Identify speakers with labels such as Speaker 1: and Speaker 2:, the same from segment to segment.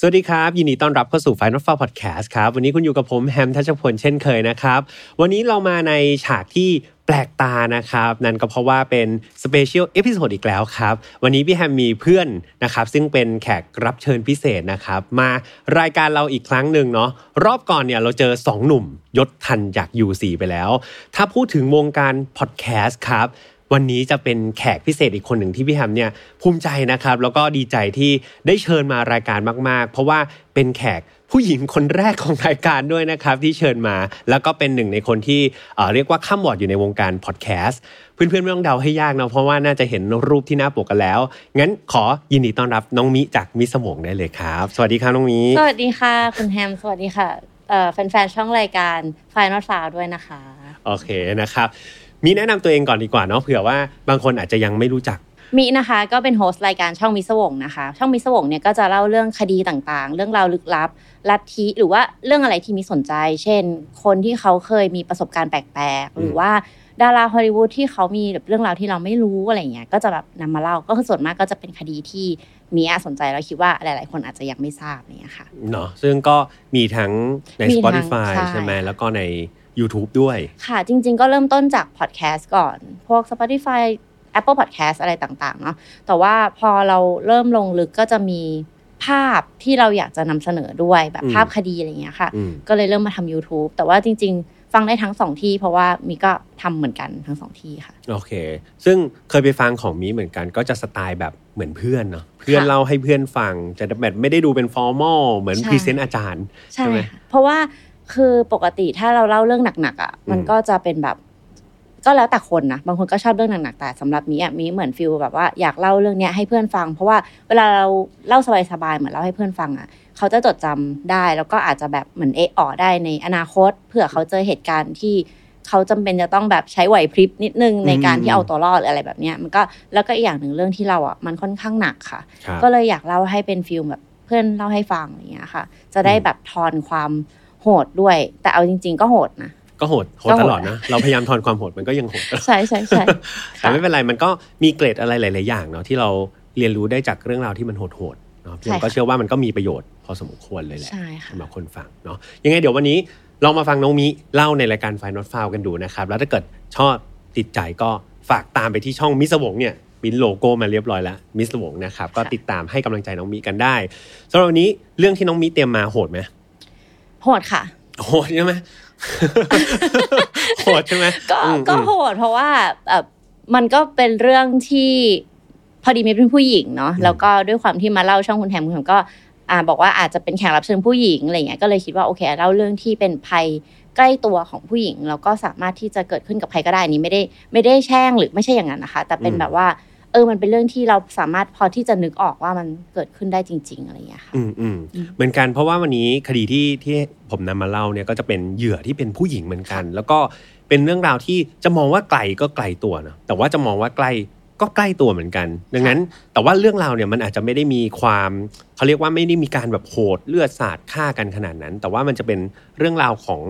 Speaker 1: สวัสดีครับ ยินดีต้อนรับเข้าสู่ Final f o u r Podcast ครับ วันนี้คุณอยู่กับผมแฮมทัชพลเช่นเคยนะครับ วันนี้เรามาในฉากที่แปลกตานะครับ นั่นก็เพราะว่าเป็นสเปเชียลเอพิโซดอีกแล้วครับ วันนี้พี่แฮมมีเพื่อนนะครับ ซึ่งเป็นแขกรับเชิญพิเศษนะครับ มารายการเราอีกครั้งหนึ่งเนาะรอบก่อนเนี่ยเราเจอ 2 หนุ่มยศทันจาก U4 ไปแล้ว ถ้าพูดถึงวงการพอดแคสต์ครับ วันนี้จะเป็นแขกพิเศษอีกคนหนึ่งที่พี่แฮมเนี่ยภูมิใจนะครับ แล้วก็ดีใจที่ได้เชิญมารายการมาก ๆ เพราะว่าเป็นแขกผู้หญิงคนแรกของรายการด้วยนะครับ ที่เชิญมาแล้วก็เป็นหนึ่งในคนที่เอ่อเรียกว่าข้ามบอร์ดอยู่ในวงการพอดแคสต์เพื่อนๆไม่ต้องเดาให้ยากนะเพราะว่าน่าจะเห็นรูปที่หน้าปกกันแล้ว งั้นขอยินดีต้อนรับน้องมิจากมิสมงได้เลยครับ สวัสดีครับน้องมิ
Speaker 2: สวัสดีค่ะ คุณแฮม สวัสดีค่ะเอ่อแฟนๆ ช่องรายการ Final s o u n d ด้วยนะคะ
Speaker 1: โอเคนะครับมีแนะนำตัวเองก่อนดีกว่าเนาะเผื่อว่าบางคนอาจจะยังไม่รู้จัก
Speaker 2: มินะคะก็เป็นโฮสต์รายการช่องมิสวงนะคะ ช่องมิสวงเนี่ยก็จะเล่าเรื่องคดีต่างๆ เรื่องราวลึกลับ ลัทธิหรือว่าเรื่องอะไรที่มิสนใจ เช่น คนที่เขาเคยมีประสบการณ์แปลก
Speaker 1: อืม
Speaker 2: ๆหรือว่าดาราฮอลลีวูดที่เขามีแบบเรื่องราวที่เราไม่รู้อะไรอย่างเงี้ยก็จะแบบนำมาเล่าก็คือส่วนมากก็จะเป็นคดีที่มิอะสนใจแล้วคิดว่าหลายๆ คนอาจจะยังไม่ทราบอะไรอย่างเนี่ยค่ะ
Speaker 1: เนาะซึ่งก็มีทั้งใน
Speaker 2: มีทั้ง
Speaker 1: Spotify
Speaker 2: ใช่
Speaker 1: ใช่ไหมแล้วก็ใน YouTube ด้วย
Speaker 2: ค่ะจริงๆ ก็เริ่มต้นจากพอดแคสต์ก่อน พวก Spotify Apple Podcast อะไรต่างๆเนาะแต่ว่าพอเราเริ่มลงลึกก็จะมีภาพที่เราอยากจะนำเสนอด้วยแบบ
Speaker 1: อืม
Speaker 2: ภาพคดีอะไรอย่างเงี้ยค่ะ
Speaker 1: อืม
Speaker 2: ก็เลยเริ่มมาทำ YouTube แต่ว่าจริงๆ ฟังได้ทั้งสองที่ เพราะว่ามีก็ทำเหมือนกันทั้งสองที่ค่ะ
Speaker 1: โอเค ซึ่งเคยไปฟังของมีเหมือนกัน ก็จะสไตล์แบบเหมือนเพื่อนเนาะเพื่อนเล่าให้เพื่อนฟัง จะแบบไม่ได้ดูเป็นฟอร์มอลเหมือน
Speaker 2: ใช่
Speaker 1: พรีเซนต์อาจารย์
Speaker 2: ใช่
Speaker 1: ใช่ไหม
Speaker 2: ค่ะเพราะว่าคือปกติถ้าเราเล่าเรื่องหนักๆอ่ะมัน
Speaker 1: อืม
Speaker 2: ก็จะเป็นแบบ ก็แล้วแต่คนนะบางคนก็ชอบเรื่องหนักๆแต่สำหรับมีอ่ะมีเหมือนฟิลแบบว่าอยากเล่าเรื่องเนี้ยให้เพื่อนฟัง เพราะว่าเวลาเราเล่าสบายๆเหมือนเล่าให้เพื่อนฟังอ่ะเขาจะจดจำได้แล้วก็อาจจะแบบเหมือนเออออได้ในอนาคตเผื่อเขาเจอเหตุการณ์ที่เขาจำเป็นจะต้องแบบใช้ไหวพริบนิดนึงในการที่เอาตัวรอดหรืออะไรแบบเนี้ยมันก็แล้วก็อีกอย่างหนึ่งเรื่องที่เราอ่ะมันค่อนข้างหนักค่ะ
Speaker 1: ครับ
Speaker 2: ก็เลยอยากเล่าให้เป็นฟิลแบบเพื่อนเล่าให้ฟังอย่างเงี้ยค่ะ จะได้
Speaker 1: อืม
Speaker 2: แบบทอนความโหดด้วย แต่เอาจริง ๆ ก็โหดนะ
Speaker 1: ก็โหดโหด
Speaker 2: ก็โหด
Speaker 1: ตลอดนะ เราพยายามทอนความโหดมันก็ยังโหด
Speaker 2: ใช่ใช่ใช่
Speaker 1: แต่ไม่เป็นไรมันก็มีเกรดอะไรหลาย ๆ อย่างเนาะที่เราเรียนรู้ได้จากเรื่องราวที่มันโหด ๆ เนาะพี่แฮม
Speaker 2: ใช่ค่ะ
Speaker 1: ก็เชื่อว่ามันก็มีประโยชน์พอสมควรเลยแหละ
Speaker 2: ใช่ค่ะ
Speaker 1: สำหรับคนฟังเนาะยังไงเดี๋ยววันนี้ลองมาฟังน้องมิเล่าในรายการไฟนอตฟาวกันดูนะครับ แล้วถ้าเกิดชอบติดใจก็ฝากตามไปที่ช่องมิสวงเนี่ยมินโลโก้มาเรียบร้อยแล้วมิสวงนะครับก็
Speaker 2: ค่ะ
Speaker 1: ติดตามให้กำลังใจน้องมิกันได้สำหรับวันนี้เรื่องที่น้องมิเตรียมมาโหดไหม
Speaker 2: โหดค่ะ
Speaker 1: โหดใช่ไหม โหดใช่ไหม
Speaker 2: ก็
Speaker 1: อืม
Speaker 2: ก็โหดเพราะว่าเอ่อมันก็เป็นเรื่องที่พอดีมีเป็นผู้หญิงเนาะแล้วก็ด้วยความที่มาเล่าช่องคุณแฮมคุณแฮมก็อ่าบอกว่าอาจจะเป็นแขกรับเชิญผู้หญิงอะไรเงี้ยก็เลยคิดว่าโอเคเล่าเรื่องที่เป็นภัยใกล้ตัวของผู้หญิงแล้วก็สามารถที่จะเกิดขึ้นกับใครก็ได้อันนี้ไม่ได้ไม่ได้แช่งหรือไม่ใช่อย่างนั้นนะคะ แต่เป็นแบบว่าเออมันเป็นเรื่องที่เราสามารถพอที่จะนึกออกว่ามันเกิดขึ้นได้จริง ๆ อะไรอย่างเงี้ยค่ะ
Speaker 1: อืมอืม
Speaker 2: อืม
Speaker 1: เหมือนกันเพราะว่าวันนี้คดีที่ที่ผมนำมาเล่าเนี่ยก็จะเป็นเหยื่อที่เป็นผู้หญิงเหมือนกัน แล้วก็เป็นเรื่องราวที่จะมองว่าไกลก็ไกลตัวนะแต่ว่าจะมองว่าใกล้ก็ใกล้ตัวเหมือนกัน ดังนั้น แต่ว่าเรื่องราวเนี่ยมันอาจจะไม่ได้มีความเขาเรียกว่าไม่ได้มีการแบบโหดเลือดสาดฆ่ากันขนาดนั้น แต่ว่ามันจะเป็นเรื่องราวของ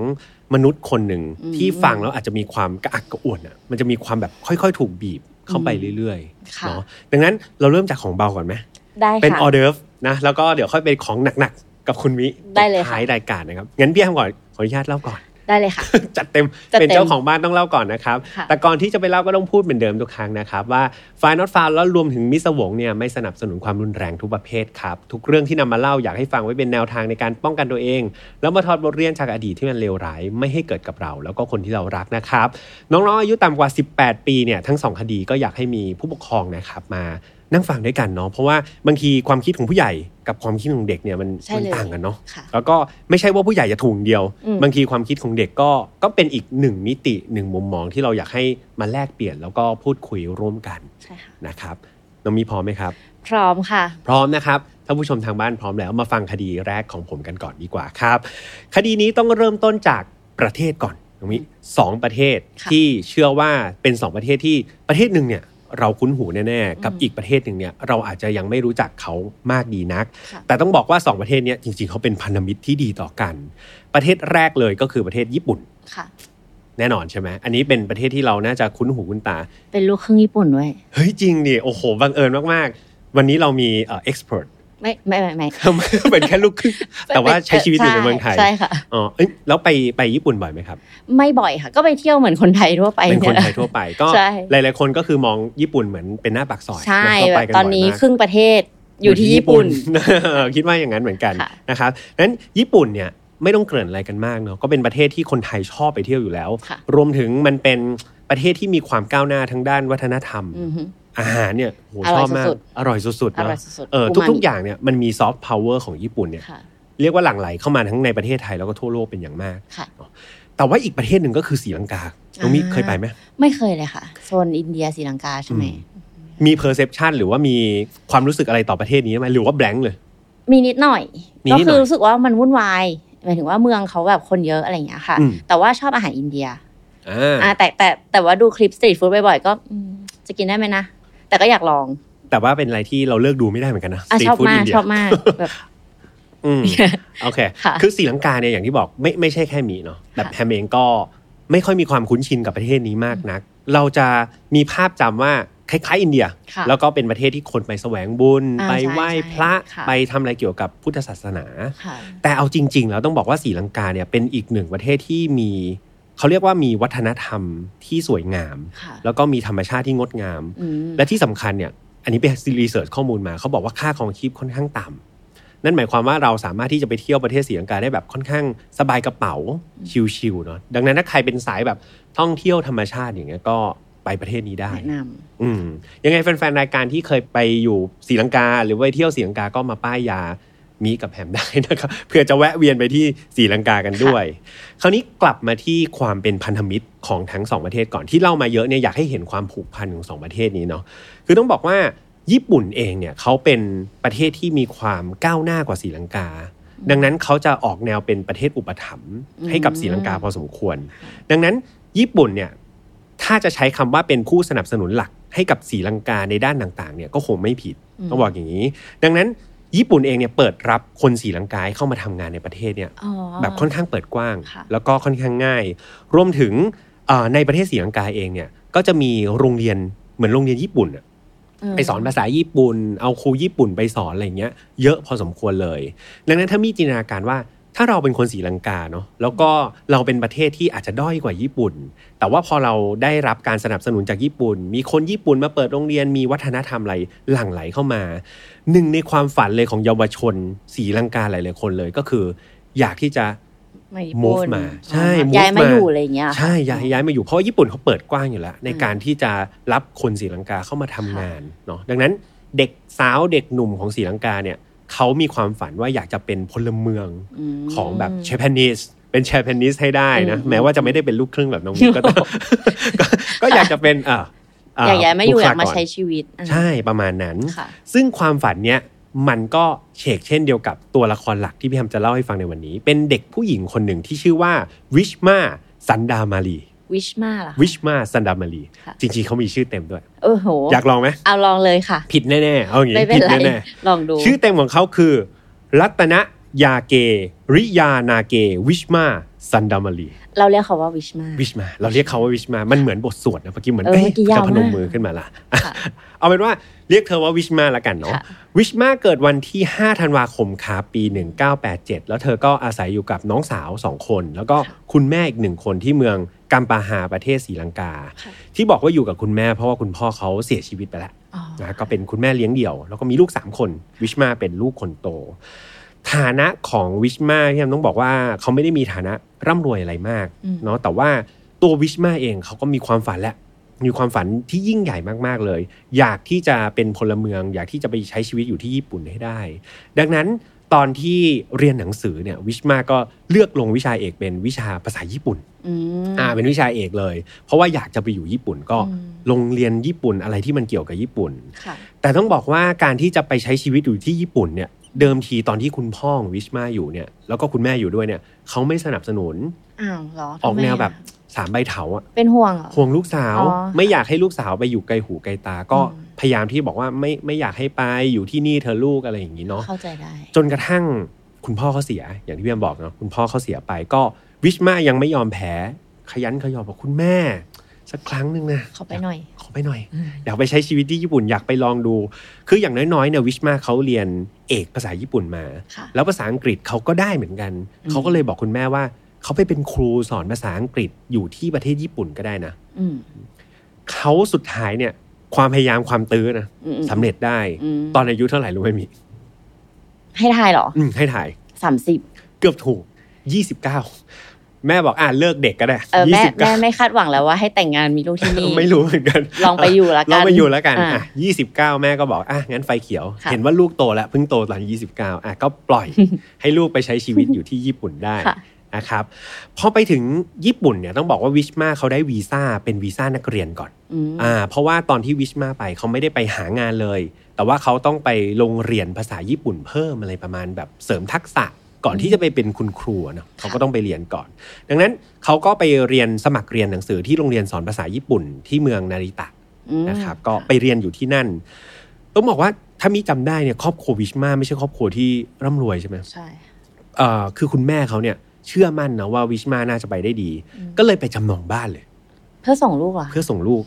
Speaker 1: มนุษย์คนหนึ่ง
Speaker 2: อืม
Speaker 1: ที่ฟังแล้วอาจจะมีความกระอักกระอ่วนอ่ะมันจะมีความแบบค่อยๆ ถูกบีบเข้าไปเรื่อยๆ
Speaker 2: ค่ะ
Speaker 1: เนาะดังนั้นเราเริ่มจากของเบาก่อนไหม
Speaker 2: ได้
Speaker 1: เป็น
Speaker 2: ค่ะ
Speaker 1: ออเดอร์ฟนะแล้วก็เดี๋ยวค่อยเป็นของหนักๆ กับคุณวิ
Speaker 2: ได้เลยค่ะ
Speaker 1: ท้ายรายการนะครับงั้นพี่แอมก่อนขออนุญาตเล่าก่อน
Speaker 2: ได้เลยค่ะ
Speaker 1: จัดเต็ม
Speaker 2: จัดเต็ม
Speaker 1: เป็นเจ้าของบ้านต้องเล่าก่อนนะครับ
Speaker 2: ค่ะ
Speaker 1: แต่ก่อนที่จะไปเล่าก็ต้องพูดเหมือนเดิมทุกครั้งนะครับ ว่าฟายนอตฟาวแล้วรวมถึงมิสวงเนี่ยไม่สนับสนุนความรุนแรงทุกประเภทครับทุกเรื่องที่นำมาเล่าอยากให้ฟังไว้เป็นแนวทางในการป้องกันตัวเอง แล้วมาถอดบทเรียนจากอดีตที่มันเลวร้ายไม่ให้เกิดกับเรา แล้วก็คนที่เรารักนะครับ น้องๆอายุต่ำกว่า 18 ปีเนี่ยทั้งสองคดีก็อยากให้มีผู้ปกครองนะครับมานั่งฟังด้วยกันเนาะเพราะว่าบางทีความคิดของผู้ใหญ่กับความคิดของเด็กเนี่ยมัน
Speaker 2: ใช่
Speaker 1: มัน
Speaker 2: เลย
Speaker 1: ต่างกันเนาะ
Speaker 2: ค่ะ
Speaker 1: แล้วก็ไม่ใช่ว่าผู้ใหญ่จะถูกอย่างเดียว
Speaker 2: อืม
Speaker 1: บางทีความคิดของเด็กก็ก็เป็นอีกหนึ่งมิติหนึ่งมุมมองที่เราอยากให้มาแลกเปลี่ยนแล้วก็พูดคุยร่วมกัน
Speaker 2: ใช่ค่ะ
Speaker 1: นะครับน้องมีพร้อมไหมครับ
Speaker 2: พร้อมค่ะ
Speaker 1: พร้อมนะครับถ้าผู้ชมทางบ้านพร้อมแล้วมาฟังคดีแรกของผมกันก่อนดีกว่าครับ คดีนี้ต้องเริ่มต้นจากประเทศก่อนน้องมิสองประเทศ
Speaker 2: ค่ะ
Speaker 1: ที่เชื่อว่าเป็นสองประเทศที่ประเทศหนึ่งเนี่ยเราคุ้นหูแน่ๆกับอีกประเทศหนึ่งเนี่ยเราอาจจะยังไม่รู้จักเขามากดีนัก
Speaker 2: ค่ะ
Speaker 1: แต่ต้องบอกว่า 2 ประเทศเนี้ยจริงๆ เขาเป็นพันธมิตรที่ดีต่อกัน ประเทศแรกเลยก็คือประเทศญี่ปุ่น
Speaker 2: ค่ะ
Speaker 1: แน่นอนใช่ไหมอันนี้เป็นประเทศที่เราน่าจะคุ้นหูคุ้นตา
Speaker 2: เป็นลูกครึ่งญี่ปุ่นด้วย
Speaker 1: เฮ้ย จริงดิโอ้โหบังเอิญมาก ๆ วันนี้เรามีเอ็กซ์เพรส
Speaker 2: ไม่ไม่ไม่ไม่
Speaker 1: เป็นแค่ลูกค รึ่งแต่ว่าใช้ชีวิตอยู่ในเมืองไทย
Speaker 2: ใช่ค่ะ
Speaker 1: อ๋อเอ้ยแล้วไปไปญี่ปุ่นบ่อยไหมครับ
Speaker 2: ไม่บ่อยค่ะ ก็ไปเที่ยวเหมือนคนไทยทั่วไป
Speaker 1: เป็นคนไทย
Speaker 2: ย
Speaker 1: ทั่วไปก็
Speaker 2: ใช่
Speaker 1: หลาย ๆ คนก็คือมองญี่ปุ่นเหมือนเป็นหน้าปากซอย
Speaker 2: ใช่
Speaker 1: ะก็
Speaker 2: แบ
Speaker 1: ไป
Speaker 2: บ
Speaker 1: กั
Speaker 2: ตอนนี้
Speaker 1: บ่ยมาก
Speaker 2: ครึ่งประเทศอยู่ที่ญี่ปุ่น
Speaker 1: เออคิดว่าอย่างนั้นเหมื อนกัน
Speaker 2: ค่ะ
Speaker 1: นะครับนั้นญี่ปุ่นเนี่ยไม่ต้องเกริ่นอะไรกันมากเนาะก็เป็นประเทศที่คนไทยชอบไปเที่ยวอยู่แล้ว
Speaker 2: ค่ะ
Speaker 1: รวมถึงมันเป็นประเทศที่มีความก้าวหน้าทั้งด้านวัฒนธรรม
Speaker 2: อือฮึ
Speaker 1: อาหารเนี่ยโห
Speaker 2: อ
Speaker 1: ช
Speaker 2: ร่อย
Speaker 1: อบมาก
Speaker 2: สุด
Speaker 1: อร่อยสุดๆ
Speaker 2: อร่อย
Speaker 1: เนาะ
Speaker 2: สุดๆ
Speaker 1: เออ
Speaker 2: ม
Speaker 1: ทุก
Speaker 2: มิ
Speaker 1: ๆ อย่างเนี่ยมันมีซอฟต์พาวเวอร์ของญี่ปุ่นเนี่ย
Speaker 2: ค่ะ
Speaker 1: เรียกว่าหลั่งไหลเข้ามาทั้งในประเทศไทยแล้วก็ทั่วโลกเป็นอย่างมาก
Speaker 2: ค่ะ
Speaker 1: แต่ว่าอีกประเทศหนึ่งก็คือศรีลังกาน้องมิ
Speaker 2: อ่า
Speaker 1: เคยไปไหม
Speaker 2: ไม่เคยเลยค่ะ โซนอินเดียศรีลังกาใช่ไหม
Speaker 1: มีเพอร์เซพชันหรือว่ามีความรู้สึกอะไรต่อประเทศนี้ไหมหรือว่าแบงค์เลย
Speaker 2: มีนิดหน่อย
Speaker 1: มี
Speaker 2: ก็
Speaker 1: นิดหน่อย
Speaker 2: คือรู้สึกว่ามันวุ่นวายหมายถึงว่าเมืองเขาแบบคนเยอะอะไรอย่างเงี้ยค่ะ
Speaker 1: อืม
Speaker 2: แต่ว่าชอบอาหารอินเดีย
Speaker 1: อ่า
Speaker 2: อ่าแต่แต่แต่ว่าดูคลิปสตรีทฟู้ดบ่อยๆก็อืมจะกินได้ไหมนะ แต่ก็อยากลอง
Speaker 1: แต่ว่าเป็นอะไรที่เราเลิกดูไม่ได้เหมือนกันนะ
Speaker 2: อ่ะ
Speaker 1: Street
Speaker 2: ชอบ
Speaker 1: Food
Speaker 2: มาก
Speaker 1: India
Speaker 2: ชอบมากแบบ
Speaker 1: อืมโอเค
Speaker 2: ค่ะ
Speaker 1: คือศรีลังกาเนี่ยอย่างที่บอกไม่ไม่ใช่แค่หมีเนาะแบบ
Speaker 2: ค่ะ
Speaker 1: แฮมเองก็ไม่ค่อยมีความคุ้นชินกับประเทศนี้มากนัก เราจะมีภาพจำว่าคล้ายๆ อินเดีย
Speaker 2: ค่ะ
Speaker 1: แล้วก็เป็นประเทศที่คนไปแสวงบุญ
Speaker 2: อ่า
Speaker 1: ไป
Speaker 2: ใช่
Speaker 1: ไหว้
Speaker 2: ใช่
Speaker 1: พระ
Speaker 2: ค่ะ
Speaker 1: ไปทำอะไรเกี่ยวกับพุทธศาสนา
Speaker 2: ค่ะ
Speaker 1: แต่เอาจริง ๆ แล้วต้องบอกว่าศรีลังกาเนี่ยเป็นอีกหนึ่งประเทศที่มีเขาเรียกว่ามีวัฒนธรรมที่สวยงาม
Speaker 2: ค่ะ
Speaker 1: แล้วก็มีธรรมชาติที่งดงาม
Speaker 2: อืม
Speaker 1: และที่สำคัญเนี่ย อันนี้ไปรีเสิร์ชข้อมูลมา เขาบอกว่าค่าของชีพค่อนข้างต่ำ นั่นหมายความว่าเราสามารถที่จะไปเที่ยวประเทศศรีลังกาได้แบบค่อนข้างสบายกระเป๋าชิลๆเนาะ ดังนั้นถ้าใครเป็นสายแบบท่องเที่ยวธรรมชาติอย่างเงี้ยก็ไปประเทศนี้ได้
Speaker 2: แนะน
Speaker 1: อืมยังไงแฟนๆรายการที่เคยไปอยู่ศรีลังกา หรือว่าไปเที่ยวศรีลังกาก็มาป้ายยามีกับแฮมได้นะครับ เพื่อจะแวะเวียนไปที่ศรีลังกากันด้วย คราวนี้กลับมาที่ความเป็นพันธมิตรของทั้งสองประเทศก่อนที่เล่ามาเยอะเนี่ยอยากให้เห็นความผูกพันของสองประเทศนี้เนาะคือต้องบอกว่าญี่ปุ่นเองเนี่ยเขาเป็นประเทศที่มีความก้าวหน้ากว่าศรีลังกา ดังนั้นเขาจะออกแนวเป็นประเทศอุปถัมภ์ให้กับศรีลังกาพอสมควร ดังนั้นญี่ปุ่นเนี่ยถ้าจะใช้คำว่าเป็นผู้สนับสนุนหลักให้กับศรีลังกาในด้านต่างๆเนี่ยก็คงไม่ผิด
Speaker 2: ำม
Speaker 1: ต้องบอกอย่างนี้ ดังนั้นญี่ปุ่นเองเนี่ยเปิดรับคนศรีลังกาให้เข้ามาทำงานในประเทศเนี่ย
Speaker 2: อ๋อ
Speaker 1: แบบค่อนข้างเปิดกว้าง
Speaker 2: ค่ะ
Speaker 1: แล้วก็ค่อนข้างง่าย รวมถึงเอ่อในประเทศศรีลังกาเองเนี่ยก็จะมีโรงเรียนเหมือนโรงเรียนญี่ปุ่นอะ ไปสอนภาษาญี่ปุ่น เอาครูญี่ปุ่นไปสอนอะไรเงี้ย เยอะพอสมควรเลย ดังนั้นถ้ามีจินตนาการว่าถ้าเราเป็นคนศรีลังกาเนาะ แล้วก็เราเป็นประเทศที่อาจจะด้อยกว่าญี่ปุ่น แต่ว่าพอเราได้รับการสนับสนุนจากญี่ปุ่น มีคนญี่ปุ่นมาเปิดโรงเรียน มีวัฒนธรรมอะไรหลั่งไหลเข้ามา หนึ่งในความฝันเลยของเยาวชนศรีลังกาหลายๆคนเลยก็คือ อยากที่จะ
Speaker 2: ไม่
Speaker 1: move
Speaker 2: ปุ่น
Speaker 1: มาใช่
Speaker 2: อ๋อ
Speaker 1: move
Speaker 2: ย้ายมา
Speaker 1: มา
Speaker 2: อยู่อะไรอย่างเงี้ย
Speaker 1: ใช่ย้ายย้ายมาอยู่เพราะว่าญี่ปุ่นเขาเปิดกว้างอยู่แล้ว ในการที่จะรับคนศรีลังกาเข้ามาทำงานเนาะดังนั้นเด็กสาวเด็กหนุ่มของศรีลังกาเนี่ยเขามีความฝันว่าอยากจะเป็นพลเมือง
Speaker 2: ม
Speaker 1: ของแบบเชฟ a นิสเป็นเชฟ a นิสให้ได้นะ
Speaker 2: อืม
Speaker 1: แม้ว่าจะไม่ได้เป็นลูกครึ่งแบบน้องมิกก็ต้อง ก็ก็อยากจะเป็นเอ่อเ
Speaker 2: ากย้ายมาอยู่
Speaker 1: บุค
Speaker 2: อ
Speaker 1: ล
Speaker 2: ยากมาใช้ชีวิตอ่ะ
Speaker 1: ใช่ประมาณนั้น
Speaker 2: ค่ะ
Speaker 1: ซึ่งความฝันเนี้ยมันก็เฉกเช่นเดียวกับตัวละครหลักที่พี่แฮมจะเล่าให้ฟังในวันนี้ เป็นเด็กผู้หญิงคนหนึ่งที่ชื่อว่าวิชมาสันดามารี
Speaker 2: วิชมาล่ะ
Speaker 1: วิชมาสันดามารี
Speaker 2: ค่ะ
Speaker 1: จริงๆ เขามีชื่อเต็มด้วย
Speaker 2: โอ้โห
Speaker 1: อยากลองไหม
Speaker 2: เอาลองเลยค่ะ
Speaker 1: ผิดแน่ๆ เอาอย่าง
Speaker 2: ไม่
Speaker 1: นี้
Speaker 2: เป็น
Speaker 1: ผิด
Speaker 2: ไร
Speaker 1: แน่
Speaker 2: ลองดู
Speaker 1: ๆ ชื่อเต็มของเขาคือ รัตนยาเก ริยานาเก วิชมาสันดามารี
Speaker 2: เราเรียกเขาว่าวิชมา
Speaker 1: วิชมา เราเรียกเขาว่าวิชมา มันเหมือนบทสวดนะเมื่อกี้เหมือน
Speaker 2: เออ
Speaker 1: เอ้ย
Speaker 2: เมื่อกี้ยาว
Speaker 1: จะพนม
Speaker 2: มาก
Speaker 1: มือขึ้นมาละ
Speaker 2: ค่ะ
Speaker 1: เอาเป็นว่าเรียกเธอว่าวิชมาละกันเนาะ
Speaker 2: ค่ะ
Speaker 1: วิชมาเกิดวันที่ 5 ธันวาคมค่ะปี 1987 แล้วเธอก็อาศัยอยู่กับน้องสาว 2 คน แล้วก็คุณแม่อีกหนึ่งคนที่เมืองกัมปาฮาประเทศศรีลังกา
Speaker 2: ค่ะ
Speaker 1: ที่บอกว่าอยู่กับคุณแม่เพราะว่าคุณพ่อเขาเสียชีวิตไปแล้ว
Speaker 2: อ๋อ
Speaker 1: นะก็เป็นคุณแม่เลี้ยงเดี่ยว แล้วก็มีลูก 3 คน วิชมาเป็นลูกคนโต ฐานะของวิชมาที่ยต้องบอกว่าเขาไม่ได้มีฐานะร่ำรวยอะไรมาก
Speaker 2: อืม
Speaker 1: เนาะแต่ว่าตัววิชมาเองเขาก็มีความฝันแหละ มีความฝันที่ยิ่งใหญ่มากๆเลย อยากที่จะเป็นพลเมือง อยากที่จะไปใช้ชีวิตอยู่ที่ญี่ปุ่นให้ได้ ดังนั้นตอนที่เรียนหนังสือเนี่ยวิชมาก็เลือกลงวิชาเอกเป็นวิชาภาษาญี่ปุ่น
Speaker 2: อืม
Speaker 1: อ่าเป็นวิชาเอกเลย เพราะว่าอยากจะไปอยู่ญี่ปุ่นก็
Speaker 2: อืม
Speaker 1: ลงเรียนญี่ปุ่นอะไรที่มันเกี่ยวกับญี่ปุ่น
Speaker 2: ค่ะ
Speaker 1: แต่ต้องบอกว่าการที่จะไปใช้ชีวิตอยู่ที่ญี่ปุ่นเนี่ยเดิมทีตอนที่คุณพ่อของวิชมาอยู่เนี่ยแล้วก็คุณแม่อยู่ด้วยเนี่ยเขาไม่สนับสนุน
Speaker 2: อ้าวเหรอทำไมะ
Speaker 1: ออกแนวแบบสามใบเถาอะ
Speaker 2: เป็นห่วงเหรอ
Speaker 1: ห่วงลูกสาว
Speaker 2: อ๋อ
Speaker 1: ไม่อยากให้ลูกสาวไปอยู่ไกลหูไกลตา ก็
Speaker 2: อืม
Speaker 1: พยายามที่บอกว่าไม่ไม่อยากให้ไปอยู่ที่นี่เธอะลูกอะไรอย่างนี้เนาะ
Speaker 2: เข้าใจได้
Speaker 1: จนกระทั่งคุณพ่อเขาเสีย อย่างที่พี่แอมบอกเนาะคุณพ่อเขาเสียไปก็วิชมายังไม่ยอมแพ้ขยันขยอบอกคุณแม่ สักครั้งหนึ่งนะ
Speaker 2: ขอไปหน่อย
Speaker 1: ขอไปหน่อย อยากไปใช้ชีวิตที่ญี่ปุ่นอยากไปลองดู คืออย่างน้อยๆเนี่ยวิชมาเขาเรียนเอกภาษาญี่ปุ่นมา
Speaker 2: ค่ะ
Speaker 1: แล้วภาษาอังกฤษเขาก็ได้เหมือนกัน
Speaker 2: อืม
Speaker 1: เขาก็เลยบอกคุณแม่ว่า เขาไปเป็นครูสอนภาษาอังกฤษอยู่ที่ประเทศญี่ปุ่นก็ได้นะ
Speaker 2: อืม
Speaker 1: เขาสุดท้ายเนี่ย ความพยายามความตื้อนะ
Speaker 2: อืม
Speaker 1: สำเร็จได้
Speaker 2: ม
Speaker 1: ตอนอายุเท่าไหร่รู้ไหมมี
Speaker 2: ให้ทายเหรอ
Speaker 1: อืมให้ถ่าย
Speaker 2: สามสิบ
Speaker 1: เกือบถูก ยี่สิบเก้า แม่บอกอ่าเลิกเด็กก็ได้
Speaker 2: เออ
Speaker 1: ยี่
Speaker 2: แม่
Speaker 1: สิบ
Speaker 2: แม่
Speaker 1: เก้า
Speaker 2: ไม่คาดหวังแล้วว่าให้แต่งงานมีลูกที่นี่
Speaker 1: ไม่รู้เหมือนกัน
Speaker 2: ลองไปอยู่ละกัน
Speaker 1: ลองไปอยู่แล้วกัน
Speaker 2: อ่ะ
Speaker 1: อ่ะยี่สิบเก้าแม่ก็บอกอ่ะงั้นไฟเขียว
Speaker 2: ค่ะ
Speaker 1: เห็นว่าลูกโตแล้วเพิ่งโตตอนยี่สิบเก้าอ่ะก็ป ล่อย ให้ลูกไปใช้ชีวิตอยู่ที่ญี่ปุ่นได้
Speaker 2: ค่ะ
Speaker 1: นะครับ พอไปถึงญี่ปุ่นเนี่ยต้องบอกว่าวิชมาเขาได้วีซ่าเป็นวีซ่านักเรียนก่อน
Speaker 2: อืม
Speaker 1: อ่าเพราะว่าตอนที่วิชมาไปเขาไม่ได้ไปหางานเลย แต่ว่าเขาต้องไปโรงเรียนภาษาญี่ปุ่นเพิ่มอะไรประมาณแบบเสริมทักษะก่อนที่จะไปเป็นคุณครูอะเนาะเขาก็ต้องไปเรียนก่อน ดังนั้นเขาก็ไปเรียนสมัครเรียนหนังสือที่โรงเรียนสอนภาษาญี่ปุ่นที่เมืองนาริตะ
Speaker 2: อืม
Speaker 1: นะครับก็ไปเรียนอยู่ที่นั่น ต้องบอกว่าถ้ามีจำได้เนี่ยครอบครัววิชมาไม่ใช่ครอบครัวที่ร่ำรวยใช่ไหม
Speaker 2: ใช่
Speaker 1: เอ่อคือคุณแม่เขาเนี่ยเชื่อมั่นนะว่าวิชมาน่าจะไปได้ดี
Speaker 2: อืม
Speaker 1: ก็เลยไปจำนองบ้านเลย
Speaker 2: เพื่อส่งลูกเหรอ่ะ
Speaker 1: เพื่อส่งลูก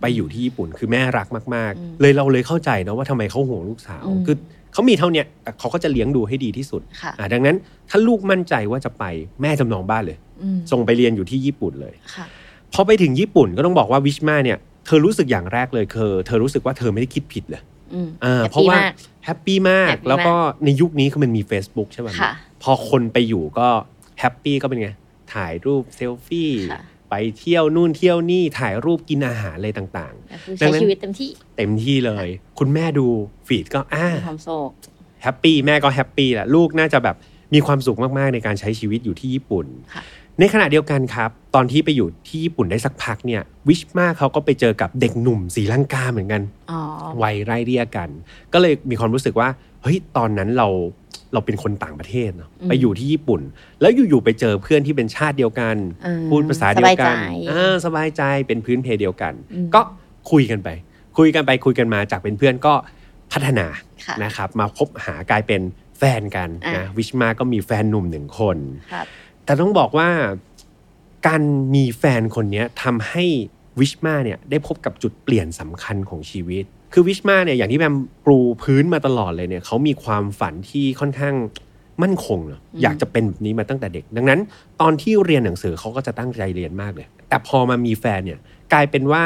Speaker 1: ไปอยู่ที่ญี่ปุ่นคือแม่รักมาก
Speaker 2: อืม
Speaker 1: ๆ เลยเราเลยเข้าใจนะว่าทำไมเขาห่วงลูกสาว
Speaker 2: อืม
Speaker 1: คือเขามีเท่าเนี้ยแต่เขาก็จะเลี้ยงดูให้ดีที่สุด
Speaker 2: ค่ะ
Speaker 1: อ่ะดังนั้นถ้าลูกมั่นใจว่าจะไปแม่จำนองบ้านเลย
Speaker 2: อืม
Speaker 1: ส่งไปเรียนอยู่ที่ญี่ปุ่นเลย
Speaker 2: ค่ะ
Speaker 1: พอไปถึงญี่ปุ่นก็ต้องบอกว่าวิชมาเนี่ยเธอรู้สึกอย่างแรกเลยคือเธอรู้สึกว่าเธอไม่ได้คิดผิดเลย
Speaker 2: อืม
Speaker 1: อ่า
Speaker 2: Happy
Speaker 1: เพราะว่าม
Speaker 2: าก
Speaker 1: แฮปปี้มาก
Speaker 2: Happy
Speaker 1: แล้วก็ในยุคนี้คือมันมี Facebook ใช่ไหม
Speaker 2: ค่ะ
Speaker 1: พอคนไปอยู่ก็แฮปปี้ก็เป็นไงถ่ายรูปเซลฟี่
Speaker 2: ค่ะ
Speaker 1: ไปเที่ยวนู่นเที่ยวนี่ถ่ายรูปกินอาหารอะไรต่าง ๆดั
Speaker 2: แต่คือใช้
Speaker 1: งนั้น
Speaker 2: ชีวิตเต็มที่
Speaker 1: เต็มที่เลย คุณแม่ดูฟีดก็อ่า
Speaker 2: มีความโศก
Speaker 1: แฮปปี้แม่ก็แฮปปี้แหละลูกน่าจะแบบมีความสุขมาก ๆ ในการใช้ชีวิตอยู่ที่ญี่ปุ่น
Speaker 2: ค่ะ
Speaker 1: ในขณะเดียวกันครับ ตอนที่ไปอยู่ที่ญี่ปุ่นได้สักพักเนี่ยวิชมาเขาก็ไปเจอกับเด็กหนุ่มสีลังกาเหมือนกัน
Speaker 2: อ๋อ
Speaker 1: วัยไร่เรียกัน ก็เลยมีความรู้สึกว่าเฮ้ยตอนนั้นเราเราเป็นคนต่างประเทศเนาะ
Speaker 2: อืม
Speaker 1: ไปอยู่ที่ญี่ปุ่น แล้วอยู่ ๆ ไปเจอเพื่อนที่เป็นชาติเดียวกัน
Speaker 2: อ่
Speaker 1: พูดภาษาเดียวกั
Speaker 2: สบาน ใจ
Speaker 1: อ่าสบายใจเป็นพื้นเพเดียวกัน
Speaker 2: อืม
Speaker 1: ก็คุยกันไป คุยกันไปคุยกันมาจากเป็นเพื่อนก็พัฒนา
Speaker 2: ค่ะ
Speaker 1: นะครับ มาคบหากลายเป็นแฟนกัน
Speaker 2: อ่ะ
Speaker 1: นะวิชมาก็มีแฟนหนุ่มหนึ่งคน
Speaker 2: ครับ
Speaker 1: แต่ต้องบอกว่าการมีแฟนคนเนี้ยทำให้วิชมาเนี่ยได้พบกับจุดเปลี่ยนสำคัญของชีวิต คือวิชมาเนี่ยอย่างที่แบมปลูพื้นมาตลอดเลยเนี่ยเขามีความฝันที่ค่อนข้างมั่นคงเนอะ
Speaker 2: อืม
Speaker 1: อยากจะเป็นแบบนี้มาตั้งแต่เด็ก ดังนั้น ตอนที่เรียนหนังสือเขาก็จะตั้งใจเรียนมากเลย แต่พอมามีแฟนเนี่ยกลายเป็นว่า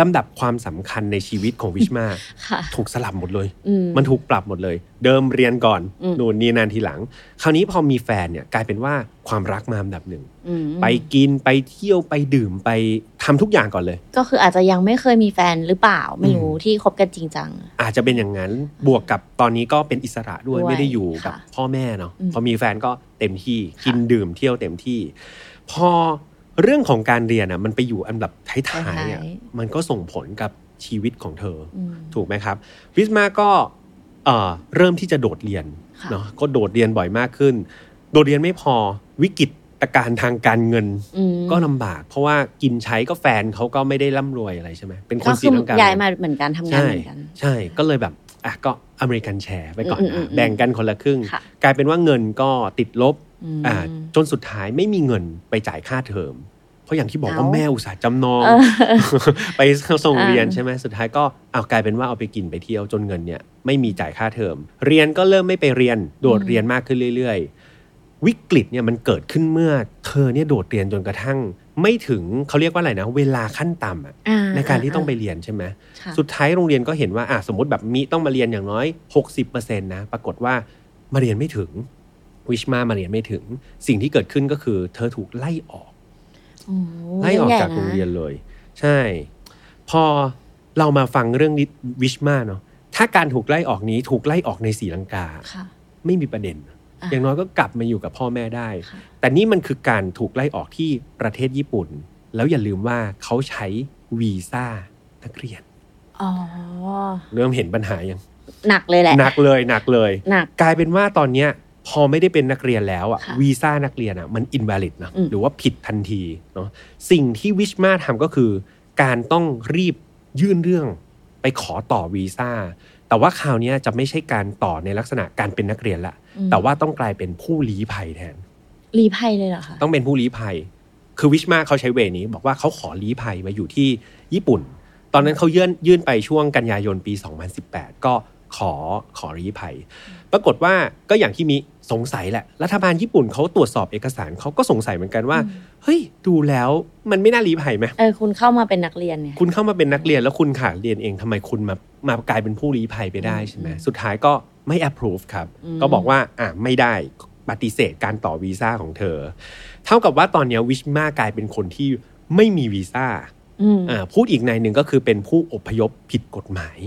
Speaker 1: ลำดับความสำคัญในชีวิตของวิชมา
Speaker 2: ค่ะ
Speaker 1: ถูกสลับหมดเลย
Speaker 2: อืม
Speaker 1: มันถูกปรับหมดเลย เดิมเรียนก่อน
Speaker 2: อืม
Speaker 1: นู่นนี่นานทีหลัง คราวนี้พอมีแฟนเนี่ยกลายเป็นว่าความรักมาอันดับหนึ่ง
Speaker 2: อืม
Speaker 1: ไปกินไปเที่ยวไปดื่มไปทำทุกอย่างก่อนเลย
Speaker 2: ก็คืออาจจะยังไม่เคยมีแฟนหรือเปล่า ไม่รู้ที่คบกันจริงจัง
Speaker 1: อาจจะเป็นอย่างนั้นบวกกับตอนนี้ก็เป็นอิสระด้วย
Speaker 2: ด้วย
Speaker 1: ไม่ได้อยู่กับ
Speaker 2: ค่ะ
Speaker 1: พ่อแม่เนาะ
Speaker 2: อืม
Speaker 1: พอมีแฟนก็เต็มที่
Speaker 2: ค่ะ
Speaker 1: กินดื่มเที่ยวเต็มที่ พอเรื่องของการเรียนอ่ะมันไปอยู่อันดับท้ายๆอ่ะมันก็ส่งผลกับชีวิตของเธอ
Speaker 2: อืม
Speaker 1: ถูกไหมครับ วิสมาก็เอ่อเริ่มที่จะโดดเรียน
Speaker 2: ค่ะ
Speaker 1: เนาะก็โดดเรียนบ่อยมากขึ้น โดดเรียนไม่พอวิกฤตการณ์ทางการเงิน
Speaker 2: อืม
Speaker 1: ก็ลำบาก เพราะว่ากินใช้ก็แฟนเขาก็ไม่ได้ร่ำรวยอะไรใช่ไหมเป็นคน
Speaker 2: ก็
Speaker 1: สี
Speaker 2: คือ
Speaker 1: ลังกา
Speaker 2: ย้ายมาเหมือนกันทำงาน
Speaker 1: ใช่
Speaker 2: เหมือนกัน
Speaker 1: ใช่ก็เลยแบบอ่ะก็อเมริกันแชร์ไปก่อน
Speaker 2: อืมอืม
Speaker 1: นะ
Speaker 2: อืม
Speaker 1: แบ่งกันคนละครึ่ง
Speaker 2: ค่ะ
Speaker 1: กลายเป็นว่าเงินก็ติดลบ
Speaker 2: ม
Speaker 1: อ่าจนสุดท้ายไม่มีเงินไปจ่ายค่าเทอม เพราะอย่างที่บอกว่า
Speaker 2: เอ้า
Speaker 1: แม่อุตส่าห์จำนอง
Speaker 2: เออ
Speaker 1: ไปส่งเรียน
Speaker 2: อ่า
Speaker 1: ใช่ไหมสุดท้ายก็เอากลายเป็นว่าเอาไปกินไปเที่ยวจนเงินเนี่ยไม่มีจ่ายค่าเทอม เรียนก็เริ่มไม่ไปเรียนโดดเรียนมากขึ้นเรื่อย ๆ วิกฤตเนี่ยมันเกิดขึ้นเมื่อเธอเนี่ยโดดเรียนจนกระทั่ง ไม่ถึงเขาเรียกว่าอะไรนะ เวลาขั้นต่ำอะ
Speaker 2: อ่
Speaker 1: ในการที่ต้องไปเรียนใช่ไหม
Speaker 2: ค่ะ
Speaker 1: สุดท้ายโรงเรียนก็เห็นว่าอ่ะสมมติแบบมิต้องมาเรียนอย่างน้อย 60%นะปรากฏว่ามาเรียนไม่ถึงวิชมามาเรียนไม่ถึง สิ่งที่เกิดขึ้นก็คือ เธอถูกไล่ออก
Speaker 2: โอ้
Speaker 1: ไล่ออกจาก
Speaker 2: ใหญ่ะ
Speaker 1: โรงเรียนเลย ใช่ พอเรามาฟังเรื่องนี้วิชมาเนาะถ้าการถูกไล่ออกนี้ถูกไล่ออกในสีลังกา
Speaker 2: ค่ะ
Speaker 1: ไม่มีประเด็น
Speaker 2: อ่ะ
Speaker 1: อย่างน้อยก็กลับมาอยู่กับพ่อแม่ได้
Speaker 2: ค่ะ
Speaker 1: แต่นี่มันคือการถูกไล่ออกที่ประเทศญี่ปุ่น แล้วอย่าลืมว่าเขาใช้วีซ่านักเรียน
Speaker 2: อ๋อ
Speaker 1: เริ่มเห็นปัญหายัง
Speaker 2: หนักเลยแหละ
Speaker 1: หนักเลยหนักเลย
Speaker 2: หนัก
Speaker 1: กลายเป็นว่าตอนเนี้ยพอไม่ได้เป็นนักเรียนแล้วอ่ะ
Speaker 2: ค่ะ
Speaker 1: วีซ่านักเรียนอ่ะมันอินวาลิดนะ
Speaker 2: อืม
Speaker 1: หรือว่าผิดทันทีเนาะสิ่งที่วิชมาทำก็คือ การต้องรีบยื่นเรื่องไปขอต่อวีซ่าแต่ว่าคราวเนี้ยจะไม่ใช่การต่อในลักษณะการเป็นนักเรียนละ
Speaker 2: อืม
Speaker 1: แต่ว่าต้องกลายเป็นผู้ลี้ภัยแทน
Speaker 2: รีภัยเลยเหรอคะ
Speaker 1: ต้องเป็นผู้ลี้ภัย คือวิชมาเขาใช้เวนี้ บอกว่าเขาขอลี้ภัยมาอยู่ที่ญี่ปุ่น ตอนนั้นเขายื่นยื่นไปช่วงกันยายนปี 2018 ก็ขอขอลี้ภัย ปรากฏว่าก็อย่างที่มีสงสัยแหละ รัฐบาลญี่ปุ่นเขาตรวจสอบเอกสารเขาก็สงสัยเหมือนกันว่า
Speaker 2: อืม
Speaker 1: เฮ้ย ดูแล้วมันไม่น่าลี้ภัยไหม
Speaker 2: เออคุณเข้ามาเป็นนักเรียนเนี่ย
Speaker 1: คุณเข้ามาเป็นนักเรียนแล้วคุณขาดเรียนเองทำไมคุณมามากลายเป็นผู้ลี้ภัยไปได้ใช่ไหม
Speaker 2: อืม
Speaker 1: สุดท้ายก็ไม่ approve ครับ
Speaker 2: อืม
Speaker 1: ก็บอกว่าอ่ะไม่ได้ปฏิเสธการต่อวีซ่าของเธอ เท่ากับว่าตอนเนี้ยวิชมากลายเป็นคนที่ไม่มีวีซ่า
Speaker 2: อืม
Speaker 1: อ่าพูดอีกในหนึ่งก็คือเป็นผู้อพยพผิดกฎหมาย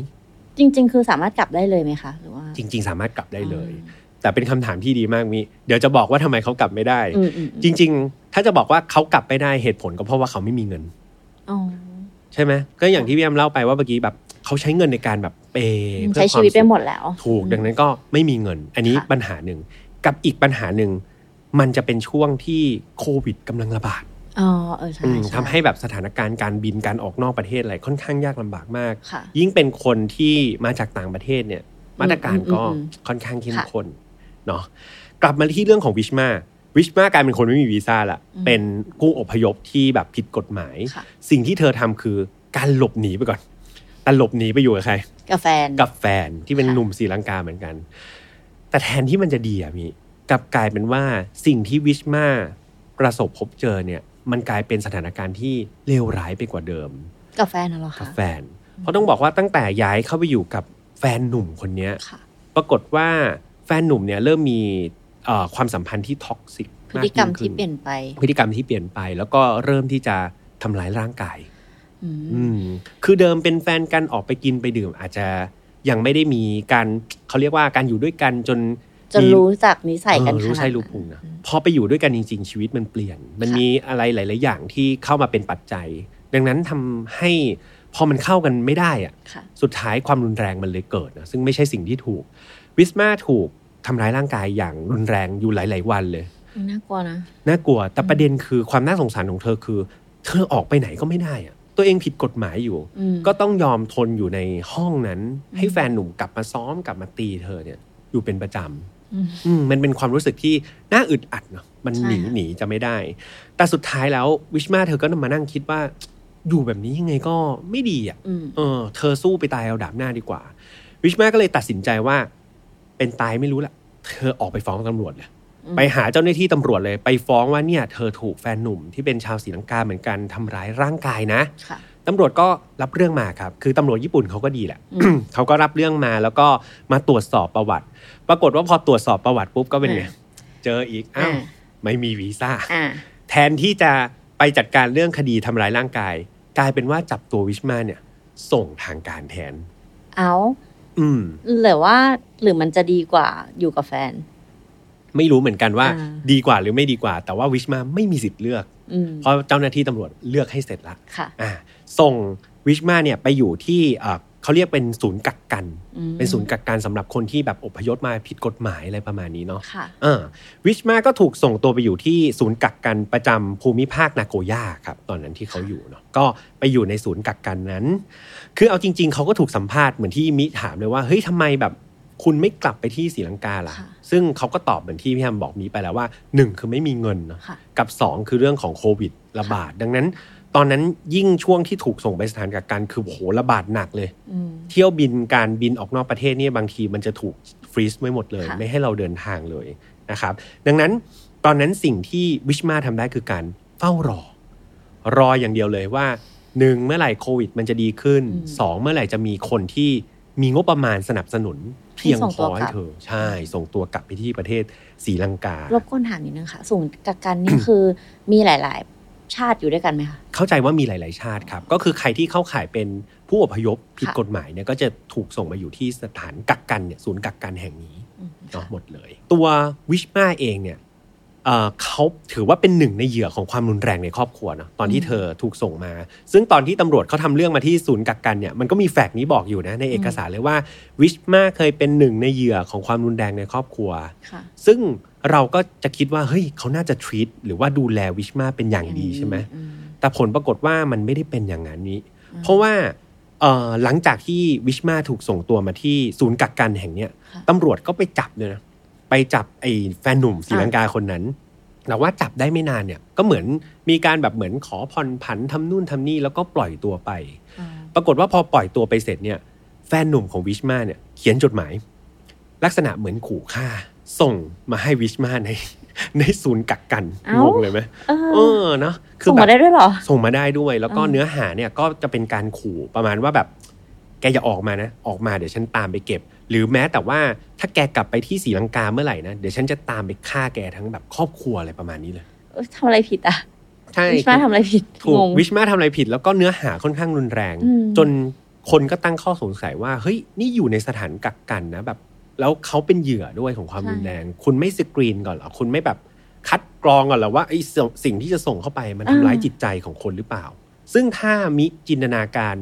Speaker 2: จริง ๆ คือสามารถกลับได้เลยไหมคะหรือว่า
Speaker 1: จริง ๆ สามารถกลับได้เลย แต่เป็นคำถามที่ดีมากมิเดี๋ยวจะบอกว่าทำไมเขากลับไม่ได้
Speaker 2: อืมอืมอืม
Speaker 1: จริง ๆ ถ้าจะบอกว่าเขากลับไม่ได้เหตุผลก็เพราะว่าเขาไม่มีเงิน
Speaker 2: อ๋อ
Speaker 1: ใช่ไหมก็อย่างที่พี่แอมเล่าไปว่าเมื่อกี้แบบเขาใช้เงินในการแบบเปย์เพื่อ
Speaker 2: ใช้ชีวิต
Speaker 1: คา
Speaker 2: ไป
Speaker 1: สุข
Speaker 2: หมดแล้ว
Speaker 1: ถูกดังนั้นก็ไม่มีเงิน อันนี้
Speaker 2: ค่ะ
Speaker 1: ปัญหาหนึ่งกับอีกปัญหาหนึ่งมันจะเป็นช่วงที่โควิดกำลังระบาด
Speaker 2: อ๋อเออใช่
Speaker 1: อืม
Speaker 2: ช่
Speaker 1: ทำให้แบบสถานการณ์การบินการออกนอกประเทศอะไรค่อนข้างยากลำบากมาก
Speaker 2: ค่ะ
Speaker 1: ยิ่งเป็นคนที่มาจากต่างประเทศเนี่ย มาตรการก็
Speaker 2: อืมอืมอืม
Speaker 1: ค่อนข้างเข้ม
Speaker 2: ค่ะ
Speaker 1: ข้นเนาะกลับมาที่เรื่องของวิชมาวิชมากลายเป็นคนไม่มีวีซ่าละ
Speaker 2: อืม
Speaker 1: เป็นผู้อพยพที่แบบผิดกฎหมาย
Speaker 2: ค่ะ
Speaker 1: สิ่งที่เธอทำคือการหลบหนีไปก่อนแต่หลบหนีไปอยู่กับใคร
Speaker 2: กับแฟน
Speaker 1: กับแฟนที่เป็น
Speaker 2: ค่ะ
Speaker 1: หนุ่มศรีลังกาเหมือนกัน แต่แทนที่มันจะดีอะมีกลับกลายเป็นว่าสิ่งที่วิชมาประสบพบเจอเนี่ย มันกลายเป็นสถานการณ์ที่เลวร้ายไปกว่าเดิม
Speaker 2: กับแฟนน่ะเหรอ
Speaker 1: กับ
Speaker 2: คะ
Speaker 1: แฟน เพราะต้องบอกว่าตั้งแต่ย้ายเข้าไปอยู่กับแฟนหนุ่มคนเนี้ย
Speaker 2: ค่ะ
Speaker 1: ปรากฏว่าแฟนหนุ่มเนี่ยเริ่มมีเอ่อความสัมพันธ์ที่ท็อกซิก
Speaker 2: พฤติกรรม
Speaker 1: ขึ้
Speaker 2: ที่เปลี่ยนไป
Speaker 1: พฤติกรรมที่เปลี่ยนไป แล้วก็เริ่มที่จะทำร้ายร่างกาย
Speaker 2: อืม
Speaker 1: อืมคือเดิมเป็นแฟนกันออกไปกินไปดื่ม อาจจะยังไม่ได้มีการเขาเรียกว่าการอยู่ด้วยกันจน
Speaker 2: จนรู้จักนิสัยกัน
Speaker 1: เออ
Speaker 2: ข
Speaker 1: รู้
Speaker 2: นาด
Speaker 1: ใช่รู้พุงนะพอไปอยู่ด้วยกันจริง ๆ ชีวิตมันเปลี่ยน มันมีอะไรหลาย ๆ อย่างที่เข้ามาเป็นปัจจัย ดังนั้นทำให้พอมันเข้ากันไม่ได้อะ
Speaker 2: ค่ะ
Speaker 1: สุดท้ายความรุนแรงมันเลยเกิดนะซึ่งไม่ใช่สิ่งที่ถูก วิสมาถูกทำร้ายร่างกายอย่างรุนแรงอยู่หลาย ๆ วันเลย
Speaker 2: น่ากลัวนะ
Speaker 1: น่ากลัว แต่ประเด็นคือความน่าสงสารของเธอคือ เธอออกไปไหนก็ไม่ได้อะตัวเองผิดกฎหมายอยู่
Speaker 2: อืม
Speaker 1: ก็ต้องยอมทนอยู่ในห้องนั้น
Speaker 2: อืม
Speaker 1: ให้แฟนหนุ่มกลับมาซ้อมกลับมาตีเธอเนี่ยอยู่เป็นประจำ
Speaker 2: อืม
Speaker 1: อืมมันเป็นความรู้สึกที่น่าอึดอัดเนาะมันหนี
Speaker 2: ใช่ค่ะ
Speaker 1: หนีจะไม่ได้ แต่สุดท้ายแล้ววิชมาเธอก็มานั่งคิดว่า อยู่แบบนี้ยังไงก็ไม่ดีอ่ะ
Speaker 2: อืม
Speaker 1: เออเธอสู้ไปตายเอาดาบหน้าดีกว่า วิชมาก็เลยตัดสินใจว่า เป็นตายไม่รู้ละเธอออกไปฟ้องตำรวจเลย
Speaker 2: อืม
Speaker 1: ไปหาเจ้าหน้าที่ตำรวจเลย ไปฟ้องว่าเนี่ย เธอถูกแฟนหนุ่มที่เป็นชาวศรีลังกาเหมือนกันทำร้ายร่างกายนะ
Speaker 2: ค่ะ
Speaker 1: ตำรวจก็รับเรื่องมาครับ คือตำรวจญี่ปุ่นเขาก็ดีแหละ
Speaker 2: อืม
Speaker 1: เขาก็รับเรื่องมาแล้วก็มาตรวจสอบประวัติ ปรากฏว่าพอตรวจสอบประวัติปุ๊บก็เป็นไง
Speaker 2: อ่า
Speaker 1: เจออีกอ้าว
Speaker 2: อ่า
Speaker 1: ไม่มีวีซ่า
Speaker 2: อ่า
Speaker 1: แทนที่จะไปจัดการเรื่องคดีทำร้ายร่างกาย กลายเป็นว่าจับตัววิชมาเนี่ย ส่งทางการแทน
Speaker 2: เอา
Speaker 1: อืม
Speaker 2: หรือว่าหรือมันจะดีกว่าอยู่กับแฟน
Speaker 1: ไม่รู้เหมือนกันว่า
Speaker 2: อ่า
Speaker 1: ดีกว่าหรือไม่ดีกว่า แต่ว่าวิชมาไม่มีสิทธิ์เลือก
Speaker 2: อืม
Speaker 1: เพราะเจ้าหน้าที่ตำรวจเลือกให้เสร็จละ
Speaker 2: ค่ะ
Speaker 1: อ่าส่งวิชมาเนี่ยไปอยู่ที่เอ่อเขาเรียกเป็นศูนย์กักกัน
Speaker 2: อืม
Speaker 1: เป็นศูนย์กักกันสำหรับคนที่แบบอพยพมาผิดกฎหมายอะไรประมาณนี้เนาะ
Speaker 2: ค่ะ
Speaker 1: เออวิชมาก็ถูกส่งตัวไปอยู่ที่ศูนย์กักกันประจำภูมิภาคนาโกย่าครับ ตอนนั้นที่เขาอยู่เนาะก็ไปอยู่ในศูนย์กักกันนั้น คือเอาจริง ๆ เขาก็ถูกสัมภาษณ์เหมือนที่มิถามเลยว่าเฮ้ยทำไมแบบคุณไม่กลับไปที่ศรีลังกาล่ะ
Speaker 2: ค่ะ
Speaker 1: ซึ่งเขาก็ตอบเหมือนที่พี่แฮมบอกมีไปแล้วว่าหนึ่งคือไม่มีเงินเนาะ
Speaker 2: ค่ะ
Speaker 1: กับสองคือเรื่องของโควิดระบาด ดังนั้น ตอนนั้นยิ่งช่วงที่ถูกส่งไปสถานกักกันคือโหระบาดหนักเลย
Speaker 2: อืม
Speaker 1: เที่ยวบินการบินออกนอกประเทศเนี่ยบางทีมันจะถูกฟรีซไว้หมดเลย
Speaker 2: ค่ะ
Speaker 1: ไม่ให้เราเดินทางเลยนะครับ ดังนั้นตอนนั้นสิ่งที่วิชมาทำได้คือการเฝ้ารอ รออย่างเดียวเลยว่าหนึ่งเมื่อไหร่โควิด มันจะดีขึ้นสองเมื่อไหร่จะมีคนที่มีงบประมาณสนับสนุน เพียงพอให้เธอใช่ ส่งตัวกลับไปที่ประเทศศรีลังการ
Speaker 2: บกวนถามนิดนึงค่ะ ศูนย์กักกันนี่ คือมีหลาย ๆ ชาติอยู่ด้วยกันไหมคะ
Speaker 1: เข้าใจว่ามีหลาย ๆ ชาติครับ ก็คือใครที่เข้าข่ายเป็นผู้อพยพผิด
Speaker 2: ค่ะ
Speaker 1: กฎหมายเนี่ยก็จะถูกส่งมาอยู่ที่สถานกักกันเนี่ยศูนย์กักกันแห่งนี้
Speaker 2: อืม
Speaker 1: เนาะหมดเลย ตัววิชมาเองเนี่ยเอ่อเขาถือว่าเป็นหนึ่งในเหยื่อของความรุนแรงในครอบครัวเนาะตอนที่เธอถูกส่งมา ซึ่งตอนที่ตำรวจเขาทำเรื่องมาที่ศูนย์กักกันเนี่ยมันก็มีแฟกต์นี้บอกอยู่นะในเอกสารเลยว่าวิชมาเคยเป็นหนึ่งในเหยื่อของความรุนแรงในครอบครัว
Speaker 2: ค่ะ
Speaker 1: ซึ่งเราก็จะคิดว่าเฮ้ยเขาน่าจะ treat หรือว่าดูแลวิชมาเป็นอย่างดีใช่ไหม
Speaker 2: อืม
Speaker 1: แต่ผลปรากฏว่ามันไม่ได้เป็นอย่างนั้นนี้
Speaker 2: อืม
Speaker 1: เพราะว่าเอ่อหลังจากที่วิชมาถูกส่งตัวมาที่ศูนย์กักกันแห่งเนี้ย
Speaker 2: ค่ะ
Speaker 1: ตำรวจก็ไปจับเลยนะ ไปจับไอ้แฟนหนุ่มศรีลังกาคนนั้น แต่ว่าจับได้ไม่นานเนี่ยก็เหมือนมีการแบบเหมือนขอผ่อนผันทำนู่นทำนี่แล้วก็ปล่อยตัวไป ปรากฏว่าพอปล่อยตัวไปเสร็จเนี่ย แฟนหนุ่มของวิชมาเนี่ยเขียนจดหมาย ลักษณะเหมือนขู่ฆ่า ส่งมาให้วิชมาใน ในศูนย์กักกัน
Speaker 2: เอ้าง ง
Speaker 1: งเลยไหม
Speaker 2: เอ
Speaker 1: เอ
Speaker 2: อ
Speaker 1: อเนอะคื
Speaker 2: ส่ง
Speaker 1: แบบ
Speaker 2: มาได้ด้วยเหรอ
Speaker 1: ส่งมาได้ด้วยแล้วก็
Speaker 2: อ่า
Speaker 1: เนื้อหาเนี่ยก็จะเป็นการขู่ประมาณว่าแบบ แกอย่าออกมานะ ออกมาเดี๋ยวฉันตามไปเก็บ หรือแม้แต่ว่าถ้าแกกลับไปที่ศรีลังกาเมื่อไหร่นะ เดี๋ยวฉันจะตามไปฆ่าแกทั้งแบบครอบครัวอะไรประมาณนี้เลย
Speaker 2: เอ้ยทำอะไรผิดอ่ะ
Speaker 1: ใช่
Speaker 2: วิชมาทำอะไรผิด
Speaker 1: ถู
Speaker 2: ง
Speaker 1: ก
Speaker 2: ง
Speaker 1: วิชมาทำอะไรผิด แล้วก็เนื้อหาค่อนข้างรุนแรง
Speaker 2: อืม
Speaker 1: จนคนก็ตั้งข้อสงสัยว่าเฮ้ยนี่อยู่ในสถานกักกันนะแบบ แล้วเขาเป็นเหยื่อด้วยของความรุนแรง คุณไม่สกรีนก่อนเหรอคุณไม่แบบคัดกรองก่อนเหรอว่าไอ้สิ่งสิ่งที่จะส่งเข้าไปมันทำร้ายจิตใจของคนหรือเปล่า ซึ่งถ้ามิจินตนาการ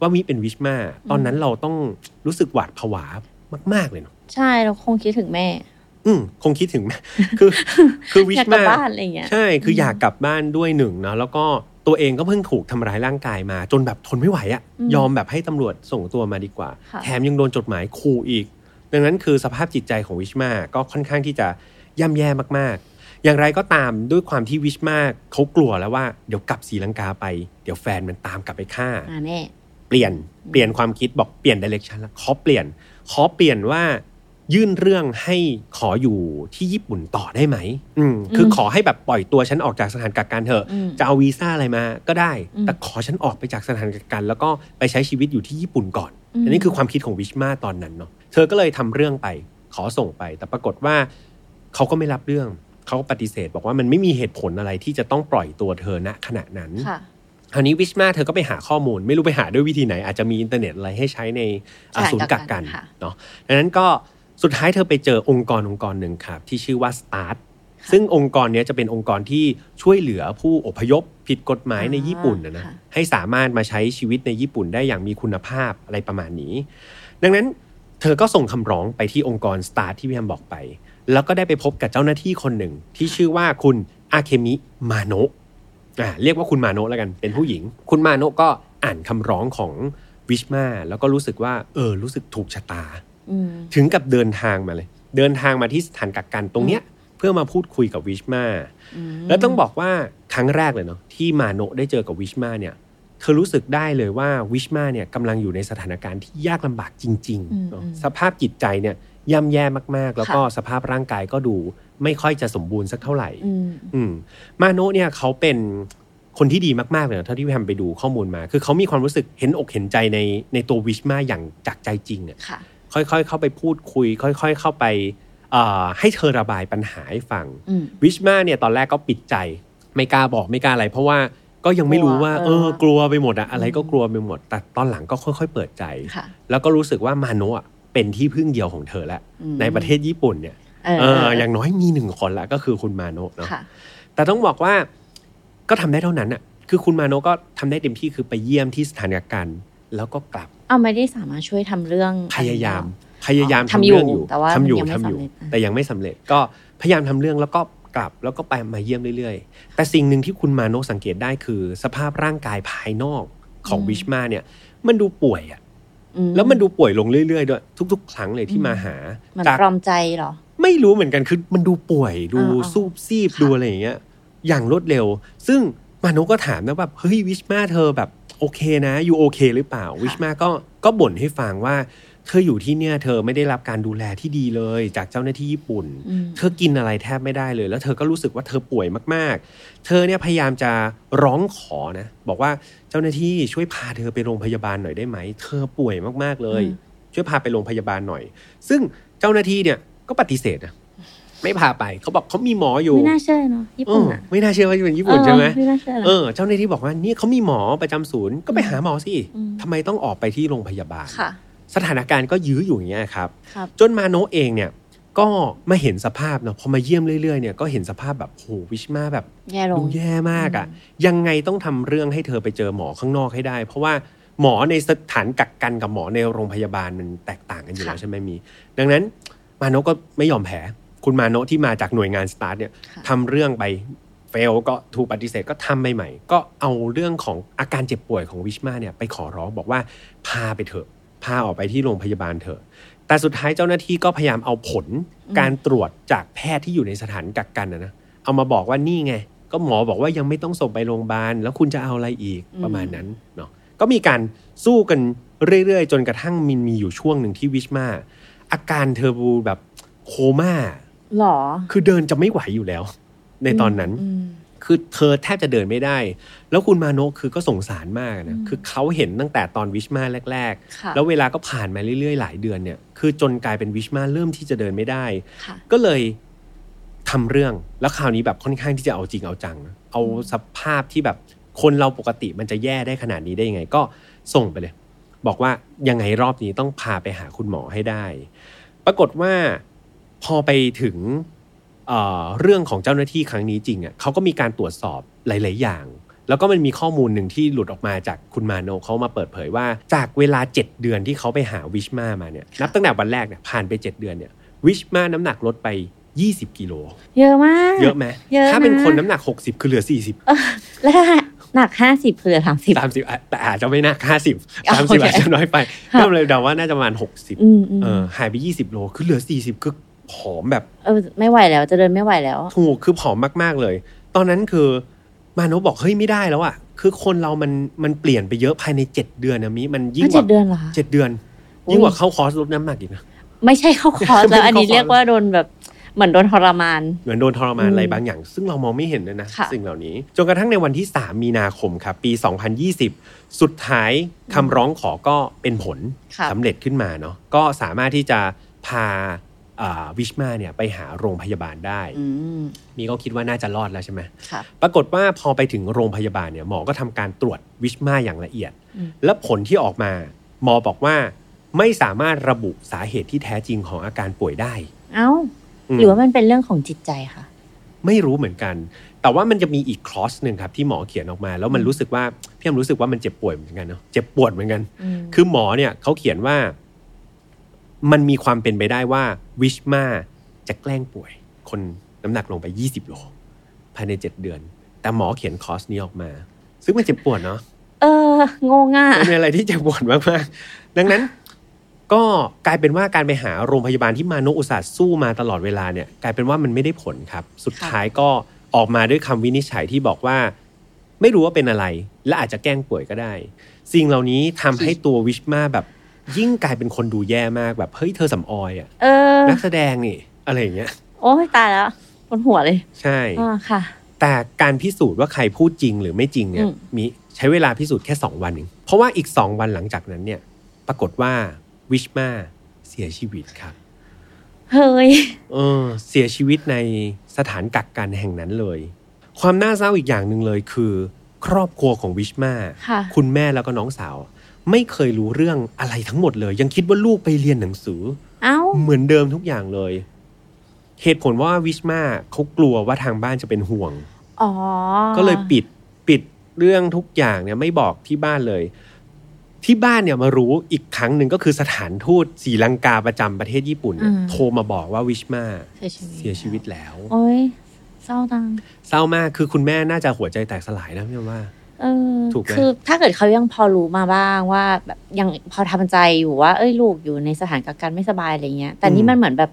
Speaker 1: ว่ามิเป็นวิชมาตอนนั้นเราต้องรู้สึกหวาดผวามาก ๆเลยเนาะ
Speaker 2: ใช่เราคงคิดถึงแม่
Speaker 1: อืมคงคิดถึง คือคือวิ
Speaker 2: อ
Speaker 1: ช
Speaker 2: ยากกลั
Speaker 1: มา
Speaker 2: บบ้านอะไรอย่างเงี้ย
Speaker 1: ใช่ คืออ
Speaker 2: ม
Speaker 1: อยากกลับบ้านด้วยหนึ่งเนาะ แล้วก็ตัวเองก็เพิ่งถูกทำร้ายร่างกายมา จนแบบทนไม่ไหวอะ
Speaker 2: อืม
Speaker 1: ยอมแบบให้ตำรวจส่งตัวมาดีกว่า
Speaker 2: ค่ะ
Speaker 1: แถมยังโดนจดหมายขู่อีก ดังนั้นคือสภาพจิตใจของวิชมาก็ค่อนข้างที่จะย่ำแย่มากๆ อย่างไรก็ตามด้วยความที่วิชมาเขากลัวแล้วว่าเดี๋ยวกลับศรีลังกาไป เดี๋ยวแฟนมันตามกลับไปฆ่า
Speaker 2: มาแน่
Speaker 1: เปลี่ยน เปลี่ยนความคิดบอกเปลี่ยนดิเรกชันละขอเปลี่ยน ขอเปลี่ยนว่ายื่นเรื่องให้ขออยู่ที่ญี่ปุ่นต่อได้ไหม อืม คืออ
Speaker 2: ม
Speaker 1: ขอให้แบบปล่อยตัวฉันออกจากสถานกักกันเถอะ
Speaker 2: อืม
Speaker 1: จะเอาวีซ่าอะไรมาก็ได้
Speaker 2: อืม
Speaker 1: แต่ขอฉันออกไปจากสถานกักกัน แล้วก็ไปใช้ชีวิตอยู่ที่ญี่ปุ่นก่อน อันนี้คือความคิดของวิชมาตอนนั้นเนาะ เธอก็เลยทำเรื่องไป ขอส่งไป แต่ปรากฏว่าเขาก็ไม่รับเรื่อง เขาก็ปฏิเสธ บอกว่ามันไม่มีเหตุผลอะไรที่จะต้องปล่อยตัวเธอณขณะนั้น
Speaker 2: ค่ะ
Speaker 1: คราวนี้วิชมาเธอก็ไปหาข้อมูล ไม่รู้ไปหาด้วยวิธีไหน อาจจะมีอินเทอร์เน็ตอะไรให้ใช้ในอ่ะ
Speaker 2: ใช่
Speaker 1: ศูนย์กักกัน
Speaker 2: กักกันค่ะ
Speaker 1: เนาะดังนั้นก็สุดท้ายเธอไปเจอองค์กรองค์กรหนึ่งครับ ที่ชื่อว่า START ซึ่งองค์กรเนี้ยจะเป็นองค์กรที่ช่วยเหลือผู้อพยพผิดกฎหมายในญี่ปุ่นนะนะ
Speaker 2: ค่ะ
Speaker 1: ให้สามารถมาใช้ชีวิตในญี่ปุ่นได้อย่างมีคุณภาพอะไรประมาณนี้ ดังนั้นเธอก็ส่งคำร้องไปที่องค์กร START ที่พี่แฮมบอกไป แล้วก็ได้ไปพบกับเจ้าหน้าที่คนหนึ่งที่ชื่อว่าคุณอาเคมิมาโนะอ่าเรียกว่าคุณมาโนะแล้วกันเป็นผู้หญิง คุณมาโนะก็อ่านคำร้องของวิชมาแล้วก็รู้สึกว่าเออรู้สึกถูกชะตา
Speaker 2: อืม
Speaker 1: ถึงกับเดินทางมาเลย เดินทางมาที่สถานกักกันตรงเนี้ยเพื่อมาพูดคุยกับวิชมา
Speaker 2: อืม
Speaker 1: แล้วต้องบอกว่าครั้งแรกเลยเนาะที่มาโนะได้เจอกับวิชมาเนี่ยเธอรู้สึกได้เลยว่าวิชมาเนี่ยกำลังอยู่ในสถานการณ์ที่ยากลำบากจริง
Speaker 2: อืม
Speaker 1: ๆเนาะ
Speaker 2: อืม
Speaker 1: สภาพจิตใจเนี่ยย่ำแย่มากๆ แล้วก็สภาพร่างกายก็ดูไม่ค่อยจะสมบูรณ์สักเท่าไหร่
Speaker 2: อืม
Speaker 1: อืมมาโนะเนี่ยเขาเป็นคนที่ดีมาก ๆ เลยนะเท่าที่แฮมไปดูข้อมูลมา คือเขามีความรู้สึกเห็นอกเห็นใจในในตัววิชมาอย่างจากใจจริงอะ
Speaker 2: ค่ะ
Speaker 1: ค่อยๆ เข้าไปพูดคุย ค่อย ๆ เข้าไปเอ่อให้เธอระบายปัญหาให้ฟัง
Speaker 2: อืม
Speaker 1: วิชมาเนี่ยตอนแรกก็ปิดใจ ไม่กล้าบอกไม่กล้าอะไร เพราะว่าก็ยังไม่รู้ว่า
Speaker 2: กลัว
Speaker 1: เอ
Speaker 2: เอ
Speaker 1: อ
Speaker 2: อ
Speaker 1: กลัวไปหมดอะอะไรก็กลัวไปหมด แต่ตอนหลังก็ค่อย ๆ เปิดใจ
Speaker 2: ค่ะ
Speaker 1: แล้วก็รู้สึกว่ามาโนะอะเป็นที่พึ่งเดียวของเธอแล้ว
Speaker 2: อืม
Speaker 1: ในประเทศญี่ปุ่นเนี่ย
Speaker 2: เออ
Speaker 1: เอ
Speaker 2: เอ
Speaker 1: อ
Speaker 2: อ
Speaker 1: อย่างน้อยมีหนึ่งคนละก็คือคุณมาโนะเนาะ
Speaker 2: ค่ะ
Speaker 1: แต่ต้องบอกว่าก็ทำได้เท่านั้นอะคือคุณมาโนะก็ทำได้เต็มที่คือไปเยี่ยมที่สถานกักกันแล้วก็กลับ
Speaker 2: เอาไม่ได้สามารถช่วยทำเรื่อง
Speaker 1: พยายามพยายาม
Speaker 2: ทำ
Speaker 1: ทำ
Speaker 2: อยู่
Speaker 1: เรื่องอยู่
Speaker 2: แต่ว่า
Speaker 1: ทำอยู่
Speaker 2: ยังไม่
Speaker 1: ทำอยู่
Speaker 2: สำเร็จอ่ะ
Speaker 1: แต่ยังไม่สำเร็จก็พยายามทำเรื่องแล้วก็กลับแล้วก็ไปมาเยี่ยมเรื่อยๆ แต่สิ่งหนึ่งที่คุณมาโนะสังเกตได้คือ สภาพร่างกายภายนอกของวิชมาเนี่ย มันดูป่วยอะ
Speaker 2: อื
Speaker 1: แล้วมันดูป่วยลงเรื่อยๆด้วยทุก ๆ ครั้งเลยที่มาหา
Speaker 2: มัน
Speaker 1: จาก
Speaker 2: ปลอมใจเหรอ
Speaker 1: ไม่รู้เหมือนกันคือมันดูป่วยดู
Speaker 2: อ่าๆ
Speaker 1: ซูบซีบ
Speaker 2: ค่ะ
Speaker 1: ดูอะไรอย่างเงี้ยอย่างรวดเร็ว ซึ่งมาโนะก็ถามนะแบบเฮ้ยวิชมาเธอแบบโอเคนะอยู่โอเคหรือเปล่า วิชมาก็ก็บ่นให้ฟังว่า เธออยู่ที่เนี่ยเธอไม่ได้รับการดูแลที่ดีเลย จากเจ้าหน้าที่ญี่ปุ่น
Speaker 2: อืม
Speaker 1: เธอกินอะไรแทบไม่ได้เลย แล้วเธอก็รู้สึกว่าเธอป่วยมากๆ เธอเนี่ยพยายามจะร้องขอนะ บอกว่าเจ้าหน้าที่ช่วยพาเธอไปโรงพยาบาลหน่อยได้ไหม เธอป่วยมากๆเลย
Speaker 2: อืม
Speaker 1: ช่วยพาไปโรงพยาบาลหน่อย ซึ่งเจ้าหน้าที่เนี่ยก็ปฏิเสธนะไม่พาไปเขาบอกเขามีหมออยู่
Speaker 2: ไม่น่าเชื่อเนาะญี่
Speaker 1: เอ
Speaker 2: ปุ่น
Speaker 1: อ
Speaker 2: อ่ะ
Speaker 1: ไม่น่าเชื่อว่าจะเป็นญี่ปุ่นใช่ไหม
Speaker 2: เออไม่น่าเชื่อ
Speaker 1: เอ
Speaker 2: เนาะ
Speaker 1: อเจ้าหน้าที่บอกว่าเนี่ยเขามีหมอประจำศูนย์ก็ไปหาหมอสิ
Speaker 2: อืม
Speaker 1: ทำไมต้องออกไปที่โรงพยาบาล
Speaker 2: ค่ะ
Speaker 1: สถานการณ์ก็ยื้ออยู่อย่างเงี้ยครับ
Speaker 2: ครับ
Speaker 1: จนมาโนะเองเนี่ยก็มาเห็นสภาพเนาะพอมาเยี่ยมเรื่อยๆเนี่ยก็เห็นสภาพแบบโหวิชมาแบบ
Speaker 2: แย่ล
Speaker 1: ดู
Speaker 2: ง
Speaker 1: แย่มากอะ่ะ ยังไงต้องทำเรื่องให้เธอไปเจอหมอข้างนอกให้ได้ เพราะว่าหมอในสถานกักกันกับหมอในโรงพยาบาลมันแตกต่างกันอยู่แล้ว
Speaker 2: ค่ะ
Speaker 1: ใช่ไหมมี ดังนั้นมาโนะก็ไม่ยอมแพ้คุณมาโนะที่มาจากหน่วยงานสตาร์ทเนี่ย
Speaker 2: ค่ะ
Speaker 1: ทำเรื่องไปเฟลก็ถูกปฏิเสธก็ทำไปใหม่ ก็เอาเรื่องของอาการเจ็บป่วยของวิชมาเนี่ยไปขอร้องบอกว่าพาไปเถอะ พาออกไปที่โรงพยาบาลเถอะ แต่สุดท้ายเจ้าหน้าที่ก็พยายามเอาผล
Speaker 2: อืม
Speaker 1: การตรวจจากแพทย์ที่อยู่ในสถานกักกันนะนะ เอามาบอกว่านี่ไง ก็หมอบอกว่ายังไม่ต้องส่งไปโรงพยาบาล แล้วคุณจะเอาอะไรอีก
Speaker 2: อืม
Speaker 1: ประมาณนั้นเนาะก็มีการสู้กันเรื่อยๆ จนกระทั่งมินมีอยู่ช่วงหนึ่งที่วิชมา อาการเธอบูแบบโคม่า
Speaker 2: หรอ
Speaker 1: คือเดินจะไม่ไหวอยู่แล้ว ในตอนนั้น
Speaker 2: ม
Speaker 1: คือเธอแทบจะเดินไม่ได้ แล้วคุณมาโนะคือก็สงสารมากนะ
Speaker 2: อืม
Speaker 1: คือเขาเห็นตั้งแต่ตอนวิชมาแรก
Speaker 2: ค่ะ
Speaker 1: ๆ แล้วเวลาก็ผ่านมาเรื่อยๆ หลายเดือนเนี่ย คือจนกลายเป็นวิชมาเริ่มที่จะเดินไม่ได้
Speaker 2: ค่ะ
Speaker 1: ก็เลยทำเรื่อง แล้วคราวนี้แบบค่อนข้างที่จะเอาจริงเอาจังนะเอาสภาพที่แบบคนเราปกติมันจะแย่ได้ขนาดนี้ได้ยังไง ก็ส่งไปเลย บอกว่ายังไงรอบนี้ต้องพาไปหาคุณหมอให้ได้ ปรากฏว่าพอไปถึงเอ่อเรื่องของเจ้าหน้าที่ครั้งนี้จริงอ่ะเขาก็มีการตรวจสอบหลาย ๆ อย่าง แล้วก็มันมีข้อมูลหนึ่งที่หลุดออกมาจากคุณมาโนเขามาเปิดเผยว่า จากเวลา 7 เดือนที่เขาไปหาวิชมามาเนี่ยนับตั้งแต่วันแรกเนี่ยผ่านไป 7 เดือนเนี่ย วิชมาน้ำหนักลดไป 20 กิโล
Speaker 2: เยอะมาก
Speaker 1: เยอะไหม
Speaker 2: เยอะนะ
Speaker 1: ถ้าเป็นคนน้ำหนัก 60 คือเหลือ 40
Speaker 2: แล้วถ้าหนักห้าสิบเหลือสามสิบ
Speaker 1: 30อ่ะแต่อาจจะไม่น่า50
Speaker 2: อ๋อโอ
Speaker 1: 30
Speaker 2: เค
Speaker 1: อาจจะน้อยไป
Speaker 2: ค่ะ
Speaker 1: ก็เลยเดาว่าน่าจะประมาณ 60
Speaker 2: อืมอืม
Speaker 1: เออหายไป 20 โล คือเหลือ 40 คือผอมแบบ
Speaker 2: เออไม่ไหวแล้วจะเดินไม่ไหวแล้ว
Speaker 1: ถูกคือผอมมาก ๆ เลย ตอนนั้นคือมาโนบอก เฮ้ย ไม่ได้แล้วอะคือคนเรามันมันเปลี่ยนไปเยอะภายใน 7 เดือนนะมิมันยิ่ง
Speaker 2: ก็
Speaker 1: ก
Speaker 2: เจ็
Speaker 1: ว่า
Speaker 2: ดเดือนเหรอคะ
Speaker 1: เจ็ดเดือน
Speaker 2: อุ๊ย
Speaker 1: ยิ่งกว่าเข้าคอร์สลดน้ำหนักอีกนะ
Speaker 2: ไม่ใช่เข้าคอร์สแล้วอันนี้
Speaker 1: ไม่เข้าคอร์ส
Speaker 2: เรียกว่าโดนแบบเหมือนโดนทรมาน
Speaker 1: เหมือนโดนทรมาน
Speaker 2: อืม
Speaker 1: อะไรบางอย่าง ซึ่งเรามองไม่เห็นเลยนะ
Speaker 2: ค่ะ
Speaker 1: สิ่งเหล่านี้ จนกระทั่งในวันที่ 3 มีนาคมครับ ปี 2020 สุดท้ายคำร้องขอก็เป็นผล
Speaker 2: ค่ะ
Speaker 1: สำเร็จขึ้นมาเนาะก็สามารถที่จะพาอ่าวิชมาเนี่ยไปหาโรงพยาบาลได้
Speaker 2: อืม
Speaker 1: มีก็คิดว่าน่าจะรอดแล้วใช่ไหม
Speaker 2: ค่ะ
Speaker 1: ปรากฏว่าพอไปถึงโรงพยาบาลเนี่ยหมอก็ทำการตรวจวิชมาอย่างละเอียด
Speaker 2: อืม
Speaker 1: และผลที่ออกมาหมอบอกว่าไม่สามารถระบุสาเหตุที่แท้จริงของอาการป่วยได้
Speaker 2: เอ้า
Speaker 1: ม
Speaker 2: หรือว่ามันเป็นเรื่องของจิตใจค่ะ
Speaker 1: ไม่รู้เหมือนกัน แต่ว่ามันจะมีอีกคลอสหนึ่งครับที่หมอเขียนออกมา แล้วมันรู้สึกว่าพี่แอมรู้สึกว่ามันเจ็บป่วยเหมือนกันเนาะ เจ็บปวดเหมือนกัน คือหมอเนี่ยเขาเขียนว่า มันมีความเป็นไปได้ว่าวิชมาจะแกล้งป่วย คนน้ำหนักลงไป 20 โล ภายใน 7 เดือน แต่หมอเขียนคอร์สนี้ออกมา ซึ่งมันเจ็บปวดเนาะ
Speaker 2: เอองงอ่ะ
Speaker 1: มันเป็นอะไรที่เจ็บปวดมากๆ ดังนั้นก็กลายเป็นว่าการไปหาโรงพยาบาลที่มาโนอุตสาห์สู้มาตลอดเวลาเนี่ยกลายเป็นว่ามันไม่ได้ผลครับ สุดท้ายก็ออกมาด้วยคำวินิจฉัยที่บอกว่า ไม่รู้ว่าเป็นอะไร และอาจจะแกล้งป่วยก็ได้ สิ่งเหล่านี้ทำให้ตัววิชมาแบบ ยิ่งกลายเป็นคนดูแย่มากแบบเฮ้ยเธอสำออยอะ
Speaker 2: เออ
Speaker 1: นักแสดงนี่อะไรอย่างเงี้ย
Speaker 2: โอ้ยตายแล้วปวดหัวเลย
Speaker 1: ใช่
Speaker 2: อ่าค่ะ
Speaker 1: แต่การพิสูจน์ว่าใครพูดจริงหรือไม่จริงเนี่ย
Speaker 2: อืม
Speaker 1: มีใช้เวลาพิสูจน์แค่ 2 วันเองเพราะว่าอีก 2 วันหลังจากนั้นเนี่ย ปรากฏว่าวิชมาเสียชีวิตครับ
Speaker 2: เฮ้ย
Speaker 1: เออเสียชีวิตในสถานกักกันแห่งนั้นเลย ความน่าเศร้าอีกอย่างหนึ่งเลยคือ ครอบครัวของวิชมา
Speaker 2: ค่ะ
Speaker 1: คุณแม่แล้วก็น้องสาว ไม่เคยรู้เรื่องอะไรทั้งหมดเลย ยังคิดว่าลูกไปเรียนหนังสือ
Speaker 2: เอ้า
Speaker 1: เหมือนเดิมทุกอย่างเลย เหตุผลว่าวิชมาเขากลัวว่าทางบ้านจะเป็นห่วง
Speaker 2: อ๋อ
Speaker 1: ก็เลยปิดปิดเรื่องทุกอย่างเนี่ยไม่บอกที่บ้านเลย ที่บ้านเนี่ยมารู้อีกครั้งหนึ่งก็คือสถานทูตศรีลังกาประจำประเทศญี่ปุ่นเนี่ยโทรมาบอกว่าวิชมา
Speaker 2: เสียชีวิต
Speaker 1: เสียชีวิตแล้ว
Speaker 2: โอ้ยเศร้าจัง
Speaker 1: เศร้ามากคือคุณแม่น่าจะหัวใจแตกสลายนะพี่ว่า
Speaker 2: เออ
Speaker 1: ถูกไหม
Speaker 2: คือถ้าเกิดเขายังพอรู้มาบ้างว่า แบบยังพอทำใจอยู่ว่า เอ้ยลูกอยู่ในสถานกักกันไม่สบายอะไรเงี้ย แต่นี่มันเหมือนแบบ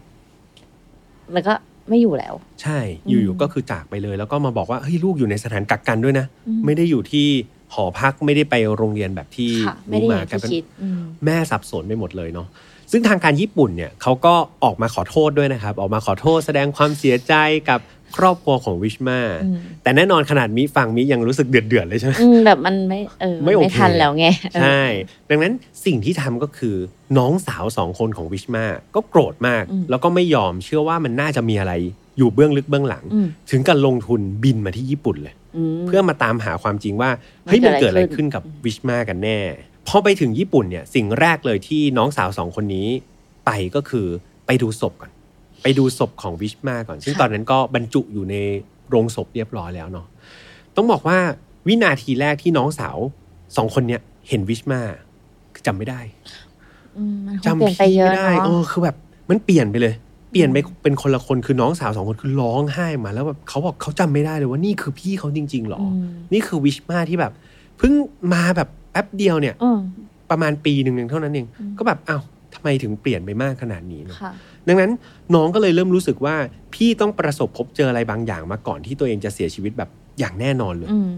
Speaker 2: มันก็ไม่อยู่แล้ว
Speaker 1: ใช่อยู่
Speaker 2: อืม
Speaker 1: ๆก็คือจากไปเลย แล้วก็มาบอกว่าเฮ้ยลูกอยู่ในสถานกักกันด้วยนะ
Speaker 2: อืม
Speaker 1: ไม่ได้อยู่ที่หอพักไม่ได้ไปโรงเรียนแบบที่
Speaker 2: ค่ะ ไม่
Speaker 1: รู้
Speaker 2: ได้
Speaker 1: มา
Speaker 2: อย่าง
Speaker 1: กัน
Speaker 2: ที่
Speaker 1: เป็น
Speaker 2: คิดอืม
Speaker 1: แม่สับสนไปหมดเลยเนาะ ซึ่งทางการญี่ปุ่นเนี่ยเขาก็ออกมาขอโทษด้วยนะครับ ออกมาขอโทษแสดงความเสียใจกับครอบครัวของวิชมา
Speaker 2: อืม
Speaker 1: แต่แน่นอนขนาดมิฟังมิยังรู้สึกเดือดเดือดๆเลยใช่ไหม
Speaker 2: อืมแบบมันไม่เออ
Speaker 1: ไม่โอเค
Speaker 2: ทันแล้วไงเออ
Speaker 1: ใช่ ดังนั้นสิ่งที่ทำก็คือน้องสาวสองคนของวิชมา ก็โกรธมาก
Speaker 2: อืม
Speaker 1: แล้วก็ไม่ยอมเชื่อว่ามันน่าจะมีอะไรอยู่เบื้องลึกเบื้องหลัง
Speaker 2: อืม
Speaker 1: ถึงกับลงทุนบินมาที่ญี่ปุ่นเลย
Speaker 2: อืม
Speaker 1: เพื่อมาตามหาความจริงว่าเฮ้ย
Speaker 2: มั
Speaker 1: มัน
Speaker 2: นเกิ
Speaker 1: เกิด
Speaker 2: ด
Speaker 1: อะ
Speaker 2: อะไร ไรขึ้
Speaker 1: ขึ้น
Speaker 2: น
Speaker 1: กับวิชมากันแน่ พอไปถึงญี่ปุ่นเนี่ยสิ่งแรกเลยที่น้องสาวสองคนนี้ไปก็คือไปดูศพก่อน ไปดูศพของวิชมาก่อน ซึ่งตอนนั้นก็บรรจุอยู่ในโรงศพเรียบร้อยแล้วเนาะต้องบอกว่าวินาทีแรกที่น้องสาวสองคนเนี่ยเห็นวิชมาจำไม่ได้
Speaker 2: มมันคง
Speaker 1: จำ
Speaker 2: เปลี่ยนไป
Speaker 1: พี่
Speaker 2: เยอะ
Speaker 1: ไม่ได้เอ
Speaker 2: เนาะ
Speaker 1: อคือแบบมันเปลี่ยนไปเลย เปลี่ยนไปเป็นคนละคนคือน้องสาวสองคนคือร้องไห้มาแล้วแบบเขาบอกเขาจำไม่ได้เลยว่านี่คือพี่เขาจริงๆหรออ
Speaker 2: ม
Speaker 1: นี่คือวิชมาที่แบบเพิ่งมาแบบแป๊บเดียวเนี่ย
Speaker 2: เออ
Speaker 1: ประมาณปีหนึ่งเองเท่านั้นเอง
Speaker 2: อืม
Speaker 1: ก็แบบอ้าว ทำไมถึงเปลี่ยนไปมากขนาดนี้เนอะ
Speaker 2: ค่ะ
Speaker 1: ดังนั้นน้องก็เลยเริ่มรู้สึกว่า พี่ต้องประสบพบเจออะไรบางอย่างมาก่อนที่ตัวเองจะเสียชีวิตแบบอย่างแน่นอนเลย
Speaker 2: อืม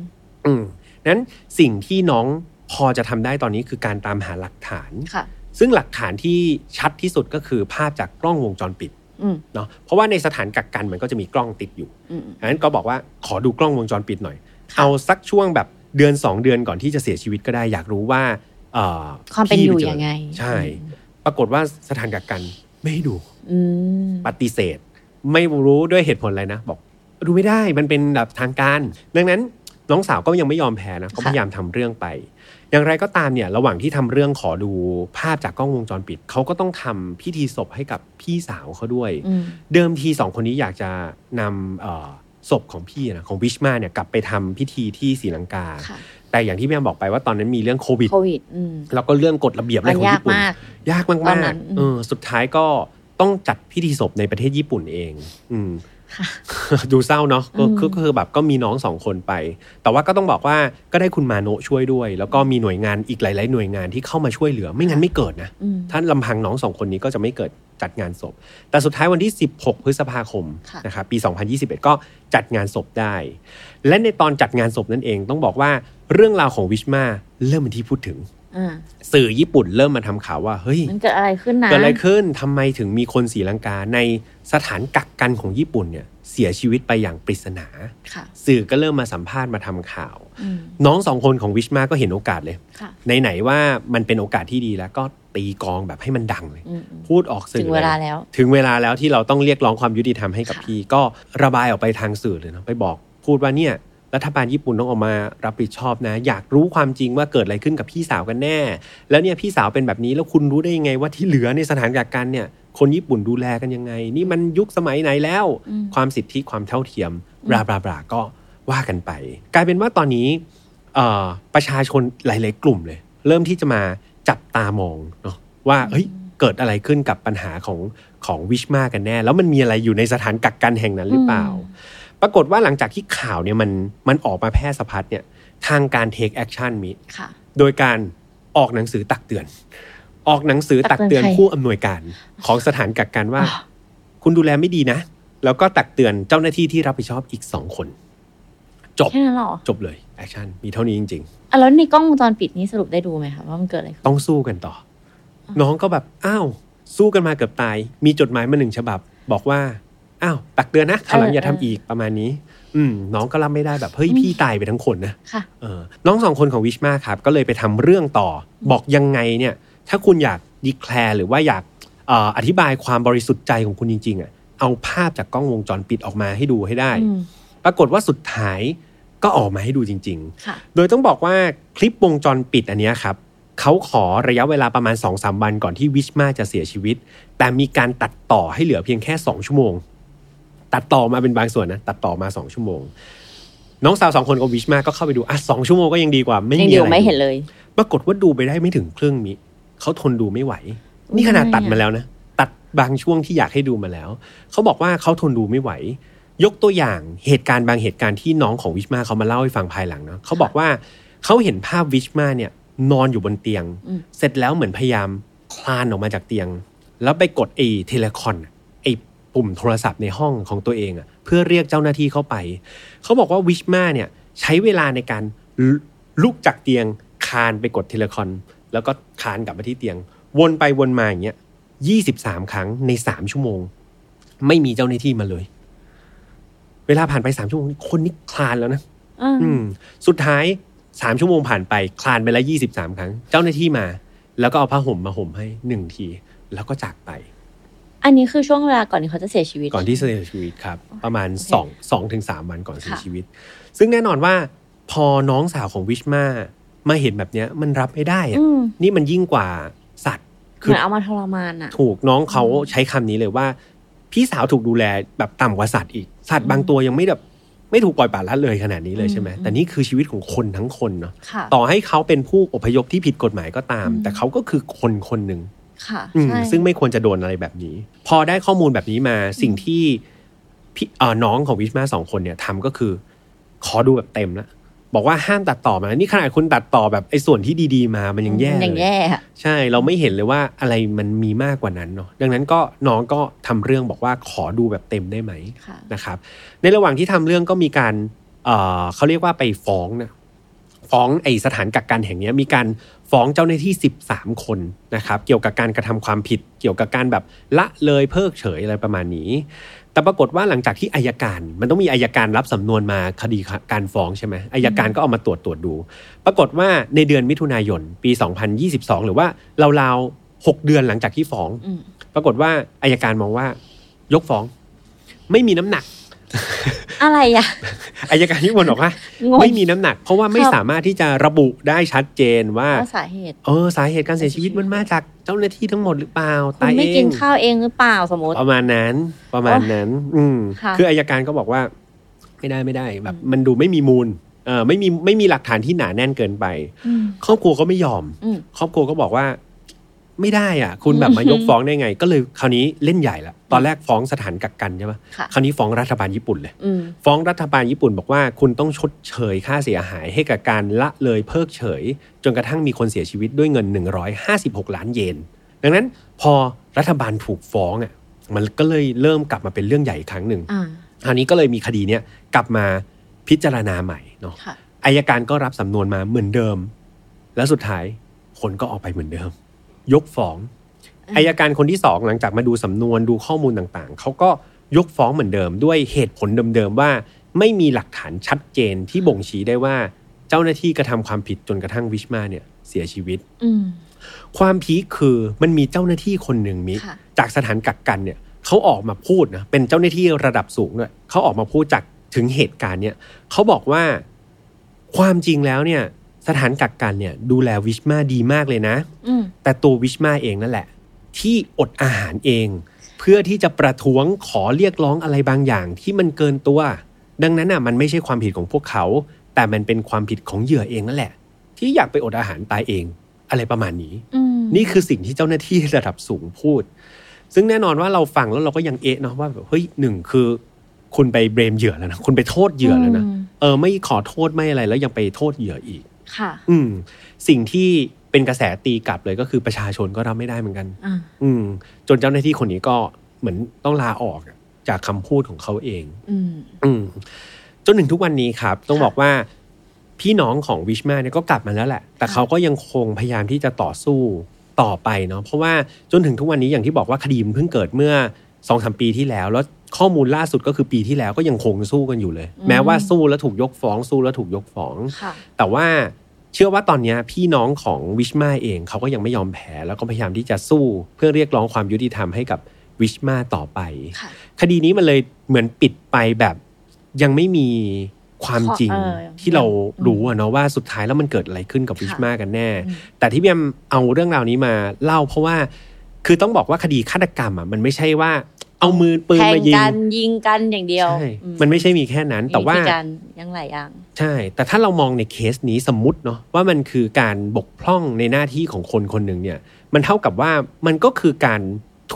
Speaker 1: อืมนั้นสิ่งที่น้องพอจะทำได้ตอนนี้คือการตามหาหลักฐาน
Speaker 2: ค่ะ
Speaker 1: ซึ่งหลักฐานที่ชัดที่สุดก็คือภาพจากกล้องวงจรปิด
Speaker 2: อืม
Speaker 1: เนาะเพราะว่าในสถานกักกันมันก็จะมีกล้องติดอยู่
Speaker 2: อืมอืม
Speaker 1: ดังนั้นก็บอกว่าขอดูกล้องวงจรปิดหน่อย
Speaker 2: ค่ะ
Speaker 1: เอาสักช่วงแบบเดือน 2 เดือนก่อนที่จะเสียชีวิตก็ได้อยากรู้ว่าเอ่อ
Speaker 2: ความเป็น
Speaker 1: พี่
Speaker 2: อยู่
Speaker 1: จ
Speaker 2: ยังไง
Speaker 1: ใช่ ปรากฏว่าสถานกักกันไม่ให้ดู
Speaker 2: อืม
Speaker 1: ปฏิเสธไม่รู้ด้วยเหตุผลอะไรนะ บอกดูไม่ได้มันเป็นแบบทางการ ดังนั้นน้องสาวก็ยังไม่ยอมแพ้นะก็พยายามทำเรื่องไป อย่างไรก็ตามเนี่ยระหว่างที่ทำเรื่องขอดูภาพจากกล้องวงจรปิดเขาก็ต้องทำพิธีศพให้กับพี่สาวเขาด้วย
Speaker 2: อืม
Speaker 1: เดิมทีสองคนนี้อยากจะนำเอ่อศพของพี่นะของวิชมาเนี่ยกลับไปทำพิธีที่ศรีลังกา
Speaker 2: ค่ะ
Speaker 1: แต่อย่างที่พี่แอมบอกไปว่าตอนนั้นมีเรื่องโควิด
Speaker 2: โควิด อืม
Speaker 1: แล้วก็เรื่องกฎระเบียบอะไร
Speaker 2: มัน
Speaker 1: ของ
Speaker 2: ยาก
Speaker 1: ญี่ปุ่น
Speaker 2: มาก
Speaker 1: ยากมา
Speaker 2: ตอนนั้
Speaker 1: ก
Speaker 2: นอื
Speaker 1: ๆ
Speaker 2: ม
Speaker 1: เออสุดท้ายก็ต้องจัดพิธีศพในประเทศญี่ปุ่นเอง อืม
Speaker 2: ค่ะ
Speaker 1: ดูเศร้าเนาะก็
Speaker 2: อืม
Speaker 1: ก็ก็คือแบบก็มีน้องสองคนไป แต่ว่าก็ต้องบอกว่าก็ได้คุณมาโนะช่วยด้วย แล้วก็มีหน่วยงานอีกหลาย ๆ หน่วยงานที่เข้ามาช่วยเหลือ ไม่งั้นไม่เกิดนะ
Speaker 2: อืม
Speaker 1: ถ้าลำพังน้องสองคนนี้ก็จะไม่เกิดจัดงานศพ แต่สุดท้ายวันที่ 16 พฤษภาคม
Speaker 2: ค่ะ
Speaker 1: นะครับปี 2021 ก็จัดงานศพได้ และในตอนจัดงานศพนั่นเองต้องบอกว่าเรื่องราวของวิชมาเริ่มเป็นที่พูดถึง
Speaker 2: อ่า
Speaker 1: สื่อญี่ปุ่นเริ่มมาทำข่าวว่าเฮ้ย
Speaker 2: มันเกิดอะไรขึ้นนะ
Speaker 1: เกิดอะไรขึ้น ทำไมถึงมีคนศรีลังกาในสถานกักกันของญี่ปุ่นเนี่ยเสียชีวิตไปอย่างปริศนา
Speaker 2: ค่ะ
Speaker 1: สื่อก็เริ่มมาสัมภาษณ์มาทำข่าว
Speaker 2: อืม
Speaker 1: น้องสองคนของวิชมาก็เห็นโอกาสเลย
Speaker 2: ค่ะ
Speaker 1: ไหนๆว่ามันเป็นโอกาสที่ดีแล้วก็ตีกลองแบบให้มันดังเลย
Speaker 2: อืมอืม
Speaker 1: พูดออกสื่
Speaker 2: ถึ
Speaker 1: อง
Speaker 2: เวลาย แล้ว
Speaker 1: ถึงเวลาแล้วที่เราต้องเรียกร้องความยุติธรรมให้กับ
Speaker 2: ค่ะ
Speaker 1: พี่ก็ระบายออกไปทางสื่อเลยเนาะไปบอก พูดว่าเนี่ยรัฐบาลญี่ปุ่นต้องออกมารับผิดชอบนะ อยากรู้ความจริงว่าเกิดอะไรขึ้นกับพี่สาวกันแน่ แล้วเนี่ยพี่สาวเป็นแบบนี้แล้วคุณรู้ได้ยังไงว่าที่เหลือในสถานกักกันเนี่ยคนญี่ปุ่นดูแลกันยังไง นี่มันยุคสมัยไหนแล้ว
Speaker 2: อืม
Speaker 1: ความสิทธิความเท่าเทียม
Speaker 2: อืม
Speaker 1: บลาบลาบลาก็ว่ากันไป กลายเป็นว่าตอนนี้เอ่อประชาชนหลาย ๆ กลุ่มเลย เริ่มที่จะมาจับตามองเนาะว่าเฮ้ยเกิดอะไรขึ้นกับปัญหาของของวิชมากันแน่ แล้วมันมีอะไรอยู่ในสถานกักกันแห่งนั้นหรือเปล่า ปรากฏว่าหลังจากที่ข่าวเนี่ยมันมันออกมาแพร่สะพัดเนี่ยทางการ take action มี
Speaker 2: ค่ะ
Speaker 1: โดยการออกหนังสือตักเตือน ออกหนังสือตักเตือน
Speaker 2: ตักเตือนใคร
Speaker 1: ผู้อำนวยการของสถานกักกันว่า
Speaker 2: อ่า
Speaker 1: คุณดูแลไม่ดีนะ แล้วก็ตักเตือนเจ้าหน้าที่ที่รับผิดชอบอีกสองคน จบ
Speaker 2: แค่นั้นเหรอ
Speaker 1: จบเลยแอคชั่นมีเท่านี้จริง
Speaker 2: อ่ะแล้วในกล้องวงจรปิดนี้สรุปได้ดูไหมคะว่ามันเกิดอะไรขึ้น
Speaker 1: ๆ ต้องสู้กันต่อ น้องก็แบบอ้าวสู้กันมาเกือบตาย มีจดหมายมาหนึ่งฉบับ บอกว่าอ้าวตักเตือนนะคราวหลังอย่า
Speaker 2: เออ
Speaker 1: ทำ
Speaker 2: เอออี
Speaker 1: อีกประมาณนี้ อืม น้องก็รับไม่ได้แบบเฮ้ย
Speaker 2: อืม
Speaker 1: พี่ตายไปทั้งคนนะ
Speaker 2: ค่ะ
Speaker 1: เออน้องสองคนของวิชมาครับก็เลยไปทำเรื่องต่อ บอกยังไงเนี่ย ถ้าคุณอยากดีแคลร์หรือว่าอยากเอ่ออธิบายความบริสุทธิ์ใจของคุณจริง ๆอ่ะเอาภาพจากกล้องวงจรปิดออกมาให้ดูให้ได้
Speaker 2: อืม
Speaker 1: ปรากฏว่าสุดท้ายก็ออกมาให้ดูจริง
Speaker 2: ค่ะ
Speaker 1: ๆ โดยต้องบอกว่าคลิปวงจรปิดอันเนี้ยครับเขาขอระยะเวลาประมาณ 2-3 วันก่อนที่วิชมาจะเสียชีวิต แต่มีการตัดต่อให้เหลือเพียงแค่ 2 ชั่วโมง ตัดต่อมาเป็นบางส่วนนะตัดต่อมาสองชั่วโมง น้องสาวสองคนกับวิชมาก็เข้าไปดูอ่ะสองชั่วโมงก็ยังดีกว่า ไม่
Speaker 2: ยัง
Speaker 1: มี
Speaker 2: ดู
Speaker 1: อะไร
Speaker 2: ไม่เห็นเลย
Speaker 1: ปรากฏว่าดูไปได้ไม่ถึงครึ่งมิเขาทนดูไม่ไหว
Speaker 2: อุ๊ย
Speaker 1: นี่ขนาดตัด
Speaker 2: ทำไมอะ
Speaker 1: มาแล้วนะ ตัดบางช่วงที่อยากให้ดูมาแล้ว เขาบอกว่าเขาทนดูไม่ไหว ยกตัวอย่างเหตุการณ์บางเหตุการณ์ที่น้องของวิชมาเขามาเล่าให้ฟังภายหลังเนาะเขาบอกว่าเขาเห็นภาพวิชมาเนี่ย นอนอยู่บนเตียง
Speaker 2: อืม
Speaker 1: เสร็จแล้วเหมือนพยายามคลานออกมาจากเตียง แล้วไปกดไอ้เทเลคอนอะไอ้ปุ่มโทรศัพท์ในห้องของตัวเองอะเพื่อเรียกเจ้าหน้าที่เข้าไป เขาบอกว่าวิชมาเนี่ยใช้เวลาในการลุลุกจากเตียงคานไปกดเทเลคอน แล้วก็คานกลับมาที่เตียง วนไปวนมาอย่างเงี้ยยี่สิบสามครั้งในสามชั่วโมง ไม่มีเจ้าหน้าที่มาเลย เวลาผ่านไปสามชั่วโมงคนนี้คลานแล้วนะ
Speaker 2: อ่า
Speaker 1: อืมสุดท้ายสามชั่วโมงผ่านไป คลานไปแล้วยี่สิบสามครั้ง เจ้าหน้าที่มา แล้วก็เอาผ้าห่มมาห่มให้หนึ่งที แล้วก็จากไป
Speaker 2: อันนี้คือช่วงเวลาก่อนที่เขาจะเสียชีวิต
Speaker 1: ก่อนที่เสียชีวิตครับ ประมาณ
Speaker 2: โอเค
Speaker 1: สองสองถึงสามวันก่อนเสีย
Speaker 2: ค่ะ
Speaker 1: ชีวิต ซึ่งแน่นอนว่าพอน้องสาวของวิชมามาเห็นแบบเนี้ย มันรับไม่ได้อะ
Speaker 2: อืม
Speaker 1: นี่มันยิ่งกว่าสัตว์
Speaker 2: เหมือนเอามาทรมานอ่ะ
Speaker 1: ถูกน้องเขาใช้คำนี้เลยว่า พี่สาวถูกดูแลแบบต่ำกว่าสัตว์อีก สัตว์บางตัวยังไม่แบบไม่ถูกปล่อยปละละเลยขนาดนี้เลยใช่ไหม
Speaker 2: อืม
Speaker 1: แต่นี่คือชีวิตของคนทั้งคนเนาะ
Speaker 2: ค่ะ
Speaker 1: ต่อให้เขาเป็นผู้อพยพที่ผิดกฎหมายก็ตาม
Speaker 2: อืม
Speaker 1: แต่เขาก็คือคนคนหนึ่ง
Speaker 2: ค่ะ
Speaker 1: อืม
Speaker 2: ใช่
Speaker 1: ซึ่งไม่ควรจะโดนอะไรแบบนี้ พอได้ข้อมูลแบบนี้มาสิ่งที่พี่เอ่อน้องของวิชมาสองคนเนี่ยทำก็คือ ขอดูแบบเต็มละ บอกว่าห้ามตัดต่อมานี่ขนาดคุณตัดต่อแบบไอ้ส่วนที่ดีๆมามันยังแย่
Speaker 2: ยัง
Speaker 1: เล
Speaker 2: แย่ค่ะ
Speaker 1: ใช่เราไม่เห็นเลยว่าอะไรมันมีมากกว่านั้นเนาะดังนั้นก็น้องก็ทำเรื่องบอกว่าขอดูแบบเต็มได้ไหม
Speaker 2: ค่ะ
Speaker 1: นะครับในระหว่างที่ทำเรื่องก็มีการเอ่อเขาเรียกว่าไปฟ้องนะฟ้องไอสถานกักกันแห่งเนี้ยมีการฟ้องเจ้าหน้าที่ 13 คนนะครับเกี่ยวกับการกระทำความผิด เกี่ยวกับการแบบละเลยเพิกเฉยอะไรประมาณนี้ แต่ปรากฏว่าหลังจากที่อายการมันต้องมีอายการรับสำนวนมาคดีการฟ้องใช่ไหมอายการก็เอามาตรวจตรวจดู ปรากฏว่าในเดือนมิถุนายนปี 2022 หรือว่าเราวๆ6เดือนหลังจากที่ฟ้อง
Speaker 2: อืม
Speaker 1: ปรากฏว่าอายการมองว่ายกฟ้อง ไม่มีน้ำหนัก
Speaker 2: อะไรอ่ะ
Speaker 1: อายการที่วนบอกว่า
Speaker 2: งง
Speaker 1: ไม่มีน้ำหนัก เพราะว่าไม่
Speaker 2: ครับ
Speaker 1: สามารถที่จะระบุได้ชัดเจนว่า
Speaker 2: ว่าสาเหตุ
Speaker 1: เออสาเหตุการเสียชีวิตมันมาจากเจ้าหน้าที่ทั้งหมดหรือเปล่า
Speaker 2: คุ
Speaker 1: ตา
Speaker 2: ณ
Speaker 1: ย
Speaker 2: ไม่
Speaker 1: เอ
Speaker 2: กิน
Speaker 1: ง
Speaker 2: ข้าวเองหรือเปล่าสมมติ
Speaker 1: ประมาณนั้นประมาณนั้น อืม
Speaker 2: ค่ะ
Speaker 1: คืออายการก็บอกว่า ไม่ได้ไม่ได้แบบ
Speaker 2: อืม
Speaker 1: มันดูไม่มีมูลเออไม่มีไม่มีหลักฐานที่หนาแน่นเกินไป
Speaker 2: อืม
Speaker 1: ครอบครัวก็ไม่ยอม
Speaker 2: อืม
Speaker 1: ครอบครัวก็บอกว่า ไม่ได้อ่ะ คุณแบบ
Speaker 2: อืม
Speaker 1: มายกฟ้องได้ไง ก็เลยคราวนี้เล่นใหญ่ละตอนแรกฟ้องสถานกักกันใช่ปะ
Speaker 2: ค่ะ
Speaker 1: คราวนี้ฟ้องรัฐบาลญี่ปุ่นเลย
Speaker 2: อืม
Speaker 1: ฟ้องรัฐบาลญี่ปุ่นบอกว่าคุณต้องชดเชยค่าเสียหายให้กับการละเลยเพิกเฉย จนกระทั่งมีคนเสียชีวิตด้วยเงิน 156 ล้านเยน ดังนั้นพอรัฐบาลถูกฟ้องอ่ะมันก็เลยเริ่มกลับมาเป็นเรื่องใหญ่อีกครั้งหนึ่ง
Speaker 2: อ่า
Speaker 1: คราวนี้ก็เลยมีคดีเนี้ยกลับมาพิจารณาใหม่เนาะ
Speaker 2: ค่ะ
Speaker 1: อายการก็รับสำนวนมาเหมือนเดิม และสุดท้ายคนก็ออกไปเหมือนเดิม ยกฟ้อง
Speaker 2: อืม
Speaker 1: อายการคนที่สองหลังจากมาดูสำนวนดูข้อมูลต่างๆ เขาก็ยกฟ้องเหมือนเดิม ด้วยเหตุผลเดิมๆว่า ไม่มีหลักฐานชัดเจนที่บ่งชี้ได้ว่าเจ้าหน้าที่กระทำความผิดจนกระทั่งวิชมาเนี่ยเสียชีวิต
Speaker 2: อืม
Speaker 1: ความพีคคือมันมีเจ้าหน้าที่คนหนึ่งมิ
Speaker 2: ค่ะ
Speaker 1: จากสถานกักกันเนี่ยเขาออกมาพูดนะเป็นเจ้าหน้าที่ระดับสูงด้วยเขาออกมาพูดจากถึงเหตุการณ์เนี่ยเขาบอกว่าความจริงแล้วเนี่ยสถานกักกันเนี่ยดูแลวิชมาดีมากเลยนะ
Speaker 2: อืม
Speaker 1: แต่ตัววิชมาเองนั่นแหละ ที่อดอาหารเอง เพื่อที่จะประท้วงขอเรียกร้องอะไรบางอย่างที่มันเกินตัว ดังนั้นน่ะมันไม่ใช่ความผิดของพวกเขา แต่มันเป็นความผิดของเหยื่อเองนั่นแหละ ที่อยากไปอดอาหารตายเอง อะไรประมาณนี้
Speaker 2: อืม
Speaker 1: นี่คือสิ่งที่เจ้าหน้าที่ระดับสูงพูด ซึ่งแน่นอนว่าเราฟังแล้วเราก็ยังเอะเนาะว่าแบบเฮ้ยหนึ่งคือ คุณไปเบรมเหยื่อแล้วนะคุณไปโทษเหยื่อแล้วนะ
Speaker 2: ม
Speaker 1: เออไม่ขอโทษไม่อะไรแล้วยังไปโทษเหยื่ออีก
Speaker 2: ค่ะ
Speaker 1: อืมสิ่งที่เป็นกระแสตีกลับเลยก็คือประชาชนก็รับไม่ได้เหมือนกัน
Speaker 2: อ่า
Speaker 1: อืม จนเจ้าหน้าที่คนนี้ก็เหมือนต้องลาออกจากคำพูดของเขาเอง
Speaker 2: อืม
Speaker 1: อืมจนถึงทุกวันนี้ครับ ต้อง
Speaker 2: ค่ะ
Speaker 1: บอกว่า พี่น้องของวิชมาเนี่ยก็กลับมาแล้วแหละ แต่
Speaker 2: ค่ะ
Speaker 1: เขาก็ยังคงพยายามที่จะต่อสู้ต่อไปเนาะเพราะว่าจนถึงทุกวันนี้อย่างที่บอกว่าคดีมันเพิ่งเกิดเมื่อสองสามปีที่แล้ว แล้วข้อมูลล่าสุดก็คือปีที่แล้วก็ยังคงสู้กันอยู่เลย แม้ว่าสู้แล้วถูกยกฟ้องสู้แล้วถูกยกฟ้อง
Speaker 2: ค่ะ
Speaker 1: แต่ว่าเชื่อว่าตอนเนี้ยพี่น้องของวิชมาเองเขาก็ยังไม่ยอมแพ้แล้วก็พยายามที่จะสู้เพื่อเรียกร้องความยุติธรรมให้กับวิชมาต่อไป
Speaker 2: ค่ะ
Speaker 1: คดีนี้มันเลยเหมือนปิดไปแบบยังไม่มีความจริง
Speaker 2: เออ
Speaker 1: ที่เรารู้อะเนาะว่าสุดท้ายแล้วมันเกิดอะไรขึ้นกับวิชมากันแน่
Speaker 2: อืม
Speaker 1: แต่ที่พี่แอมเอาเรื่องราวนี้มาเล่าเพราะว่าคือต้องบอกว่าคดีฆาตกรรมอะมันไม่ใช่ว่าเอามือปืน
Speaker 2: แทง
Speaker 1: มายิง
Speaker 2: กันยิงกันอย่างเดียว
Speaker 1: ใช่
Speaker 2: อื
Speaker 1: มันไม่ใช่มีแค่นั้นแต่ว่า
Speaker 2: วิธีการยังหลายอย่าง
Speaker 1: ใช่ แต่ถ้าเรามองในเคสนี้สมมติเนาะว่ามันคือการบกพร่องในหน้าที่ของคนคนหนึ่งเนี่ย มันเท่ากับว่ามันก็คือการ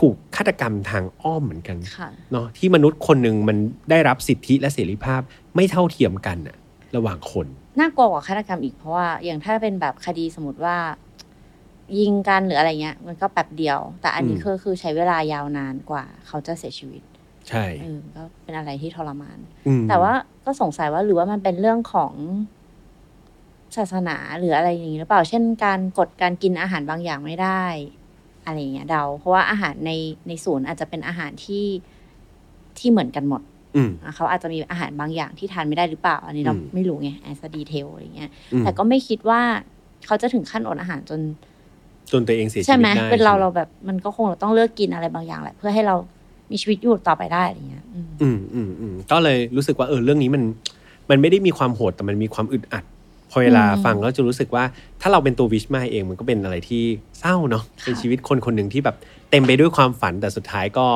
Speaker 1: ถูกฆาตกรรมทางอ้อมเหมือนกัน
Speaker 2: ค่ะ
Speaker 1: เนาะที่มนุษย์คนหนึ่งมันได้รับสิทธิและเสรีภาพไม่เท่าเทียมกันอะระหว่างคน
Speaker 2: น่ากลัวกว่าฆาตกรรมอีกเพราะว่าอย่างถ้าเป็นแบบคดีสมมติว่า ยิงกันหรืออะไรเงี้ย มันก็แป๊บเดียว แต่อันนี้
Speaker 1: อืม
Speaker 2: คือคือใช้เวลายาวนานกว่า เขาจะเสียชีวิต
Speaker 1: ใช่
Speaker 2: เออก็เป็นอะไรที่ทรมาน
Speaker 1: อืม
Speaker 2: แต่ว่าก็สงสัยว่าหรือว่ามันเป็นเรื่องของศาสนาหรืออะไรอย่างนี้หรือเปล่า เช่น การกดการกินอาหารบางอย่างไม่ได้ อะไรอย่างเงี้ยเดา เพราะว่าอาหารในในศูนย์อาจจะเป็นอาหารที่ที่เหมือนกันหมด
Speaker 1: อืม
Speaker 2: อ่ะเขาอาจจะมีอาหารบางอย่างที่ทานไม่ได้หรือเปล่า อันนี้เรา
Speaker 1: อืม
Speaker 2: ไม่รู้ไงแอสดีเทลอะไรเงี้ย
Speaker 1: อืม
Speaker 2: แต่ก็ไม่คิดว่าเขาจะถึงขั้นอดอาหารจน
Speaker 1: จนตัวเองเสียชี
Speaker 2: ใช่
Speaker 1: วิ
Speaker 2: ไหม
Speaker 1: ตได้
Speaker 2: เป็นเรา
Speaker 1: ใช่ไหม
Speaker 2: เราแบบมันก็คงเราต้องเลือกกินอะไรบางอย่างแหละ เพื่อให้เรามีชีวิตอยู่ต่อไปได้อะไรเงี้ยอืม
Speaker 1: อืมอืมอืมก็เลยรู้สึกว่าเออเรื่องนี้มันมันไม่ได้มีความโหดแต่มันมีความอึดอัด พอเวลาฟังแล้วจะรู้สึกว่าถ้าเราเป็นตัววิชมาเองมันก็เป็นอะไรที่เศร้าเนาะเป็นชีวิตคนคนหนึ่งที่แบบเต็มไปด้วยความฝันแต่สุดท้ายก็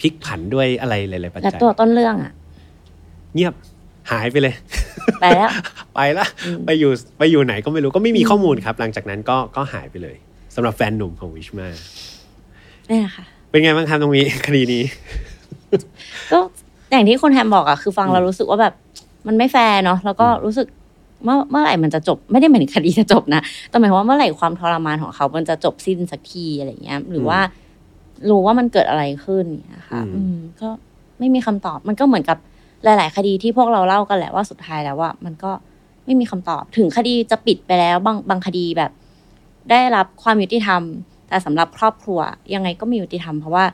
Speaker 1: พลิกผันด้วยอะไรหลาย ๆ ปัจ
Speaker 2: แล้ว
Speaker 1: จัย
Speaker 2: ตัวต้นเรื่องอ่ะ
Speaker 1: เงียบหายไปเลย
Speaker 2: ไปแล้ว
Speaker 1: ไปละ
Speaker 2: อืม
Speaker 1: ไปอยู่ไปอยู่ไหนก็ไม่รู้ก็ไม่มีข้อมูลครับ หลังจากนั้นก็ก็หายไปเลยสำหรับแฟนหนุ่มของวิชมา
Speaker 2: เนี่ยค่ะ
Speaker 1: เป็นไงบ้างครับตรงนี้ คดีนี้
Speaker 2: ก็อย่างที่คุณแฮมบอกอะคือฟัง
Speaker 1: อืม
Speaker 2: เรารู้สึกว่าแบบมันไม่แฟร์เนาะแล้วก็รู้สึก เมื่อเมื่อไหร่มันจะจบไม่ได้หมายถึงคดีจะจบนะแต่หมายความว่าเมื่อไหร่ความทรมานของเขามันจะจบสิ้นสักทีอะไรเงี้ย หรือว่า รู้ว่ามันเกิดอะไรขึ้นเนะคะ
Speaker 1: อืม
Speaker 2: อืมก็ไม่มีคำตอบ มันก็เหมือนกับหลาย ๆ คดีที่พวกเราเล่ากันแหละว่าสุดท้ายแล้วว่า มันก็ไม่มีคำตอบ ถึงคดีจะปิดไปแล้ว บางบางคดีแบบ ได้รับความยุติธรรม แต่สำหรับครอบครัว ยังไงก็ไมียุติธรรมเพราะว่า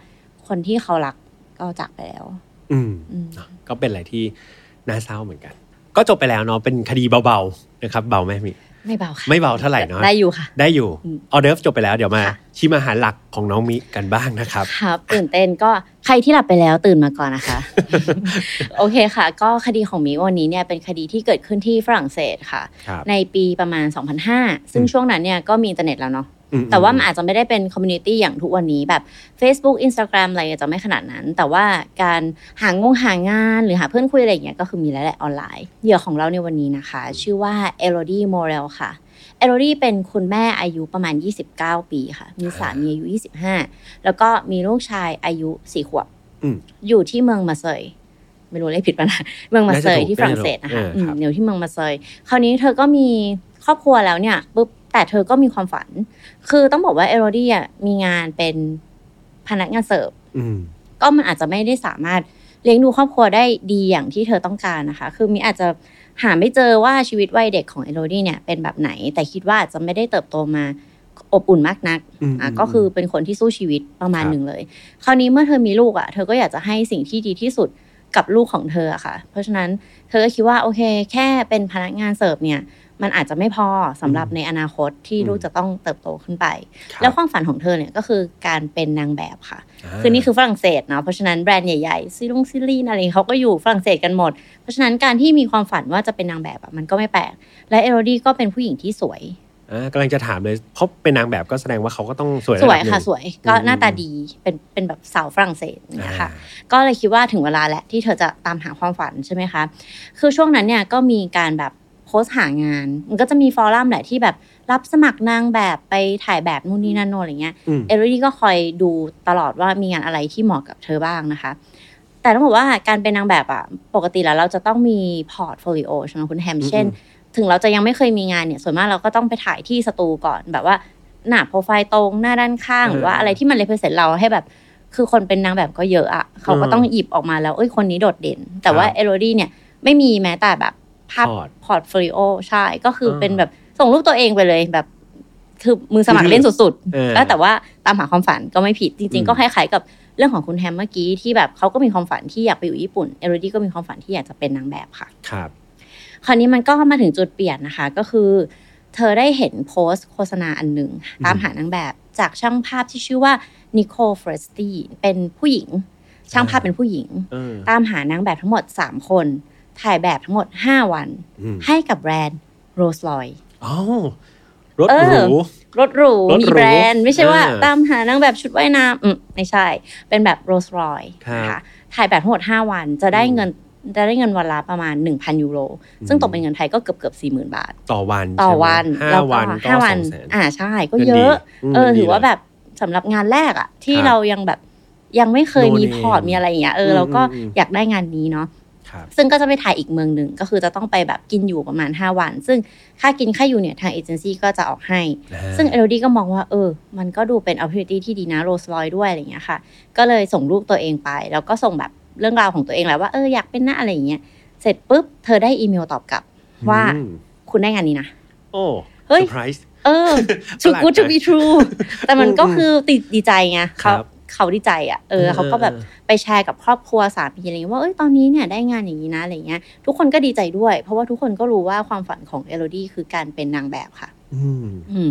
Speaker 2: คนที่เขารักก็จากไปแล้ว
Speaker 1: อืม
Speaker 2: อืม
Speaker 1: ก็เป็นอะไรที่น่าเศร้าเหมือนกัน ก็จบไปแล้วเนาะเป็นคดีเบาๆนะครับ เบาไหมพี่
Speaker 2: ไม่เบาค่ะ
Speaker 1: ไม่เบาเท่าไหร่เนาะ
Speaker 2: ได้อยู่ค่ะ
Speaker 1: ได้อยู่
Speaker 2: อืม
Speaker 1: ออเดิร์ฟจบไปแล้วเดี๋ยวมาชิมอาหารหลักของน้องมิกันบ้างนะครับ
Speaker 2: ครับตื่นเต้นก็ใครที่หลับไปแล้วตื่นมาก่อนนะคะ โอเคค่ะ ก็คดีของมิววันนี้เนี่ยเป็นคดีที่เกิดขึ้นที่ฝรั่งเศสค่ะ
Speaker 1: ครับ
Speaker 2: ในปีประมาณ 2005 ซึ่ง
Speaker 1: อืม
Speaker 2: ช่วงนั้นเนี่ยก็มีอินเทอร์เน็ตแล้วเนาะ
Speaker 1: อืม
Speaker 2: แต่ว่ามันอาจจะไม่ได้เป็นคอมมูนิตี้อย่างทุกวันนี้แบบ Facebook Instagram อะไรอาจจะไม่ขนาดนั้น แต่ว่าการหางงหางาน หรือหาเพื่อนคุยอะไรอย่างเงี้ยก็คือมีแล้วแหละออนไลน์ เหยื่อของเราในวันนี้นะคะ ชื่อว่าเอโรดี้โมเรลค่ะเอโรดี้เป็นคุณแม่อายุประมาณ 29 ปีค่ะ มีสามีอายุ 25 แล้วก็มีลูกชายอายุ 4 ขวบ
Speaker 1: อืม
Speaker 2: อยู่ที่เมืองมาเซยไม่รู้เลขผิดปะนะ เมืองมาเซ
Speaker 1: น่าจะ
Speaker 2: ย
Speaker 1: ถูก
Speaker 2: ที่ฝรั่งเศสนะคะ
Speaker 1: น่าจะถูกเออค
Speaker 2: อื
Speaker 1: รั
Speaker 2: ม
Speaker 1: บ
Speaker 2: เดี๋ยวที่เมืองมาเซยคราวนี้เธอก็มีครอบครัวแล้วเนี่ยปุ๊บแต่เธอก็มีความฝัน คือต้องบอกว่าเอโรดี้อ่ะมีงานเป็นพนักงานเสิร์ฟ
Speaker 1: อืม
Speaker 2: ก็มันอาจจะไม่ได้สามารถเลี้ยงดูครอบครัวได้ดีอย่างที่เธอต้องการนะคะ คือมีอาจจะหาไม่เจอว่าชีวิตวัยเด็กของเอโรดี้เนี่ยเป็นแบบไหน แต่คิดว่าอาจจะไม่ได้เติบโตมาอบอุ่นมากนัก
Speaker 1: อืม
Speaker 2: อ่ะ
Speaker 1: ม
Speaker 2: ก็คือเป็นคนที่สู้ชีวิตประมาณ
Speaker 1: ครับ
Speaker 2: หนึ่งเลย คราวนี้เมื่อเธอมีลูกอ่ะ เธอก็อยากจะให้สิ่งที่ดีที่สุดกับลูกของเธออะค่ะ เพราะฉะนั้นเธอก็คิดว่าโอเค แค่เป็นพนักงานเสิร์ฟเนี่ย มันอาจจะไม่พอสำหรับในอนาคตที่ลูกจะต้องเติบโตขึ้นไป
Speaker 1: ครับ
Speaker 2: แล้วความฝันของเธอเนี่ยก็คือการเป็นนางแบบค่ะ
Speaker 1: า
Speaker 2: คือนี่คือฝรั่งเศสเนาะเพราะฉะนั้นแบรนด์ใหญ่ๆซีรุงซีรีนอะไรเขาก็อยู่ฝรั่งเศสกันหมด เพราะฉะนั้นการที่มีความฝันว่าจะเป็นนางแบบอะมันก็ไม่แปลกและเอโรดี้ก็เป็นผู้หญิงที่สวย
Speaker 1: อ่ากำลังจะถามเลยเพราะเป็นนางแบบก็แสดงว่าเขาก็ต้องสวย
Speaker 2: ส
Speaker 1: ระ
Speaker 2: ว
Speaker 1: ดั
Speaker 2: ย
Speaker 1: บหนึ่ง
Speaker 2: ค่ะสวยก็
Speaker 1: อืม
Speaker 2: หน้าตาดีเป็นเป็นแบบสาวฝรั่งเศสอย่างเนี่ยค่ะ
Speaker 1: อ่า
Speaker 2: ก็เลยคิดว่าถึงเวลาแล้วที่เธอจะตามหาความฝันใช่ไหมคะ คือช่วงนั้นเนี่ยก็มีการแบบโพสต์หางาน มันก็จะมีฟอรัมแหละที่แบบรับสมัครนางแบบไปถ่ายแบบนู่นนี่นั่นโน่นอะไรเงี้ย
Speaker 1: อืม
Speaker 2: เอลลี่ก็คอยดูตลอดว่ามีงานอะไรที่เหมาะกับเธอบ้างนะคะ แต่ต้องบอกว่าการเป็นนางแบบอะปกติแล้วเราจะต้องมีพอร์ตโฟลิโอใช่ไหมคุณแฮมเช่น ถึงเราจะยังไม่เคยมีงานเนี่ย ส่วนมากเราก็ต้องไปถ่ายที่สตูก่อนแบบว่า หน้าโปรไฟล์ตรงหน้าด้านข้าง
Speaker 1: เออ
Speaker 2: หรือว่าอะไรที่มันเลเพเซนเราให้แบบ คือคนเป็นนางแบบก็เยอะอะเขาก็
Speaker 1: เออ
Speaker 2: ต้องหยิบออกมาแล้ว เอ้ยคนนี้โดดเด่น แต่ว่า
Speaker 1: ครับ
Speaker 2: เอโรดี้เนี่ย ไม่มีแม้แต่แบบภาพ
Speaker 1: พอร์ต
Speaker 2: พอร์ตโฟลิโอใช่ ก็คือ
Speaker 1: เออ
Speaker 2: เป็นแบบส่งรูปตัวเองไปเลยแบบ คือมือสมัครเล่นสุด
Speaker 1: เออ
Speaker 2: ๆแล้วแต่ว่าตามหาความฝันก็ไม่ผิดจริง
Speaker 1: อืม
Speaker 2: ๆ ก็คล้ายๆกับเรื่องของคุณแฮมเมื่อกี้ที่แบบเขาก็มีความฝันที่อยากไปอยู่ญี่ปุ่นเอโรดี้ก็มีความฝันที่อยากจะเป็นนางแบบค่ะ
Speaker 1: ครับ
Speaker 2: คราวนี้มันก็มาถึงจุดเปลี่ยนนะคะ ก็คือ เธอได้เห็นโพสต์โฆษณาอันหนึ่ง
Speaker 1: อืม
Speaker 2: ตามหานางแบบจากช่างภาพที่ชื่อว่านิโคลเฟรสตี้เป็นผู้หญิง ช่างภาพเป็นผู้หญิง
Speaker 1: เออ
Speaker 2: ตามหานางแบบทั้งหมด 3 คน ถ่ายแบบทั้งหมด 5 วัน
Speaker 1: อืม
Speaker 2: ให้กับแบรนด์โรสลอย
Speaker 1: อ้าวรถ
Speaker 2: เออ
Speaker 1: หรู
Speaker 2: รถหรู
Speaker 1: รถหรู
Speaker 2: มีแบรนด์ไม่ใช่ว่า
Speaker 1: อ่า
Speaker 2: ตามหานางแบบชุดว่ายน้ำอืมไม่ใช่ เป็นแบบโรสลอย
Speaker 1: ครับ
Speaker 2: นะคะถ่ายแบบทั้งหมด 5 วันจะได้
Speaker 1: อืม
Speaker 2: เงินจะได้เงินวันละประมาณ 1,000 ยูโร ซึ่งตกเป็น
Speaker 1: อืม
Speaker 2: เงินไทยก็เกือบเกือบสี่หมื่นบาท
Speaker 1: ต่อวัน
Speaker 2: ต่อ
Speaker 1: ใช่ไหม
Speaker 2: วัน
Speaker 1: ห้า
Speaker 2: แล้วก็
Speaker 1: วันก็
Speaker 2: ห้า
Speaker 1: ส
Speaker 2: วั
Speaker 1: อน งแสน
Speaker 2: อ่าใช่ก็
Speaker 1: เงินดี
Speaker 2: เยอะ
Speaker 1: อืม
Speaker 2: เออ
Speaker 1: เงินดี
Speaker 2: ถือว่า
Speaker 1: เลย
Speaker 2: แบบสำหรับงานแรกอะที่
Speaker 1: ครับ
Speaker 2: เรายังแบบยังไม่เคยมี
Speaker 1: No
Speaker 2: พ
Speaker 1: name
Speaker 2: อร์ตมีอะไรอย่างเงี้ยเออ
Speaker 1: ม
Speaker 2: เราก็
Speaker 1: อืมอืม
Speaker 2: อยากได้งานนี้เนาะ
Speaker 1: ครับ
Speaker 2: ซึ่งก็จะไปถ่ายอีกเมืองหนึ่งก็คือจะต้องไปแบบกินอยู่ประมาณ 5 วัน ซึ่งค่ากินค่าอยู่เนี่ยทางเอเจนซี่ก็จะออกให้ ซึ่งเอลดี้ก็มองว่าเออ มันก็ดูเป็น opportunity ที่ดีนะโรสลอยด้วยอะไรอย่างเงี้ยค่ะ ก็เลยส่งรูปตัวเองไป แล้วก็ส่งแบบเรื่องราวของตัวเองแหละว่าเอออยากเป็นหน้าอะไรอย่างเงี้ยเสร็จปุ๊บเธอได้อีเมลตอบกลับว่า
Speaker 1: อืม
Speaker 2: คุณได้งานนี้นะ
Speaker 1: โอ้
Speaker 2: เฮ้ย
Speaker 1: ซอร์ไพรส์
Speaker 2: เออ too
Speaker 1: ประหลาด
Speaker 2: good to be true แต่มันก็
Speaker 1: อืม
Speaker 2: คือติดดีใจไง
Speaker 1: ครั
Speaker 2: เขา
Speaker 1: บ
Speaker 2: เขาดีใจอ่ะเออ
Speaker 1: เออ
Speaker 2: เขาก็แบบ
Speaker 1: เออ
Speaker 2: ไปแชร์กับครอบครัวสามีอะไรเงี้ยว่าเอ้ยตอนนี้เนี่ยได้งานอย่างนี้นะอะไรเงี้ยทุกคนก็ดีใจด้วย เพราะว่าทุกคนก็รู้ว่าความฝันของเอโรดี้คือการเป็นนางแบบค่ะ
Speaker 1: อืม
Speaker 2: อืม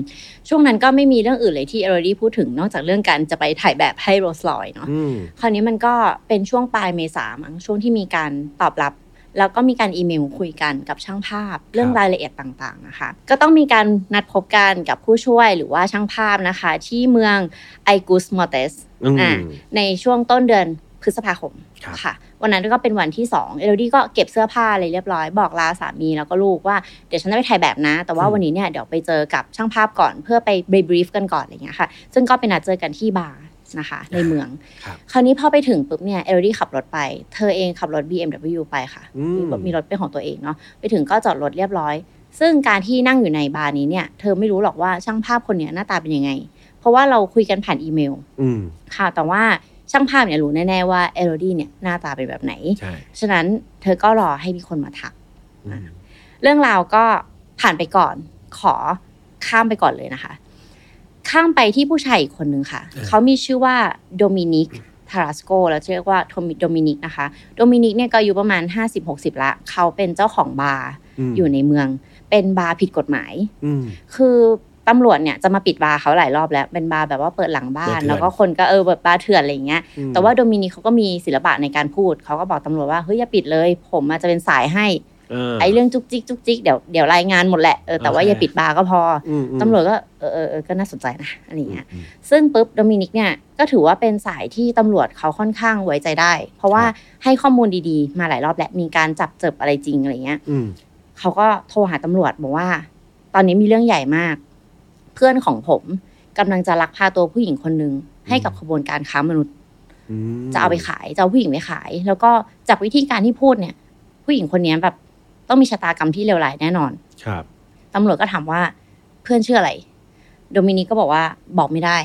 Speaker 2: ช่วงนั้นก็ไม่มีเรื่องอื่นเลยที่เอโรดี้พูดถึงนอกจากเรื่องการจะไปถ่ายแบบให้โรสลอยเนาะ
Speaker 1: อืม
Speaker 2: คราวนี้มันก็เป็นช่วงปลายเมษามั้งช่วงที่มีการตอบรับ แล้วก็มีการอีเมลคุยกันกับช่างภาพ เรื่องรายละเอียดต่างๆนะคะ ก็ต้องมีการนัดพบกันกับผู้ช่วยหรือว่าช่างภาพนะคะ ที่เมืองไอกูสมอเตส
Speaker 1: อืม
Speaker 2: อ่ะ ในช่วงต้นเดือนพฤษภาคม
Speaker 1: ครับ
Speaker 2: ค่ะ วันนั้นก็เป็นวันที่2เอลดี้ก็เก็บเสื้อผ้าอะไรเรียบร้อยบอกลาสามีแล้วก็ลูกว่าเดี๋ยวฉันจะไปถ่ายแบบนะ แต่ว่าวันนี้เนี่ยเดี๋ยวไปเจอกับช่างภาพก่อนเพื่อไปบรีฟกันก่อนอะไรอย่างเงี้ยค่ะ ซึ่งก็เป็นนัดเจอกันที่บาร์นะคะ ในเมือง
Speaker 1: ครับ
Speaker 2: คราวนี้พอไปถึงปุ๊บเนี่ยเอลดี้ขับรถไป เธอเองขับรถ BMW ไปค่ะ
Speaker 1: อืม
Speaker 2: มีรถเป็นของตัวเองเนาะไปถึงก็จอดรถเรียบร้อย ซึ่งการที่นั่งอยู่ในบาร์นี้เนี่ยเธอไม่รู้หรอกว่าช่างภาพคนเนี้ยหน้าตาเป็นยังไง เพราะว่าเราคุยกันผ่านอีเมล
Speaker 1: อืม
Speaker 2: ค่ะ แต่ว่าช่างภาพเนี่ยรู้แน่ๆว่าเอโรดี้เนี่ยหน้าตาเป็นแบบไหน
Speaker 1: ใช่
Speaker 2: ฉะนั้นเธอก็รอให้มีคนมาทัก
Speaker 1: อืม
Speaker 2: เรื่องราวก็ผ่านไปก่อนขอข้ามไปก่อนเลยนะคะ ข้ามไปที่ผู้ชายอีกคนนึงค่ะ เขามีชื่อว่าโดมินิกทาราสโกแล้วเรียกว่าโดมินิกนะคะ โดมินิกเนี่ยก็อายุประมาณ 50-60 ละ เขาเป็นเจ้าของบาร์
Speaker 1: ม
Speaker 2: อยู่ในเมือง เป็นบาร์ผิดกฎหมาย
Speaker 1: อืม
Speaker 2: คือตำรวจเนี่ยจะมาปิดบาร์เขาหลายรอบแล้ว เป็นบาร์แบบว่าเปิดหลังบ้าน
Speaker 1: เปิดเถื่อน
Speaker 2: แล้วก็คนก็เออแบบบาร์เถื่อนอะไรอย่างเงี้ย
Speaker 1: อืม
Speaker 2: แต่ว่าโดมินิกเขาก็มีศิลปะในการพูด เขาก็บอกตำรวจว่าเฮ้ยอย่าปิดเลย ผมอาจจะเป็นสายให้
Speaker 1: า
Speaker 2: ไอ้เรื่องจุกจิกจุกจิกเดี๋ยวเดี๋ยวรายงานหมดแหละเออแต่ว่า
Speaker 1: โอเค
Speaker 2: อย่าปิดบาร์ก็พอ
Speaker 1: อืมอืม
Speaker 2: ตำรวจก็เออเออเออก็น่าสนใจนะอะไรอย่างเงี้ย
Speaker 1: อืม
Speaker 2: ซึ่งปุ๊บโดมินิกเนี่ยก็ถือว่าเป็นสายที่ตำรวจเขาค่อนข้างไว้ใจได้ เพราะว่า
Speaker 1: ครับ
Speaker 2: ให้ข้อมูลดีๆ มาหลายรอบและมีการจับเจบอะไรจริงอะไรเงี้ย
Speaker 1: อืม
Speaker 2: เขาก็โทรหาตำรวจบอกว่า ตอนนี้มีเรื่องใหญ่มาก เพื่อนของผมกำลังจะลักพาตัวผู้หญิงคนหนึ่งให้กับขบวนการค้ามนุษย์
Speaker 1: อืม
Speaker 2: จะเอาไปขายจะเอาผู้หญิงไปขาย แล้วก็จากวิธีการที่พูดเนี่ย ผู้หญิงคนนี้แบบต้องมีชะตากรรมที่เลวร้ายแน่นอน
Speaker 1: ครับ
Speaker 2: ตำรวจก็ถามว่าเพื่อนชื่ออะไร โดมินิกก็บอกว่าบอกไม่ได้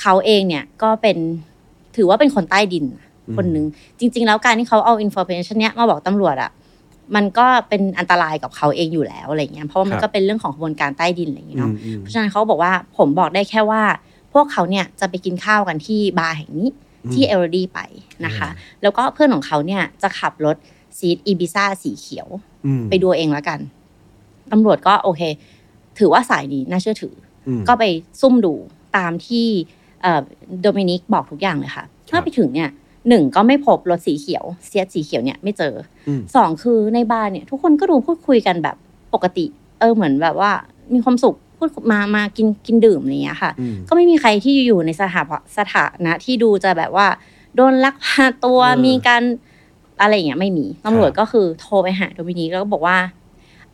Speaker 2: เขาเองเนี่ยก็เป็นถือว่าเป็นคนใต้ดิน คนหนึ่งจริง ๆ แล้วการที่เขาเอาอินโฟเ t ชันเนี้ยมาบอกตำรวจอะมันก็เป็นอันตรายกับเขาเองอยู่แล้วอะไรเงี้ยเพราะว่ามั
Speaker 1: ค
Speaker 2: น
Speaker 1: รับ
Speaker 2: ก็เป็นเรื่องของขบวนการใต้ดินอะไรอย่าง
Speaker 1: อื
Speaker 2: เงี้ยเนาะ
Speaker 1: มอืม
Speaker 2: เพราะฉะนั้นเขาบอกว่าผมบอกได้แค่ว่า พวกเขาเนี่ยจะไปกินข้าวกันที่บาร์แห่งนี้ที่เอลดีไปนะคะ แล้วก็เพื่อนของเขาเนี่ยจะขับรถซีดอีบิซ่าสีเขียว
Speaker 1: อืม
Speaker 2: ไปดูเองแล้วกันตำรวจก็โอเค ถือว่าสายนี้น่าเชื่อถือ
Speaker 1: อืม
Speaker 2: ก็ไปซุ่มดูตามที่เอ่อโดมินิกบอกทุกอย่างเลยค่ะ
Speaker 1: ครับ
Speaker 2: เมื่อไปถึงเนี่ยหนึ่งก็ไม่พบรถสีเขียวเซียสสีเขียวเนี่ยไม่เจอ
Speaker 1: อืม
Speaker 2: สองคือในบาร์เนี่ย ทุกคนก็ดูพูดคุยกันแบบปกติ เออเหมือนแบบว่ามีความสุขพูดมามากินกินดื่มอะไรอย่างเงี้ยค่ะ
Speaker 1: อืม
Speaker 2: ก็ไม่มีใครที่อยู่ในสถานะสถานะที่ดูจะแบบว่า โดนลักพาตัว
Speaker 1: เออ
Speaker 2: มีการอะไรอย่างเงี้ยไม่มีตำรวจ
Speaker 1: ครับ
Speaker 2: ก็คือโทรไปหาโดมินิกแล้วก็บอกว่า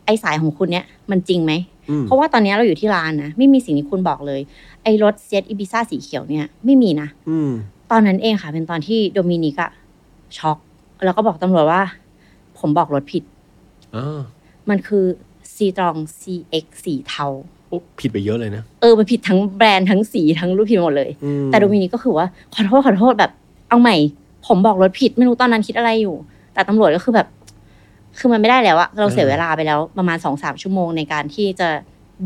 Speaker 2: ไอสายของคุณเนี่ยมันจริงไหม
Speaker 1: อืม
Speaker 2: เพราะว่าตอนนี้เราอยู่ที่ร้านนะ ไม่มีสิ่งที่คุณบอกเลย ไอ้รถเซตอีบิซ่าสีเขียวเนี่ยไม่มีนะ
Speaker 1: อืม
Speaker 2: ตอนนั้นเองค่ะ เป็นตอนที่โดมินิกอะช็อก แล้วก็บอกตำรวจว่า ผมบอกรถผิด
Speaker 1: อ๋อ
Speaker 2: มันคือซีตรอง CX สีเทา
Speaker 1: โอ้ผิดไปเยอะเลยนะ
Speaker 2: เออ มันผิดทั้งแบรนด์ทั้งสีทั้งรูปผิดหมดเลย
Speaker 1: อืม
Speaker 2: แต่โดมินิกก็คือว่า ขอโทษ ขอโทษแบบ เอาใหม่ ผมบอกรถผิด ไม่รู้ตอนนั้นคิดอะไรอยู่ แต่ตำรวจก็คือแบบ คือมันไม่ได้แล้วอะเราเสียเวลาไปแล้วประมาณสองสามชั่วโมงในการที่จะ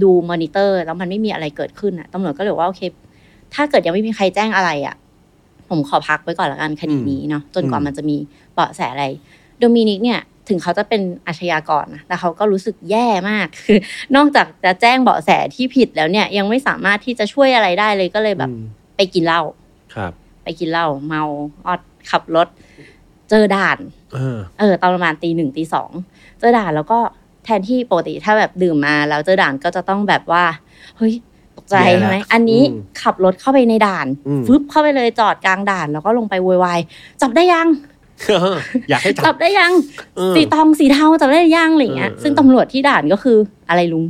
Speaker 2: ดูมอนิเตอร์ แล้วมันไม่มีอะไรเกิดขึ้นอะตำรวจก็เลยบอกว่าโอเค ถ้าเกิดยังไม่มีใครแจ้งอะไรอะผมขอพักไว้ก่อนละกันคดีนี้เนาะจนกว่ามันจะมีเบาะแสอะไร โดมินิกเนี่ยถึงเขาจะเป็นอาชญากรนะแต่เขาก็รู้สึกแย่มาก คือนอกจากจะแจ้งเบาะแสที่ผิดแล้วเนี่ย ยังไม่สามารถที่จะช่วยอะไรได้เลยก็เลยแบบ
Speaker 1: อืม
Speaker 2: ไปกินเหล้า
Speaker 1: ครับ
Speaker 2: ไปกินเหล้าเมาออดขับรถ เจอด่าน
Speaker 1: อ่ า
Speaker 2: เออตอนประมาณตีหนึ่งตีสองเจอด่านแล้วก็แทนที่ปกติถ้าแบบดื่มมาแล้วเจอด่านก็จะต้องแบบว่าเฮ้ยตกใจใช่ไหมอันนี้ขับรถเข้าไปในด่าน
Speaker 1: อืม
Speaker 2: ฟึบเข้าไปเลยจอดกลางด่าน แล้วก็ลงไปโวยวายจับได้ยัง
Speaker 1: อยากให้จั
Speaker 2: จั
Speaker 1: บบ
Speaker 2: ได้ยัง
Speaker 1: เออ
Speaker 2: สีตองสีเทาจับได้ยังอะไรอย่างเงี้ย
Speaker 1: เออ
Speaker 2: ซึ่งตำรวจที่ด่านก็คืออะไรลุง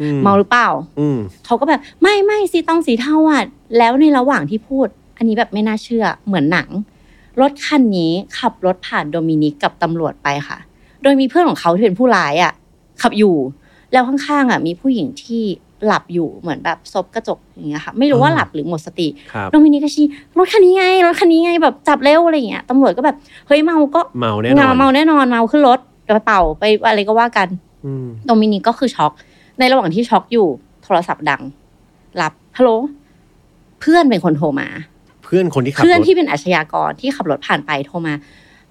Speaker 1: อื
Speaker 2: เมาหรือเปล่า
Speaker 1: อืม
Speaker 2: เขาก็แบบไม่ไม่สีต้องสีเทาอ่ะแล้วในระหว่างที่พูด อันนี้แบบไม่น่าเชื่อเหมือนหนัง รถคันนี้ขับรถผ่านโดมินิกกับตำรวจไปค่ะ โดยมีเพื่อนของเขาที่เป็นผู้ร้ายอ่ะ ขับอยู่ แล้วข้างๆอ่ะมีผู้หญิงที่หลับอยู่เหมือนแบบซบกระจกอย่างเงี้ยค่ะไม่รู้ว่าหลับหรือหมดสติ
Speaker 1: ครับ
Speaker 2: โดมินิกก็ชี้รถคันนี้ไงรถคันนี้ไงแบบจับเร็วอะไรอย่างเงี้ยตำรวจก็แบบเฮ้ยเมาก็
Speaker 1: เมาแน่น
Speaker 2: เงา
Speaker 1: อน
Speaker 2: เมาแน่นอนเมาขึ้นรถเดี๋ยวไปเป่าไปอะไรก็ว่ากัน
Speaker 1: อืม
Speaker 2: โดมินิกก็คือช็อก ในระหว่างที่ช็อกอยู่ โทรศัพท์ดัง รับฮัลโหลเพื่อนเป็นคนโทรมา
Speaker 1: เพื่อนคนที่ขับรถ
Speaker 2: เพื่อนที่เป็นอาชญากรที่ขับรถผ่านไปโทรมา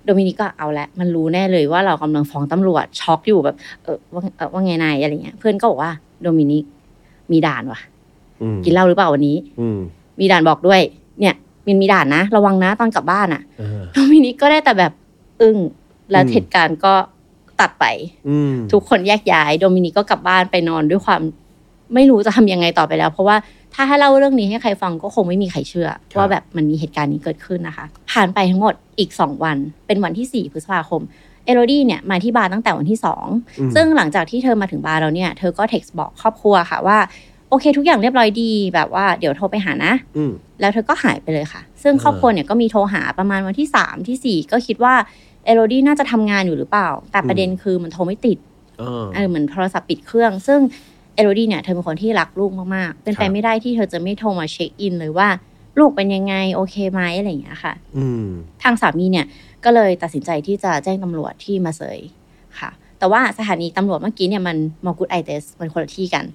Speaker 2: โดมินิกก็เอาละ มันรู้แน่เลยว่าเรากำลังฟ้องตำรวจช็อกอยู่แบบ เออว่าเออว่าไงนายอะไรเงี้ย เพื่อนก็บอกว่า โดมินิกมีด่านว่ะ
Speaker 1: อืม
Speaker 2: กินเหล้าหรือเปล่าวันนี้
Speaker 1: อืม
Speaker 2: มีด่านบอกด้วย เนี่ยมันมีด่านนะ ระวังนะตอนกลับบ้านอ่ะ
Speaker 1: อ่า
Speaker 2: โดมินิกก็ได้แต่แบบอึ้งแล้ว
Speaker 1: อืม
Speaker 2: เหตุการณ์ก็ตัดไป
Speaker 1: อืม
Speaker 2: ทุกคนแยกย้ายโดมินิกก็กลับบ้านไปนอนด้วยความไม่รู้จะทำยังไงต่อไปแล้ว เพราะว่าถ้าให้เล่าเรื่องนี้ให้ใครฟังก็คงไม่มีใครเชื่อ ว่าแบบมันมีเหตุการณ์นี้เกิดขึ้นนะคะ ผ่านไปทั้งหมดอีก 2 วัน เป็นวันที่ 4 พฤษภาคม เอโรดี้เนี่ยมาที่บาร์ตั้งแต่วันที่
Speaker 1: อืม
Speaker 2: 2 ซึ่งหลังจากที่เธอมาถึงบาร์แล้วเนี่ย เธอก็เท็กซ์บอกครอบครัวค่ะว่า โอเค ทุกอย่างเรียบร้อยดีแบบว่าเดี๋ยวโทรไปหานะ
Speaker 1: อืม
Speaker 2: แล้วเธอก็หายไปเลยค่ะ ซึ่ง
Speaker 1: เออ
Speaker 2: ครอบครัวเนี่ยก็มีโทรหาประมาณวันที่สามที่สี่ก็คิดว่าเอโรดี้น่าจะทำงานอยู่หรือเปล่า แต่ประเด็นคือมันโทรไม่ติด
Speaker 1: อ อ่า
Speaker 2: เออเหมือนโทรศัพท์ปิดเครื่อง ซึ่งเอโรดี้เนี่ยเธอเป็นคนที่รักลูกมากๆ เป็นไป
Speaker 1: ครับ
Speaker 2: ไม่ได้ที่เธอจะไม่โทรมาเช็คอินเลยว่าลูกเป็นยังไงโอเคไหมอะไรอย่างเงี้ยค่ะ
Speaker 1: อืม
Speaker 2: ทางสามีเนี่ยก็เลยตัดสินใจที่จะแจ้งตำรวจที่มาเซยค่ะ แต่ว่าสถานีตำรวจเมื่อกี้เนี่ยมันมอกุดไอเตสมันคนละที่กัน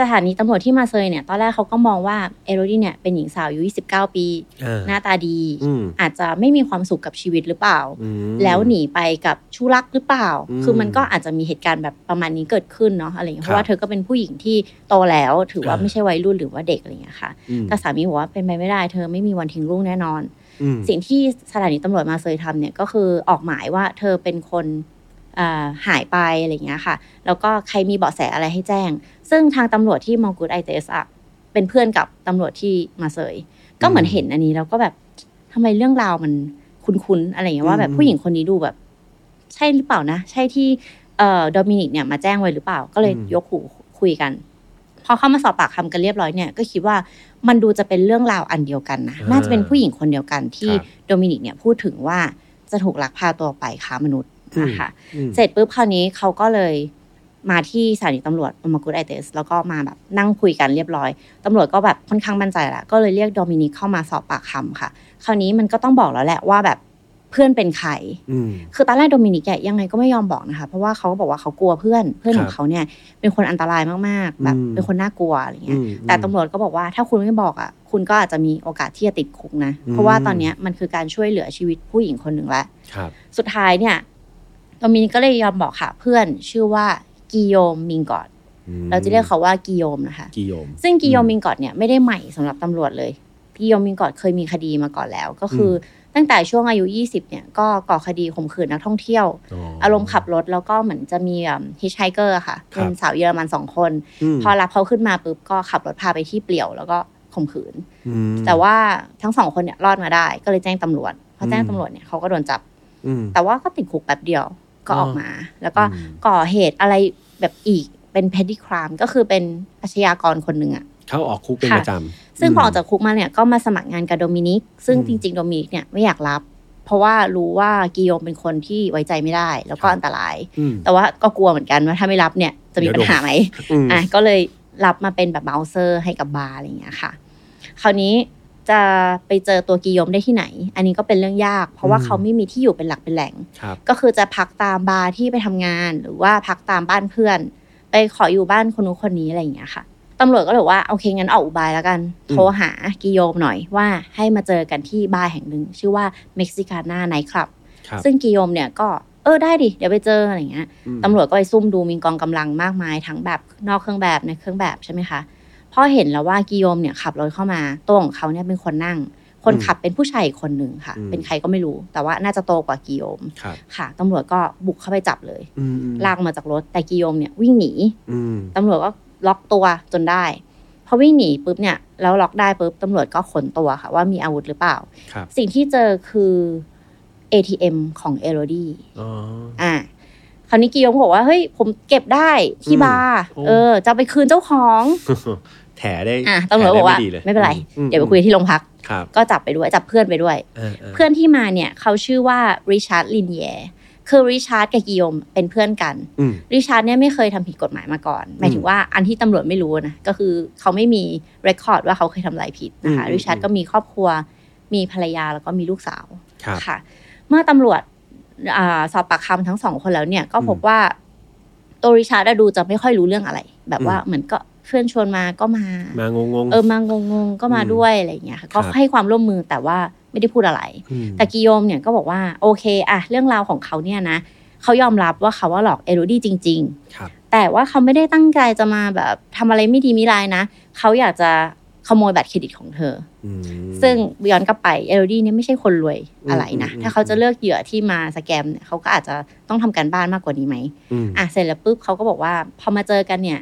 Speaker 2: สถานีตำรวจที่มาเซยเนี่ยตอนแรกเขาก็มองว่าเอโรดี้เนี่ยเป็นหญิงสาวอายุ29 ปี
Speaker 1: อ่า
Speaker 2: หน้าตาดี
Speaker 1: อืม
Speaker 2: อาจจะไม่มีความสุขกับชีวิตหรือเปล่า
Speaker 1: อืม
Speaker 2: แล้วหนีไปกับชู้รักหรือเปล่า
Speaker 1: อืม
Speaker 2: คือมันก็อาจจะมีเหตุการณ์แบบประมาณนี้เกิดขึ้นเนาะอะไรอย่างเงี้ย
Speaker 1: ค
Speaker 2: เพ
Speaker 1: รับ
Speaker 2: ราะว่าเธอก็เป็นผู้หญิงที่โตแล้ว ถือว่า
Speaker 1: อ่า
Speaker 2: ไม่ใช่วัยรุ่นหรือว่าเด็กอะไรอย่างเงี้ยค่ะ
Speaker 1: อืม
Speaker 2: แต่สามีบอกว่าเป็นไปไม่ได้ เธอไม่มีวันทิ้งลูกแน่นอน
Speaker 1: อืม
Speaker 2: สิ่งที่สถานีตำรวจมาเซยทำเนี่ยก็คือออกหมายว่าเธอเป็นคนอ่าหายไปอะไรอย่างเงี้ยค่ะ แล้วก็ใครมีเบาะแสอะไรให้แจ้ง ซึ่งทางตำรวจที่มองกูดไอเตสอะเป็นเพื่อนกับตำรวจที่มาเซยก็เหมือนเห็นอันนี้แล้วก็แบบทำไมเรื่องราวมันคุ้นๆอะไรอย่างเงี้ยว่าแบบผู้หญิงคนนี้ดูแบบ ใช่หรือเปล่านะ ใช่ที่เอ่อโดมินิกเนี่ยมาแจ้งไว้หรือเปล่า ก็เลยยกหูคุยกัน พอเข้ามาสอบปากคำกันเรียบร้อยเนี่ยก็คิดว่ามันดูจะเป็นเรื่องราวอันเดียวกันนะน่าจะเป็นผู้หญิงคนเดียวกันที่โดมินิกเนี่ยพูดถึงว่าจะถูกลักพาตัวไปค้ามนุษย์นะคะ
Speaker 1: อืม
Speaker 2: เสร็จปุ๊บคราวนี้เขาก็เลยมาที่สถานีตำรวจอมากุดไอเตสแล้วก็มาแบบนั่งคุยกันเรียบร้อยตำรวจก็แบบค่อนข้างมั่นใจละก็เลยเรียกโดมินิกเข้ามาสอบปากคำค่ะ คราวนี้มันก็ต้องบอกแล้วแหละว่าแบบเพื่อนเป็นใคร
Speaker 1: อืม
Speaker 2: คือตอนแรกโดมินิกอะยังไงก็ไม่ยอมบอกนะคะ เพราะว่าเขาก็บอกว่าเขากลัวเพื่อนเพื่อนข
Speaker 1: ค
Speaker 2: อง
Speaker 1: รับ
Speaker 2: เขาเนี่ยเป็นคนอันตรายมากๆ แบบ
Speaker 1: อืม
Speaker 2: เป็นคนน่ากลัวอะไร
Speaker 1: อื
Speaker 2: เงี้ย
Speaker 1: ม
Speaker 2: แต่ตำรวจก็บอกว่าถ้าคุณไม่บอกอะคุณก็อาจจะมีโอกาสที่จะติดคุกนะ เพราะว่าตอนเนี้ยมันคือการช่วยเหลือชีวิตผู้หญิงคนหนึ่งละ
Speaker 1: ครับ
Speaker 2: สุดท้ายเนี่ยโดมินิกก็เลยยอมบอกค่ะ เพื่อนชื่อว่ากิโยมมิงกอด
Speaker 1: อืม
Speaker 2: เราจะเรียกเขาว่ากิโยมนะคะ
Speaker 1: กิโยม
Speaker 2: ซึ่งกิโยม
Speaker 1: อืม
Speaker 2: มิงกอดเนี่ยไม่ได้ใหม่สำหรับตำรวจเลยกิโยมมิงกอดเคยมีคดีมาก่อนแล้ว ก็คืออตั้งแต่ช่วงอายุ 20เนี่ยก็ก่อคดีข่มขืนนักท่องเที่ยว อารมณ์ขับรถแล้วก็เหมือนจะมีฮิชไฮเกอร์ค่ะ
Speaker 1: ครับ
Speaker 2: เป็นสาวเยอรมันสองคน
Speaker 1: ม
Speaker 2: พอรับเขาขึ้นมาปุ๊บก็ขับรถพาไปที่เปลี่ยวแล้วก็ข่มขืน
Speaker 1: อืม
Speaker 2: แต่ว่าทั้งสองคนเนี่ยรอดมาได้ ก็เลยแจ้งตำรวจพอแจ้ง
Speaker 1: อืม
Speaker 2: ตำรวจเนี่ยเขาก็โดนจับ
Speaker 1: อืม
Speaker 2: แต่ว่าก็ติดคุกแป๊บเดียวก็ออกมา แล้วก็
Speaker 1: อืม
Speaker 2: ก่อเหตุอะไรแบบอีกเป็นเพดดี้ครามก็คือเป็นอาชญากรคนหนึ่งอะ
Speaker 1: เขาออกคุกเป็น
Speaker 2: ค่ะ
Speaker 1: ประจ
Speaker 2: ซึ่ง
Speaker 1: อืม
Speaker 2: พอออกจากคุกมาเนี่ยก็มาสมัครงานกับโดมินิก ซึ่ง
Speaker 1: อืม
Speaker 2: จริงๆ โดมินิกเนี่ยไม่อยากรับ เพราะว่ารู้ว่ากิโยมเป็นคนที่ไว้ใจไม่ได้ แล้วก็
Speaker 1: ครับ
Speaker 2: อันตราย
Speaker 1: ำอืม
Speaker 2: แต่ว่าก็กลัวเหมือนกันว่าถ้าไม่รับเนี่ยจะมี
Speaker 1: เดี๋ยว
Speaker 2: ปั
Speaker 1: โด
Speaker 2: ญ
Speaker 1: น
Speaker 2: หาไหม
Speaker 1: อืม
Speaker 2: อ่ะก็เลยรับมาเป็นแบบเบาเซอร์ให้กับบาร์อะไรอย่างเงี้ยค่ะ คราวนี้จะไปเจอตัวกิโยมได้ที่ไหน อันนี้ก็เป็นเรื่องยาก เพราะว่าเขาไม่มีที่อยู่เป็นหลักเป็นแหล่ง
Speaker 1: ครับ
Speaker 2: ก็คือจะพักตามบาร์ที่ไปทำงานหรือว่าพักตามบ้านเพื่อน ไปขออยู่บ้านคนนู้นคนนี้อะไรอย่างเงี้ยค่ะตำรวจก็เลยบอกว่าโอเคงั้นออกอุบายแล้วกัน
Speaker 1: อืม
Speaker 2: โทรหากิโยมหน่อยว่าให้มาเจอกันที่บาร์แห่งหนึ่ง ชื่อว่าเม็กซิกาน่าไนท์คลับ
Speaker 1: ครับ
Speaker 2: ซึ่งกิโยมเนี่ยก็เออได้ดิ เดี๋ยวไปเจออะไรอย่างเงี้ย
Speaker 1: อืม
Speaker 2: ตำรวจก็ไปซุ่มดูมีกองกำลังมากมายทั้งแบบนอกเครื่องแบบในเครื่องแบบใช่ไหมคะพอเห็นแล้วว่ากิโยมเนี่ยขับรถเข้ามาตัวของเขาเนี่ยเป็นคนนั่ง คนขับเป็นผู้ชายอีกคนหนึ่งค่ะ เป็นใครก็ไม่รู้ แต่ว่าน่าจะโตกว่ากิโยม
Speaker 1: ครับ
Speaker 2: ค่ะตำรวจก็บุกเข้าไปจับเลย
Speaker 1: อืมอืม
Speaker 2: ลากมาจากรถแต่กิโยมเนี่ยวิ่งหนี
Speaker 1: อืม
Speaker 2: ตำรวจก็ล็อกตัวจนได้พอวิ่งหนีปุ๊บเนี่ยแล้วล็อกได้ปุ๊บตำรวจก็ขนตัวค่ะ ว่ามีอาวุธหรือเปล่า
Speaker 1: ครับ
Speaker 2: สิ่งที่เจอคือ ATM ของเอโรดี้
Speaker 1: อ๋อ
Speaker 2: อ่าคราวนี้กิโยมก็บอกว่าเฮ้ยผมเก็บได้ที่
Speaker 1: อืม
Speaker 2: บาร์
Speaker 1: โอ้
Speaker 2: เออจะเอาไปคืนเจ้าของ
Speaker 1: แถได้
Speaker 2: อ่ะตำรวจบอกว่า
Speaker 1: แถด้ดีลย
Speaker 2: ไม่เป็นไร
Speaker 1: อืม
Speaker 2: เดี๋ยวไปคุยที่โรงพัก
Speaker 1: ครับ
Speaker 2: ก็จับไปด้วยจับเพื่อนไปด้วย
Speaker 1: าา
Speaker 2: เพื่อนที่มาเนี่ยเขาชื่อว่าริชาร์ดลินเยคือริชาร์ดกับกิโยมเป็นเพื่อนกัน
Speaker 1: อืม
Speaker 2: ริชาร์ดเนี่ยไม่เคยทำผิดกฎหมายมาก่อน หมายถึงว่าอันที่ตำรวจไม่รู้นะ ก็คือเขาไม่มีเรคคอร์ดว่าเขาเคยทำอะไรผิดนะคะ
Speaker 1: อืม
Speaker 2: ริชาร์ดก็มีครอบครัว มีภรรยาแล้วก็มีลูกสาว
Speaker 1: ครับ
Speaker 2: ค่ะ เมื่อตำรวจอาสอบปากคำทั้งสองคนแล้วเนี่ยก็พบว่าตัวริชาร์ดอะดูจะไม่ค่อยรู้เรื่องอะไร แบบว่าเหมือนก็เพื่อนชวนมาก็มาม
Speaker 1: างงงๆ
Speaker 2: เออมางงๆก็มา
Speaker 1: อืม
Speaker 2: ด้วยอะไรอย่างเงี้ยค่ะก็
Speaker 1: ครับ
Speaker 2: ให้ความร่วมมือแต่ว่าไม่ได้พูดอะไร
Speaker 1: ม
Speaker 2: แต่กิโยมเนี่ยก็บอกว่าโอเคอะเรื่องราวของเขาเนี่ยนะเขายอมรับว่าเขาว่าหลอกเอโรดี้จริง
Speaker 1: ครับ
Speaker 2: ๆ แต่ว่าเขาไม่ได้ตั้งใจจะมาแบบทำอะไรไม่ดีไม่ร้ายนะเขาอยากจะขโมยบัตรเครดิตของเธอ
Speaker 1: อืม
Speaker 2: ซึ่งย้อนกลับไปเอโรดี้เนี่ยไม่ใช่คนรวยอะไรนะ
Speaker 1: อืมอืม
Speaker 2: ถ้าเขาจะเลือกเหยื่อที่มาสแกมเนี่ยเขาก็อาจจะต้องทำการบ้านมากกว่านี้ไหม
Speaker 1: อืม
Speaker 2: อ่ะเสร็จแล้วปุ๊บเขาก็บอกว่าพอมาเจอกันเนี่ย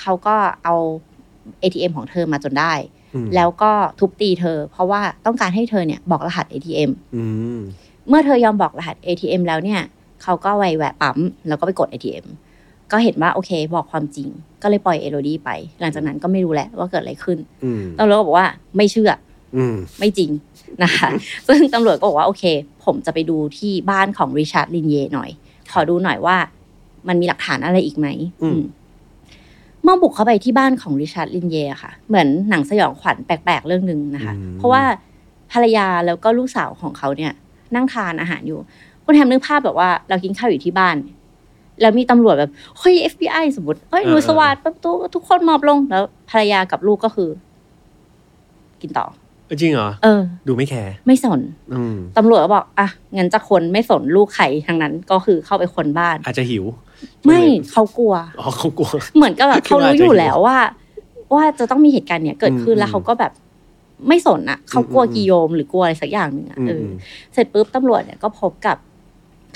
Speaker 2: เขาก็เอา ATM ของเธอมาจนได้
Speaker 1: อืม
Speaker 2: แล้วก็ทุบตีเธอ เพราะว่าต้องการให้เธอเนี่ยบอกรหัส ATM
Speaker 1: อืม
Speaker 2: เมื่อเธอยอมบอกรหัส ATM แล้วเนี่ย เขาก็ไวแวะปั๊ม แล้วก็ไปกด ATM ก็เห็นว่าโอเค บอกความจริง ก็เลยปล่อยเอโรดี้ไป หลังจากนั้นก็ไม่รู้แหละว่าเกิดอะไรขึ้น
Speaker 1: อืม
Speaker 2: ตำรวจก็บอกว่าไม่เชื่อ
Speaker 1: อืม
Speaker 2: ไม่จริงนะคะ ซึ่งตำรวจก็บอกว่าโอเค ผมจะไปดูที่บ้านของริชาร์ดลินเยหน่อย ขอดูหน่อยว่า มันมีหลักฐานอะไรอีกไหม
Speaker 1: อืม
Speaker 2: อืมเมื่อบุกเข้าไปที่บ้านของริชาร์ดลินเยค่ะ เหมือนหนังสยองขวัญแปลกๆเรื่องหนึ่งนะคะ
Speaker 1: อืม
Speaker 2: เพราะว่าภรรยาแล้วก็ลูกสาวของเขาเนี่ย นั่งทานอาหารอยู่ คุณแฮมนึกภาพแบบว่าเรากินข้าวอยู่ที่บ้าน แล้วมีตำรวจแบบเฮ้ย FBI สมมติเฮ้ยหนูสวัสดปั๊บทุกทุกคนหมอบลงแล้วภรรยากับลูกก็คือ กินต่อ
Speaker 1: เออจริงเหรอ
Speaker 2: เออ
Speaker 1: ดูไม่แคร์
Speaker 2: ไม่สน
Speaker 1: อืม
Speaker 2: ตำรวจก็บอก อ่ะ งั้นจะคนไม่สนลูกใครทั้งนั้นก็คือเข้าไปคนบ้าน
Speaker 1: อาจจะหิว
Speaker 2: ไม่เขากลัว
Speaker 1: อ๋อเขากลัว
Speaker 2: เหมือนกับแบบเขารู้อยู่แล้วว่า ว่าจะต้องมีเหตุการณ์เนี้ยเกิดขึ้น
Speaker 1: อืม
Speaker 2: แล้วเขาก็แบบไม่สนอ่ะเขากลัว
Speaker 1: อืม
Speaker 2: กิโยมหรือกลัวอะไรสักอย่างหนึ่งอ่ะ
Speaker 1: ม
Speaker 2: เอออ
Speaker 1: ม
Speaker 2: เสร็จปุ๊บตำรวจเนี่ยก็พบกับ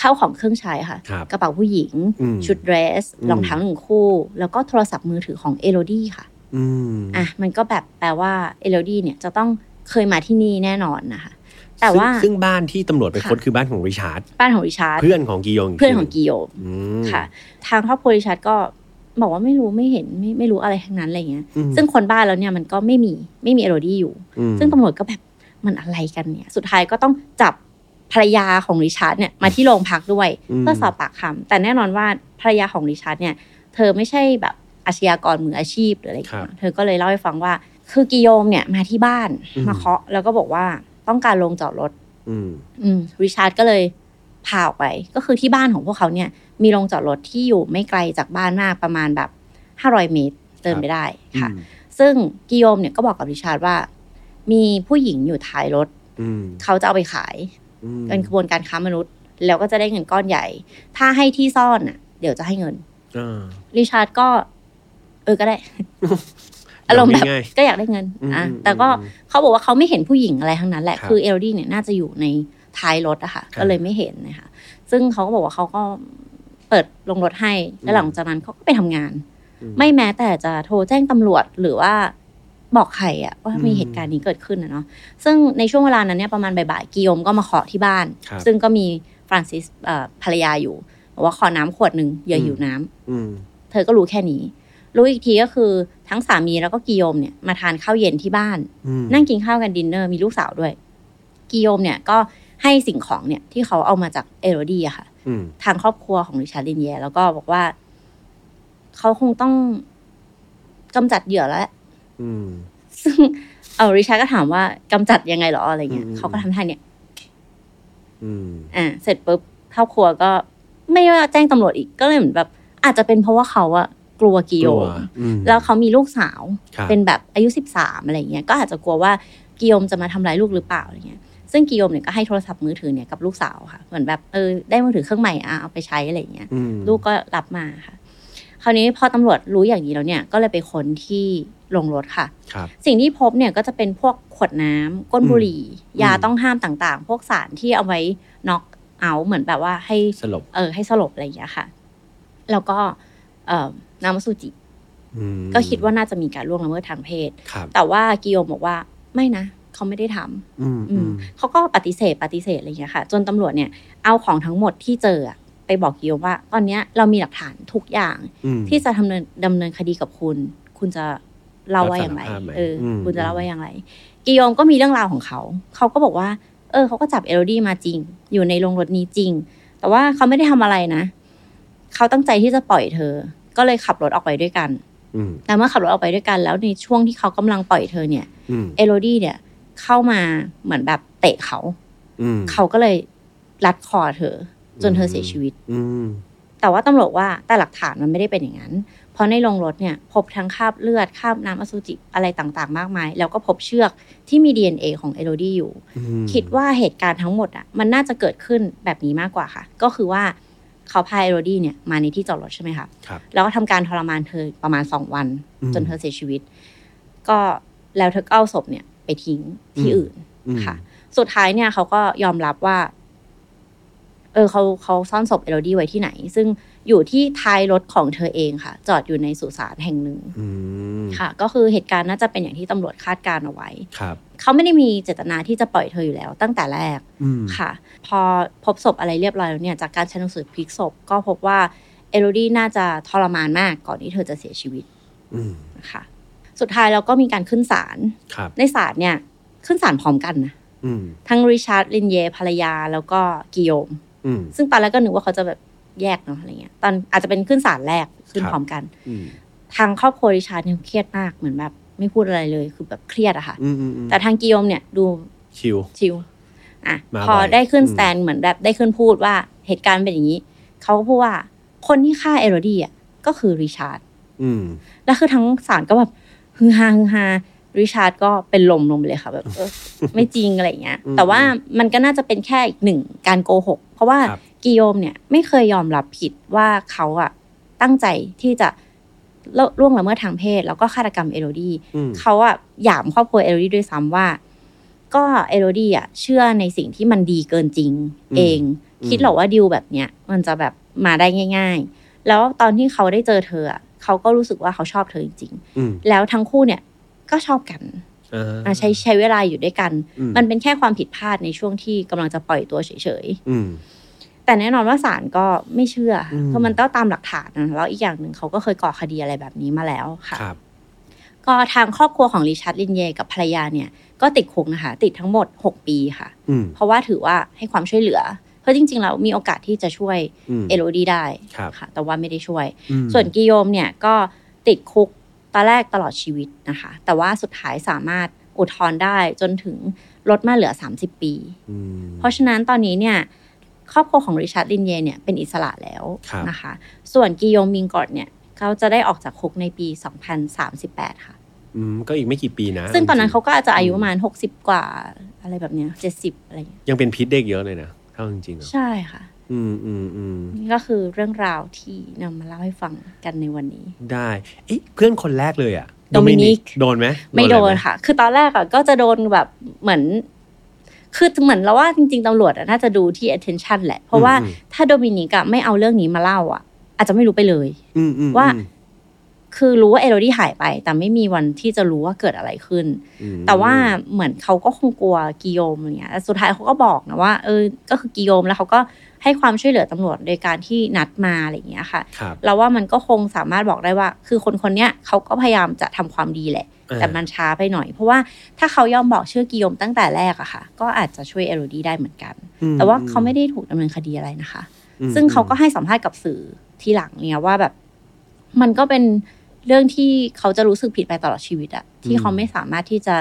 Speaker 2: ข้าวของเครื่องใช้ค่ะ
Speaker 1: ครับ
Speaker 2: กระเป๋าผู้หญิง
Speaker 1: อืม
Speaker 2: ชุดเดรส
Speaker 1: อืม
Speaker 2: รองเท้าหนึ่งคู่ แล้วก็โทรศัพท์มือถือของเอโ o ดี้ค่ะ
Speaker 1: อืม
Speaker 2: อ่ะ มันก็แบบแปลว่าเอโ o ดี้เนี่ยจะต้องเคยมาที่นี่แน่นอนนะคะ แต่ว่า
Speaker 1: ซึ่งซึ่งบ้านที่ตำรวจไป
Speaker 2: ค่ะ
Speaker 1: ค้นคือบ้านของริชาร์ด
Speaker 2: บ้านของริชาร์ด
Speaker 1: เพื่อนของกิยงก
Speaker 2: เพื่อนของ
Speaker 1: ที
Speaker 2: กิโยม
Speaker 1: อืม
Speaker 2: ค่ะทางครอบครัวดิฉันก็บอกว่าไม่รู้ไม่เห็นไม่ไม่รู้อะไรทั้งนั้นอะไรเงี้ย
Speaker 1: อืม
Speaker 2: ซึ่งคนบ้านแล้วเนี่ยมันก็ไม่มีไม่มีเอโรดี้อยู่
Speaker 1: อืม
Speaker 2: ซึ่งตำรวจก็แบบมันอะไรกันเนี่ย สุดท้ายก็ต้องจับภรรยาของริชาร์ดเนี่ยมาที่โรงพักด้วย
Speaker 1: ม
Speaker 2: เพื่อสอบปากคำแต่แน่นอนว่าภรรยาของริชาร์ดเนี่ย เธอไม่ใช่แบบอาชญากรมืออาชีพหรืออะไรเงี้ยเธอก็เลยเล่าให้ฟังว่า คือกิโยมเนี่ยมาที่บ้านมาเคาะแล้วก็บอกว่าต้องการลงจอดรถ
Speaker 1: อืม
Speaker 2: อืมริชาร์ดก็เลยพาออกไป ก็คือที่บ้านของพวกเขาเนี่ย มีโรงจอดรถที่อยู่ไม่ไกลจากบ้านมากประมาณแบบ 500 เมตรเดินไปได้ค่ะ
Speaker 1: อืม
Speaker 2: ซึ่งกิโยมเนี่ยก็บอกกับริชาร์ดว่า มีผู้หญิงอยู่ท้ายรถ
Speaker 1: อืม
Speaker 2: เขาจะเอาไปขาย
Speaker 1: อืม
Speaker 2: เป็นกระบวนการค้ามนุษย์ แล้วก็จะได้เงินก้อนใหญ่ ถ้าให้ที่ซ่อนอ่ะ เดี๋ยวจะให้เงิน
Speaker 1: อ่า
Speaker 2: ริชาร์ดก็ เออก็ได้ อารมณ์แบบ
Speaker 1: ง่ายๆ
Speaker 2: ก็อยากได้เงิน
Speaker 1: อืม
Speaker 2: อ่ะ
Speaker 1: อืม
Speaker 2: แต่ก็
Speaker 1: อืม
Speaker 2: เขาบอกว่าเขาไม่เห็นผู้หญิงอะไรทั้งนั้นแหละ
Speaker 1: ครับ
Speaker 2: คือเอลดี้เนี่ยน่าจะอยู่ในท้ายรถอะค่ะ
Speaker 1: ครับ
Speaker 2: ก็เลยไม่เห็นนะคะ ซึ่งเขาก็บอกว่าเขาก็เปิดลงรถให้ แล้
Speaker 1: อื
Speaker 2: ว
Speaker 1: ม
Speaker 2: หลังจากนั้นเขาก็ไปทำงาน
Speaker 1: อืม
Speaker 2: ไม่แม้แต่จะโทรแจ้งตำรวจหรือว่าบอกใครอะว่ามี
Speaker 1: อืม
Speaker 2: เหตุการณ์นี้เกิดขึ้นนะเนาะ ซึ่งในช่วงเวลานั้นเนี่ยประมาณบ่ายๆกิโยมก็มาขอที่บ้าน
Speaker 1: ครับ
Speaker 2: ซึ่งก็มีฟรานซิสเอ่อภรรยาอยู่บอกว่าขอน้ำขวดหนึ่งอย่าหิวน้ำ
Speaker 1: อืม
Speaker 2: เธอก็รู้แค่นี้ รู้อีกทีก็คือทั้งสามีแล้วก็กิโยมเนี่ยมาทานข้าวเย็นที่บ้าน
Speaker 1: อืม
Speaker 2: นั่งกินข้าวกันดินเนอร์มีลูกสาวด้วย กิโยมเนี่ยก็ให้สิ่งของเนี่ยที่เขาเอามาจากเอโรดีอะค่ะ
Speaker 1: อืม
Speaker 2: ทางครอบครัวของริชาร์ดลินเยแล้วก็บอกว่า เขาคงต้องกำจัดเหยื่อแล้วแหละ
Speaker 1: อืม
Speaker 2: ซึ่งเอาริชาร์ดก็ถามว่ากำจัดยังไงเหรออะไรเงี้ย
Speaker 1: อืม
Speaker 2: เขาก็ทำท่าเนี่ย
Speaker 1: อืม
Speaker 2: อ่าเสร็จปุ๊บครอบครัวก็ไม่ว่าแจ้งตำรวจอีกก็เลยเหมือนแบบ อาจจะเป็นเพราะว่าเขาอะกลัวกิโย
Speaker 1: กว
Speaker 2: ม
Speaker 1: อืม
Speaker 2: แล้วเขามีลูกสาว
Speaker 1: ครับ
Speaker 2: เป็นแบบอายุ 13 อะไรเงี้ย ก็อาจจะกลัวว่ากิโยมจะมาทำร้ายลูกหรือเปล่าอะไรเงี้ย ซึ่งกิโยมเนี่ยก็ให้โทรศัพท์มือถือเนี่ยกับลูกสาวค่ะ เหมือนแบบเออได้มือถือเครื่องใหม่อ่ะเอาไปใช้อะไรเงี้ย
Speaker 1: อืม
Speaker 2: ลูกก็รับมาค่ะ คราวนี้พอตำรวจรู้อย่างนี้แล้วเนี่ย ก็เลยไปค้นที่โรงรถค่ะ
Speaker 1: ครับ
Speaker 2: สิ่งที่พบเนี่ยก็จะเป็นพวกขวดน้ำก้นบุหรี่
Speaker 1: อืม
Speaker 2: ยาต้องห้ามต่างๆ พวกสารที่เอาไว้น็อกเอาเหมือนแบบว่าให้
Speaker 1: สลบ
Speaker 2: เออให้สลบอะไรอย่างเงี้ยค่ะ แล้วก็เอ่อน้ำมัตสุจิ
Speaker 1: อืม
Speaker 2: ก็คิดว่าน่าจะมีการล่วงละเมิดทางเพศ
Speaker 1: ครับ
Speaker 2: แต่ว่ากิโยมบอกว่าไม่นะ เขาไม่ได้ทำ
Speaker 1: อืม
Speaker 2: อื
Speaker 1: อื
Speaker 2: ม
Speaker 1: ม
Speaker 2: เขาก็ปฏิเสธปฏิเสธอะไรอย่างเงี้ยค่ะ จนตำรวจเนี่ยเอาของทั้งหมดที่เจออะไปบอกกิโยมว่า ตอนเนี้ยเรามีหลักฐานทุกอย่าง
Speaker 1: อืม
Speaker 2: ที่จะทำเนินดำเนินคดีกับคุณ คุณจะเล่าว่าอย่างไร
Speaker 1: รับสารภาพไหม
Speaker 2: เอออ
Speaker 1: ม
Speaker 2: คุณจะเล่าว่าอย่างไร กิโยมก็มีเรื่องราวของเขา เขาก็บอกว่า เออเขาก็จับเอโรดี้มาจริง อยู่ในโรงรถนี้จริง แต่ว่าเขาไม่ได้ทำอะไรนะ เขาตั้งใจที่จะปล่อยเธอ ก็เลยขับรถออกไปด้วยกัน
Speaker 1: อืม
Speaker 2: แต่เมื่อขับรถออกไปด้วยกันแล้วในช่วงที่เขากำลังปล่อยเธอเนี่ย
Speaker 1: อืม
Speaker 2: เอโรดี้เนี่ยเข้ามาเหมือนแบบเตะเขา
Speaker 1: อืม
Speaker 2: เขาก็เลยรัดคอเธอ จนเธอเสีย
Speaker 1: อืม
Speaker 2: ชีวิต
Speaker 1: อืม
Speaker 2: แต่ว่าตำรวจว่าแต่หลักฐานมันไม่ได้เป็นอย่างนั้น เพราะในโรงรถเนี่ย พบทั้งคราบเลือดคราบน้ำอสุจิอะไรต่างๆ มากมาย แล้วก็พบเชือกที่มี DNA ของเอโรดี้อยู่
Speaker 1: อืม
Speaker 2: คิดว่าเหตุการณ์ทั้งหมดอ่ะมันน่าจะเกิดขึ้นแบบนี้มากกว่าค่ะ ก็คือว่าเขาพาเอโรดี้เนี่ยมาในที่จอดรถใช่ไหมคะ
Speaker 1: ครับ
Speaker 2: แล้วก็ทำการทรมานเธอประมาณสองวัน
Speaker 1: อืม
Speaker 2: จนเธอเสียชีวิต ก็แล้วเธอก็เอาศพเนี่ย ไปทิ้งที่
Speaker 1: อืม
Speaker 2: อื่น
Speaker 1: อืม
Speaker 2: ค่ะ สุดท้ายเนี่ยเขาก็ยอมรับว่า เออเขาเขาซ่อนศพเอโรดี้ไว้ที่ไหน ซึ่งอยู่ที่ท้ายรถของเธอเองค่ะ จอดอยู่ในสุสานแห่งหนึ่ง
Speaker 1: อืม
Speaker 2: ค่ะ ก็คือเหตุการณ์น่าจะเป็นอย่างที่ตำรวจคาดการณ์เอาไว้
Speaker 1: ครับ
Speaker 2: เขาไม่ได้มีเจตนาที่จะปล่อยเธออยู่แล้ว ตั้งแต่แรก
Speaker 1: อืม
Speaker 2: ค่ะ พอพบศพอะไรเรียบร้อยแล้วเนี่ย จากการชันสูตรพลิกศพก็พบว่าเอโรดี้น่าจะทรมานมากก่อนที่เธอจะเสียชีวิต
Speaker 1: อืม
Speaker 2: นะคะสุดท้ายเราก็มีการขึ้นศาล
Speaker 1: ครับ
Speaker 2: ในศาลเนี่ย ขึ้นศาลพร้อมกันนะ
Speaker 1: อืม
Speaker 2: ทั้งริชาร์ดลินเยภรรยาแล้วก็กิโยม
Speaker 1: อืม
Speaker 2: ซึ่งตอนแรกก็นึกว่าเขาจะแบบ แยกเนาะอะไรเงี้ยตอนอาจจะเป็นขึ้นศาลแรกขึ้
Speaker 1: ค
Speaker 2: น
Speaker 1: รับ
Speaker 2: พร้อมกัน
Speaker 1: อืม
Speaker 2: ทางครอบครัวดิฉันเนี่ยเครียดมากเหมือนแบบไม่พูดอะไรเลยคือแบบเครียดอะค่ะ
Speaker 1: อืมอืมอืม
Speaker 2: แต่ทางกิโยมเนี่ยดู
Speaker 1: ชิว
Speaker 2: ชิลอ่ะ
Speaker 1: มา
Speaker 2: พอ
Speaker 1: บ่อย
Speaker 2: ได้ขึ้น
Speaker 1: อืม
Speaker 2: สแตนเหมือนแบบได้ขึ้นพูดว่าเหตุการณ์เป็นอย่างนี้เขาก็พูดว่าคนที่ฆ่าเอโรดี้อ่ะก็คือริชาร์ด
Speaker 1: อืม
Speaker 2: แล้วคือทั้งศาลก็แบบฮือฮาฮือฮาริชาร์ดก็เป็นลมลงไปเลย ค่ะแบบเออ ไม่จริงอะไรอย่างเงี้ย
Speaker 1: อืม
Speaker 2: แต่ว่ามันก็น่าจะเป็นแค่อีกหนึ่งการโกหก เพราะว่า
Speaker 1: ครับ
Speaker 2: กิโยมเนี่ยไม่เคยยอมรับผิดว่าเขาอะตั้งใจที่จะละล่วงละเมิดทางเพศ แล้วก็ฆาตกรรมเอโรดี้
Speaker 1: อืม
Speaker 2: เขาอะหยามครอบครัวเอโรดี้ด้วยซ้ำว่า ก็เอโรดี้อะเชื่อในสิ่งที่มันดีเกินจริงเอง คิดหรอกว่าดิวแบบเนี้ยมันจะแบบมาได้ง่าย ๆ แล้วตอนที่เขาได้เจอเธออะเขาก็รู้สึกว่าเขาชอบเธอจริง
Speaker 1: อืม
Speaker 2: ๆ แล้วทั้งคู่เนี่ยก็ชอบกัน
Speaker 1: อ่า
Speaker 2: อ่ะใช้ใช้เวลาอยู่ด้วยกัน
Speaker 1: อื
Speaker 2: มันเป็นแค่ความผิดพลาดในช่วงที่กำลังจะปล่อยตัวเฉย
Speaker 1: อืม
Speaker 2: ๆ แต่แน่นอนว่าศาลก็ไม่เชื่ออ
Speaker 1: ม
Speaker 2: เพราะมันต้องตามหลักฐานนะแล้วอีกอย่างหนึ่งเขาก็เคยก่อคดีอะไรแบบนี้มาแล้วค่ะ
Speaker 1: ครับ
Speaker 2: ก็ทางครอบครัวของริชาร์ดลินเยกับภรรยาเนี่ยก็ติดคุกนะคะติดทั้งหมด 6 ปีค่ะ
Speaker 1: อืม
Speaker 2: เพราะว่าถือว่าให้ความช่วยเหลือ เพราะจริงๆแล้วมีโอกาสที่จะช่วย
Speaker 1: อืม
Speaker 2: เอโรดีได้
Speaker 1: ครับ
Speaker 2: ค่ะ แต่ว่าไม่ได้ช่วย
Speaker 1: อืม
Speaker 2: ส่วนกิโยมเนี่ยก็ติดคุกตอนแรกตลอดชีวิตนะคะ แต่ว่าสุดท้ายสามารถอุทธรณ์ได้จนถึงลดมาเหลือ 30 ปี
Speaker 1: อืม
Speaker 2: เพราะฉะนั้นตอนนี้เนี่ยครอบครัวของริชาร์ดลินเยเนี่ยเป็นอิสระแล้ว
Speaker 1: ครับ
Speaker 2: นะคะ ส่วนกิโยมมิงกอดเนี่ยเขาจะได้ออกจากคุกในปี 2038 ค่ะ
Speaker 1: อืมก็อีกไม่กี่ปีนะ
Speaker 2: ซึ่งตอนนั้นเขา
Speaker 1: จริ
Speaker 2: ก็อาจจะอายุประมาณ 60 กว่าอะไรแบบเนี้ย70 อะไรอย่างเงี้ย
Speaker 1: ๆยังเป็นพิษเด็กเยอะเลยนะถ้าเอาจริงๆอะ
Speaker 2: ใช่ค่ะ
Speaker 1: อืมอืมอืม
Speaker 2: นี่ก็คือเรื่องราวที่นำมาเล่าให้ฟังกันในวันนี้
Speaker 1: ได้เอ๊ะเพื่อนคนแรกเลยอ่ะ
Speaker 2: Dominic
Speaker 1: Dominic โดนไหม
Speaker 2: ไม่โด
Speaker 1: อะร
Speaker 2: น
Speaker 1: ห
Speaker 2: ค่ะ คือตอนแรกอะก็จะโดนแบบเหมือน คือเหมือนเราว่าจริงๆตำรวจอะน่าจะดูที่ attention แหละ เพราะว่า
Speaker 1: อืม
Speaker 2: ถ้าโดมินิกอะไม่เอาเรื่องนี้มาเล่าอะอาจจะไม่รู้ไปเลย
Speaker 1: อืมอืม
Speaker 2: ว่า คือรู้ว่าเอโรดี้หายไป แต่ไม่มีวันที่จะรู้ว่าเกิดอะไรขึ้น
Speaker 1: อืม
Speaker 2: แต่ว่าเหมือนเขาก็คงกลัวกิโยมอะไรเงี้ยแต่สุดท้ายเขาก็บอกนะว่าเออ ก็คือกิโยมแล้วเขาก็ให้ความช่วยเหลือตำรวจโดยการที่นัดมาอะไรอย่างเงี้ยค่ะ
Speaker 1: ครับ
Speaker 2: เราว่ามันก็คงสามารถบอกได้ว่า คือคนคนๆเนี้ยเขาก็พยายามจะทำความดีแหละ
Speaker 1: อ่า
Speaker 2: แต่มันช้าไปหน่อย เพราะว่าถ้าเขายอมบอกชื่อกิโยมตั้งแต่แรกอะค่ะ ก็อาจจะช่วยเอโรดีได้เหมือนกัน
Speaker 1: อืม
Speaker 2: แต่ว่าเขาไม่ได้ถูกดำเนินคดีอะไรนะคะ
Speaker 1: อืม
Speaker 2: ซึ่งเขาก็ให้สัมภาษณ์กับสื่อทีหลังเนี่ยว่าแบบ มันก็เป็นเรื่องที่เขาจะรู้สึกผิดไปตลอดชีวิตอะที่เขาไม่สามารถที่จะ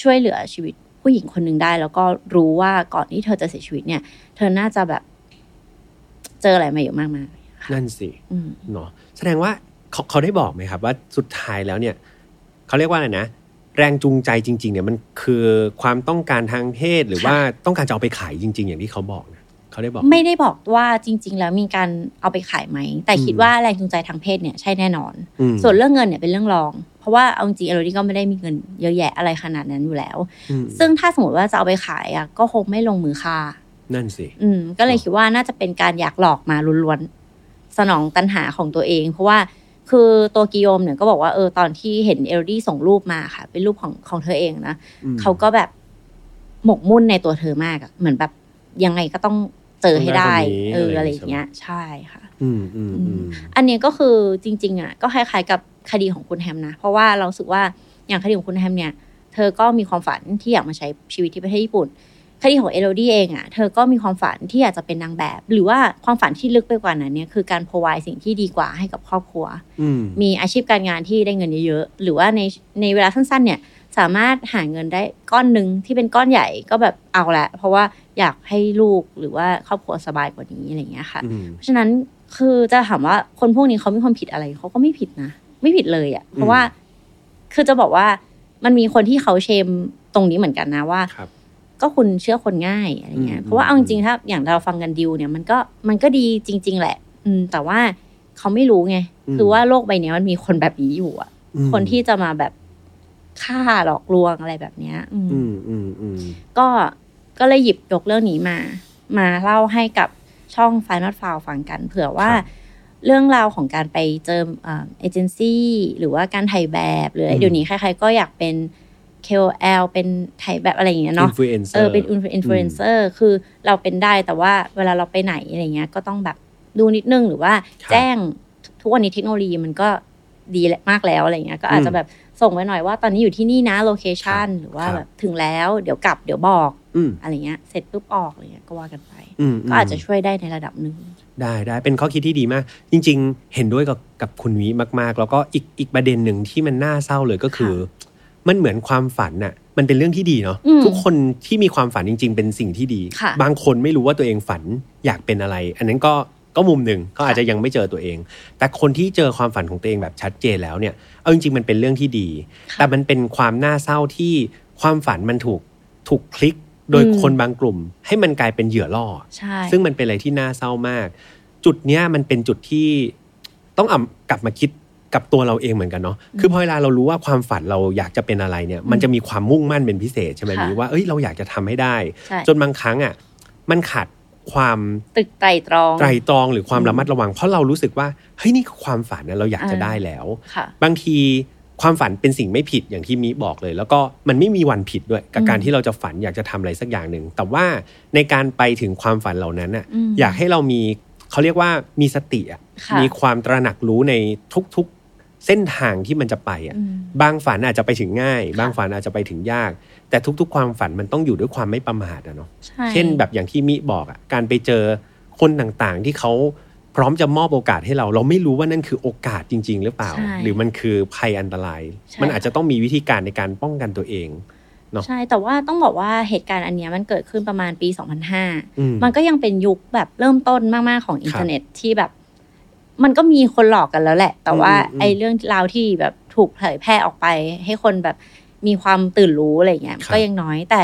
Speaker 2: ช่วยเหลือชีวิตผู้หญิงคนหนึ่งได้ แล้วก็รู้ว่าก่อนที่เธอจะเสียชีวิตเนี่ย เธอน่าจะแบบ เจออะไรมาเยอะมากมายค่ะ
Speaker 1: นั่นสิ
Speaker 2: อืม
Speaker 1: เนาะแสดงว่าเขาเขาได้บอกไหมครับ ว่าสุดท้ายแล้วเนี่ยเขาเรียกว่าอะไรนะ แรงจูงใจจริง ๆ เนี่ยมันคือความต้องการทางเพศหรือ
Speaker 2: ค่ะ
Speaker 1: ว่าต้องการจะเอาไปขายจริง ๆ อย่างที่เขาบอกนะเขาได้บอก
Speaker 2: ไม่ได้บอกว่าจริง ๆ แล้วมีการเอาไปขายไหม แต่คิด
Speaker 1: อืม
Speaker 2: ว่าแรงจูงใจทางเพศเนี่ยใช่แน่นอน
Speaker 1: อืม
Speaker 2: ส่วนเรื่องเงินเนี่ยเป็นเรื่องรอง เพราะว่าเอาจริงๆเอโรดี้ก็ไม่ได้มีเงินเยอะแยะอะไรขนาดนั้นอยู่แล้ว
Speaker 1: อืม
Speaker 2: ซึ่งถ้าสมมติว่าจะเอาไปขายอ่ะก็คงไม่ลงมือฆ่า
Speaker 1: นั่นสิ
Speaker 2: อืม ก็เลยคิดว่าน่าจะเป็นการอยากหลอกมาล้วนๆ สนองตัณหาของตัวเอง เพราะว่าคือตัวกิโยมเนี่ยก็บอกว่าเออตอนที่เห็นเอลดี้ส่งรูปมาค่ะ เป็นรูปของของเธอเองนะ
Speaker 1: อืม
Speaker 2: เขาก็แบบหมกมุ่นในตัวเธอมากอะเหมือนแบบยังไงก็ต้องเจอให้ได้ เอ
Speaker 1: ต้อง
Speaker 2: อ
Speaker 1: ได้คนนี้
Speaker 2: อะ
Speaker 1: อะไรไรอย่
Speaker 2: อา
Speaker 1: ย่าง งเงี้
Speaker 2: เงี้ย
Speaker 1: ย
Speaker 2: ใช่ค่ะ
Speaker 1: อืมอืมอืม
Speaker 2: อันเนี้ยก็คือจริง ๆ อ่ะ ก็คล้ายๆกับคดีของคุณแฮมนะ เพราะว่าเรารู้สึกว่าอย่างคดีของคุณแฮมเนี่ย เธอก็มีความฝันที่อยากมาใช้ชีวิตที่ประเทศญี่ปุ่น คดีของเอโรดี้เองอ่ะ เธอก็มีความฝันที่อยากจะเป็นนางแบบ หรือว่าความฝันที่ลึกไปกว่านั้นเนี่ยคือการ provide สิ่งที่ดีกว่าให้กับครอบครัว
Speaker 1: อืม
Speaker 2: มีอาชีพการงานที่ได้เงินเยอะๆ หรือว่าในในเวลาสั้นๆ เนี่ย สามารถหาเงินได้ก้อนหนึ่งที่เป็นก้อนใหญ่ก็แบบเอาละ เพราะว่าอยากให้ลูกหรือว่าครอบครัวสบายกว่านี้อะไรอย่างเงี้ยค่ะ
Speaker 1: อืม
Speaker 2: เพราะฉะนั้นคือจะถามว่าคนพวกนี้เขามีความผิดอะไรเขาก็ไม่ผิดนะ ไม่ผิดเลยอะ่ะ เพราะว่าคือจะบอกว่ามันมีคนที่เขาเชมตรงนี้เหมือนกันนะว่า
Speaker 1: ครับ
Speaker 2: ก็คุณเชื่อคนง่ายอะไรเงี้ย
Speaker 1: อืม
Speaker 2: เพราะว่าเอาจริงๆถ้าอย่างเราฟังกันดิวเนี่ยมันก็มันก็ดีจริง ๆ แหละ อืม แต่ว่าเขาไม่รู้ไง
Speaker 1: อืม
Speaker 2: คือว่าโลกใบเนี้ยมันมีคนแบบนี้อยู่อะ
Speaker 1: อืม
Speaker 2: คนที่จะมาแบบฆ่าหลอกลวงอะไรแบบเนี้ย อืม
Speaker 1: อืมอืมอืม
Speaker 2: ก็ก็เลยหยิบยกเรื่องนี้มา มาเล่าให้กับช่อง Final f i l e ฟังกัน เผื่อว่า
Speaker 1: ครับ
Speaker 2: เรื่องราวของการไปเจอเอเจนซี่หรือว่าการถ่ายแบบหรืออะไร
Speaker 1: อืม
Speaker 2: เดี๋ยวนี้ใครๆก็อยากเป็น KOL เป็นถ่ายแบบอะไรอย่างเงี้ยเนาะ
Speaker 1: Influencer
Speaker 2: เออเป็นอินฟลูเอนเซอร์คือเราเป็นได้แต่ว่าเวลาเราไปไหนอะไรเงี้ยก็ต้องแบบดูนิดนึงหรือว่า
Speaker 1: ครับ
Speaker 2: แจ้งทุกทุกวันนี้เทคโนโลยีมันก็ดีและมากแล้วอะไรเงี้ยก็อาจจะแบบส่งไว้หน่อยว่าตอนนี้อยู่ที่นี่นะโลเคชันหรือว่า
Speaker 1: ครับ
Speaker 2: แบบถึงแล้วเดี๋ยวกลับเดี๋ยวบอก
Speaker 1: อืม
Speaker 2: อะไรเงี้ยเสร็จปุ๊บออกอะไรเงี้ยก็ว่ากันไป
Speaker 1: อืมม
Speaker 2: ก็อาจจะช่วยได้ในระดับหนึ่ง
Speaker 1: ได้ได้เป็นข้อคิดที่ดีมาก จริง ๆ เห็นด้วยกับกับคุณวิมาก ๆ แล้วก็อีกอีกประเด็นหนึ่งที่มันน่าเศร้าเลยก็คือ มันเหมือนความฝันน่ะ มันเป็นเรื่องที่ดีเนาะ
Speaker 2: อืม
Speaker 1: ทุกคนที่มีความฝันจริง ๆ เป็นสิ่งที่ดี
Speaker 2: ค่ะ
Speaker 1: บางคนไม่รู้ว่าตัวเองฝันอยากเป็นอะไร อันนั้นก็ก็มุมหนึ่งก็อาจจะยังไม่เจอตัวเอง แต่คนที่เจอความฝันของตัวเองแบบชัดเจนแล้วเนี่ย เอาจริงๆมันเป็นเรื่องที่ดี
Speaker 2: ค่ะ
Speaker 1: แต่มันเป็นความน่าเศร้าที่ความฝันมันถูกถูกคลิกโดย
Speaker 2: อืม
Speaker 1: คนบางกลุ่ม ให้มันกลายเป็นเหยื่อล่อ
Speaker 2: ใช่
Speaker 1: ซึ่งมันเป็นอะไรที่น่าเศร้ามาก จุดเนี้ยมันเป็นจุดที่ต้องอ่ำกลับมาคิดกับตัวเราเองเหมือนกันเนาะ คือพอเวลาเรารู้ว่าความฝันเราอยากจะเป็นอะไรเนี่ย มันจะมีความมุ่งมั่นเป็นพิเศษใช่ไหม
Speaker 2: ค่ะ
Speaker 1: มีว่าเอ้ยเราอยากจะทำให้ได้
Speaker 2: ใช่
Speaker 1: จนบางครั้งอ่ะมันขาดความ
Speaker 2: ตึกไตรตรอง
Speaker 1: ไตรตรองหรือความ
Speaker 2: อืม
Speaker 1: ระมัดระวัง เพราะเรารู้สึกว่าเฮ้ยนี่คือความฝันนะเราอยากจะ
Speaker 2: อ่า
Speaker 1: ได้แล้ว
Speaker 2: ค่ะ
Speaker 1: บางทีความฝันเป็นสิ่งไม่ผิดอย่างที่มิบอกเลย แล้วก็มันไม่มีวันผิดด้วย กับ
Speaker 2: อืม
Speaker 1: การที่เราจะฝันอยากจะทำอะไรสักอย่างหนึ่งแต่ว่าในการไปถึงความฝันเหล่านั้นอ่ะ
Speaker 2: ม
Speaker 1: อยากให้เรามีเขาเรียกว่ามีสติอะ
Speaker 2: ค่ะ
Speaker 1: มีความตระหนักรู้ในทุกๆเส้นทางที่มันจะไปอะ
Speaker 2: อืม
Speaker 1: บางฝันอาจจะไปถึงง่าย บางฝันอาจจะไปถึงยาก แต่ทุก ๆ ความฝันมันต้องอยู่ด้วยความไม่ประมาทอะเนาะ
Speaker 2: ใช่
Speaker 1: เช่นแบบอย่างที่มิบอกอะการไปเจอคนต่างๆ ที่เขาพร้อมจะมอบโอกาสให้เรา เราไม่รู้ว่านั่นคือโอกาสจริง ๆ หรือเปล่า
Speaker 2: ใช่
Speaker 1: หรือมันคือภัยอันตราย
Speaker 2: ใช่
Speaker 1: มันอาจจะต้องมีวิธีการในการป้องกันตัวเองเนอะ
Speaker 2: ใช่ แต่ว่าต้องบอกว่าเหตุการณ์อันเนี้ยมันเกิดขึ้นประมาณปี 2005
Speaker 1: อื
Speaker 2: มันก็ยังเป็นยุคแบบเริ่มต้นมากๆของอินเทอร์เน็ตที่แบบ มันก็มีคนหลอกกันแล้วแหละ แต่ว่า
Speaker 1: อืมอืม
Speaker 2: ไอ้เรื่องราวที่แบบถูกเผยแพร่ออกไป ให้คนแบบมีความตื่นรู้อะไรเงี้ย
Speaker 1: ครับ
Speaker 2: ก็ยังน้อยแต่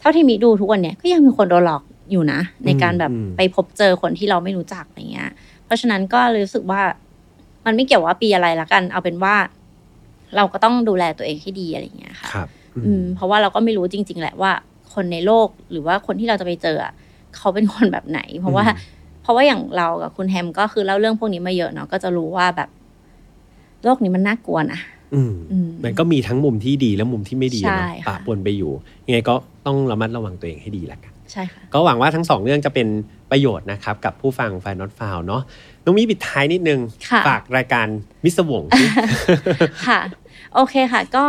Speaker 2: เท่าที่มีดูทุกวันเนี่ยก็ยังมีคนโดนหลอกอยู่นะ ในการแบบ
Speaker 1: อืม
Speaker 2: ไปพบเจอคนที่เราไม่รู้จักอะไรเงี้ย เพราะฉะนั้นก็เลยรู้สึกว่า มันไม่เกี่ยวว่าปีอะไรละกัน เอาเป็นว่า เราก็ต้องดูแลตัวเองให้ดีอะไรเงี้ยค่ะ
Speaker 1: ครับอืม
Speaker 2: อืมเพราะว่าเราก็ไม่รู้จริง ๆ แหละว่าคนในโลกหรือว่าคนที่เราจะไปเจออะเขาเป็นคนแบบไหน เพราะว่า
Speaker 1: อืม
Speaker 2: เพราะว่าอย่างเรากับคุณแฮมก็คือเล่าเรื่องพวกนี้มาเยอะเนาะก็จะรู้ว่าแบบ โลกนี้มันน่ากลัวนะ
Speaker 1: อืม
Speaker 2: อืม
Speaker 1: มันก็มีทั้งมุมที่ดีและมุมที่ไม่ดี
Speaker 2: ใช่
Speaker 1: เนาะ
Speaker 2: ค่ะ
Speaker 1: ปะปนไปอยู่ ยังไงก็ต้องระมัดระวังตัวเองให้ดีละกัน
Speaker 2: ใช่ค่ะ
Speaker 1: ก็หวังว่าทั้งสองเรื่องจะเป็นประโยชน์นะครับ กับผู้ฟังไฟนอตฟาวเนาะน้องมีปิดท้ายนิดนึง
Speaker 2: ค่ะ
Speaker 1: ฝากรายการมิสวง
Speaker 2: ค่ะ โอเคค่ะ ก็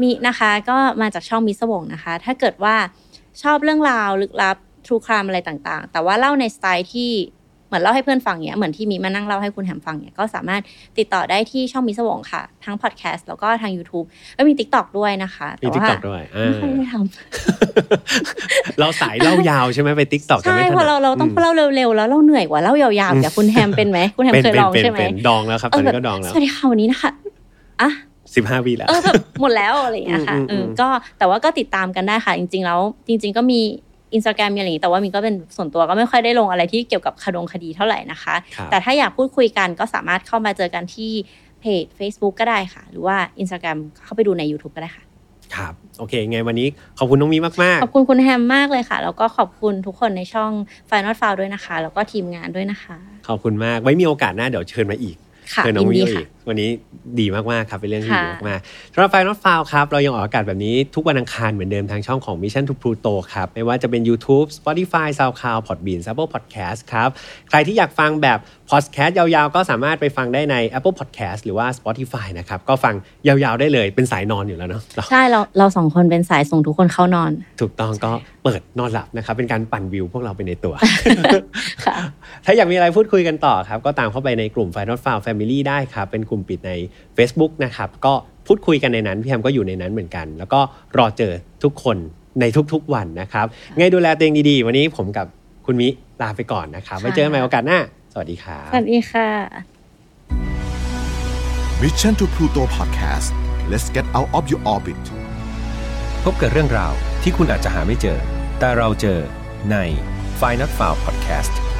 Speaker 2: มีนะคะก็มาจากช่องมิสวงนะคะ ถ้าเกิดว่าชอบเรื่องราวลึกลับทรูครามอะไรต่างๆ แต่ว่าเล่าในสไตล์ที่เหมือนเล่าให้เพื่อนฟังเนี้ยเหมือนที่มีมานั่งเล่าให้คุณแฮมฟังเนี้ยก็สามารถติดต่อได้ที่ช่องมิสวงค่ะ ทั้งพอดแคสต์แล้วก็ทาง YouTube แล้วมี TikTok ด้วยนะคะ
Speaker 1: มี
Speaker 2: แต่
Speaker 1: ติ๊ก
Speaker 2: ว่า
Speaker 1: ต็อกด้วยอ่า
Speaker 2: ไม่ค่อยได้ท
Speaker 1: เราสายเล่ายาวใช่ไหมไปติ๊กต็อก
Speaker 2: ำ
Speaker 1: จะ
Speaker 2: ใช่
Speaker 1: ไม่ถ
Speaker 2: เพ
Speaker 1: นั
Speaker 2: อ
Speaker 1: ด
Speaker 2: เราเราต้องเล่าเร็วๆแล้วเล่าเหนื่อยกว่าเล่ายาวๆแต่คุณแฮมเป็นไหมคุณแฮม
Speaker 1: เป็น
Speaker 2: เคย
Speaker 1: เป็น
Speaker 2: ลอง
Speaker 1: เป็น
Speaker 2: ใช่ไหม
Speaker 1: เป็นดองแล้วครับ ตอนนี้ก็ดองแล้ว
Speaker 2: สวัสดีค่ะวันนี้นะคะอ่ะ
Speaker 1: สิบห้าวีแล้ว
Speaker 2: เออแบบหมดแล้วอะไรอย่างเงี้ยค่ะ
Speaker 1: อืมอืม
Speaker 2: เออ
Speaker 1: อืม
Speaker 2: ก็แต่ว่าก็ติดตามกันได้ค่ะ จริง ๆ แล้วจริง ๆ ก็มีอินสตาแกรมมีอะไรอย่างงี้แต่ว่ามินก็เป็นส่วนตัวก็ไม่ค่อยได้ลงอะไรที่เกี่ยวกับคดงคดีเท่าไหร่นะคะ
Speaker 1: ครับ
Speaker 2: แต่ถ้าอยากพูดคุยกันก็สามารถเข้ามาเจอกันที่เพจ Facebook ก็ได้ค่ะ หรือว่า Instagram เข้าไปดูใน YouTube ก็ได้ค่ะ
Speaker 1: ครับ โอเคไงวันนี้ขอบคุณน้องมีมาก
Speaker 2: ขอบคุณคุณแฮมมากเลยค่ะ แล้วก็ขอบคุณทุกคนในช่อง Final f i l ด้วยนะคะ แล้วก็ทีมงานด้วยนะคะ
Speaker 1: ๆ ขอบคุณมากไว้มีโอกาสหน้าเดี๋ยวเชิญมาอีก
Speaker 2: ค่ะ
Speaker 1: เชิญน้อ
Speaker 2: ยิ
Speaker 1: ง
Speaker 2: น
Speaker 1: วิ
Speaker 2: ดี
Speaker 1: ว
Speaker 2: ค่ะ
Speaker 1: อีกวันนี้ดีมากๆครับเป็นเรื่องที่
Speaker 2: ค่ะ
Speaker 1: ดีมากๆสำหรับไฟนอตฟาวครับ เรายังออกอากาศแบบนี้ทุกวันอังคารเหมือนเดิมทางช่องของ Mission to Pluto ครับ ไม่ว่าจะเป็น YouTube Spotify SoundCloud Podbean Apple Podcast ครับ ใครที่อยากฟังแบบ Podcast ยาวๆ ก็สามารถไปฟังได้ใน Apple Podcast หรือว่า Spotify นะครับ ก็ฟังยาวๆได้เลยเป็นสายนอนอยู่แล้วเนาะเรา
Speaker 2: ใช่เราเราสองคนเป็นสายส่งทุกคนเข้านอน
Speaker 1: ถูกต้องก็เปิดนอนหลับนะครับเป็นการปั่นวิวพวกเราไปในตัว
Speaker 2: ค่ะ
Speaker 1: ถ้าอยากมีอะไรพูดคุยกันต่อครับ ก็ตามเข้าไปในกลุ่ม Final f i l e Family ได้ครับ เป็นกลุ่มปิดใน Facebook นะครับ ก็พูดคุยกันในนั้น พี่แฮมก็อยู่ในนั้นเหมือนกัน แล้วก็รอเจอทุกคนในทุกๆวันนะครับไงดูแลตัวเองดีๆ วันนี้ผมกับคุณมิลาไปก่อนนะครับไว้เจอกันใหม่โอกาสหน้า สวัสดีครับ
Speaker 2: สวัสดีค่ะ
Speaker 3: Mission to Pluto Podcast let's get out of your orbit
Speaker 4: พบกับเรื่องราวที่คุณอาจจะหาไม่เจอ แต่เราเจอใน f i n a l f i l e Podcast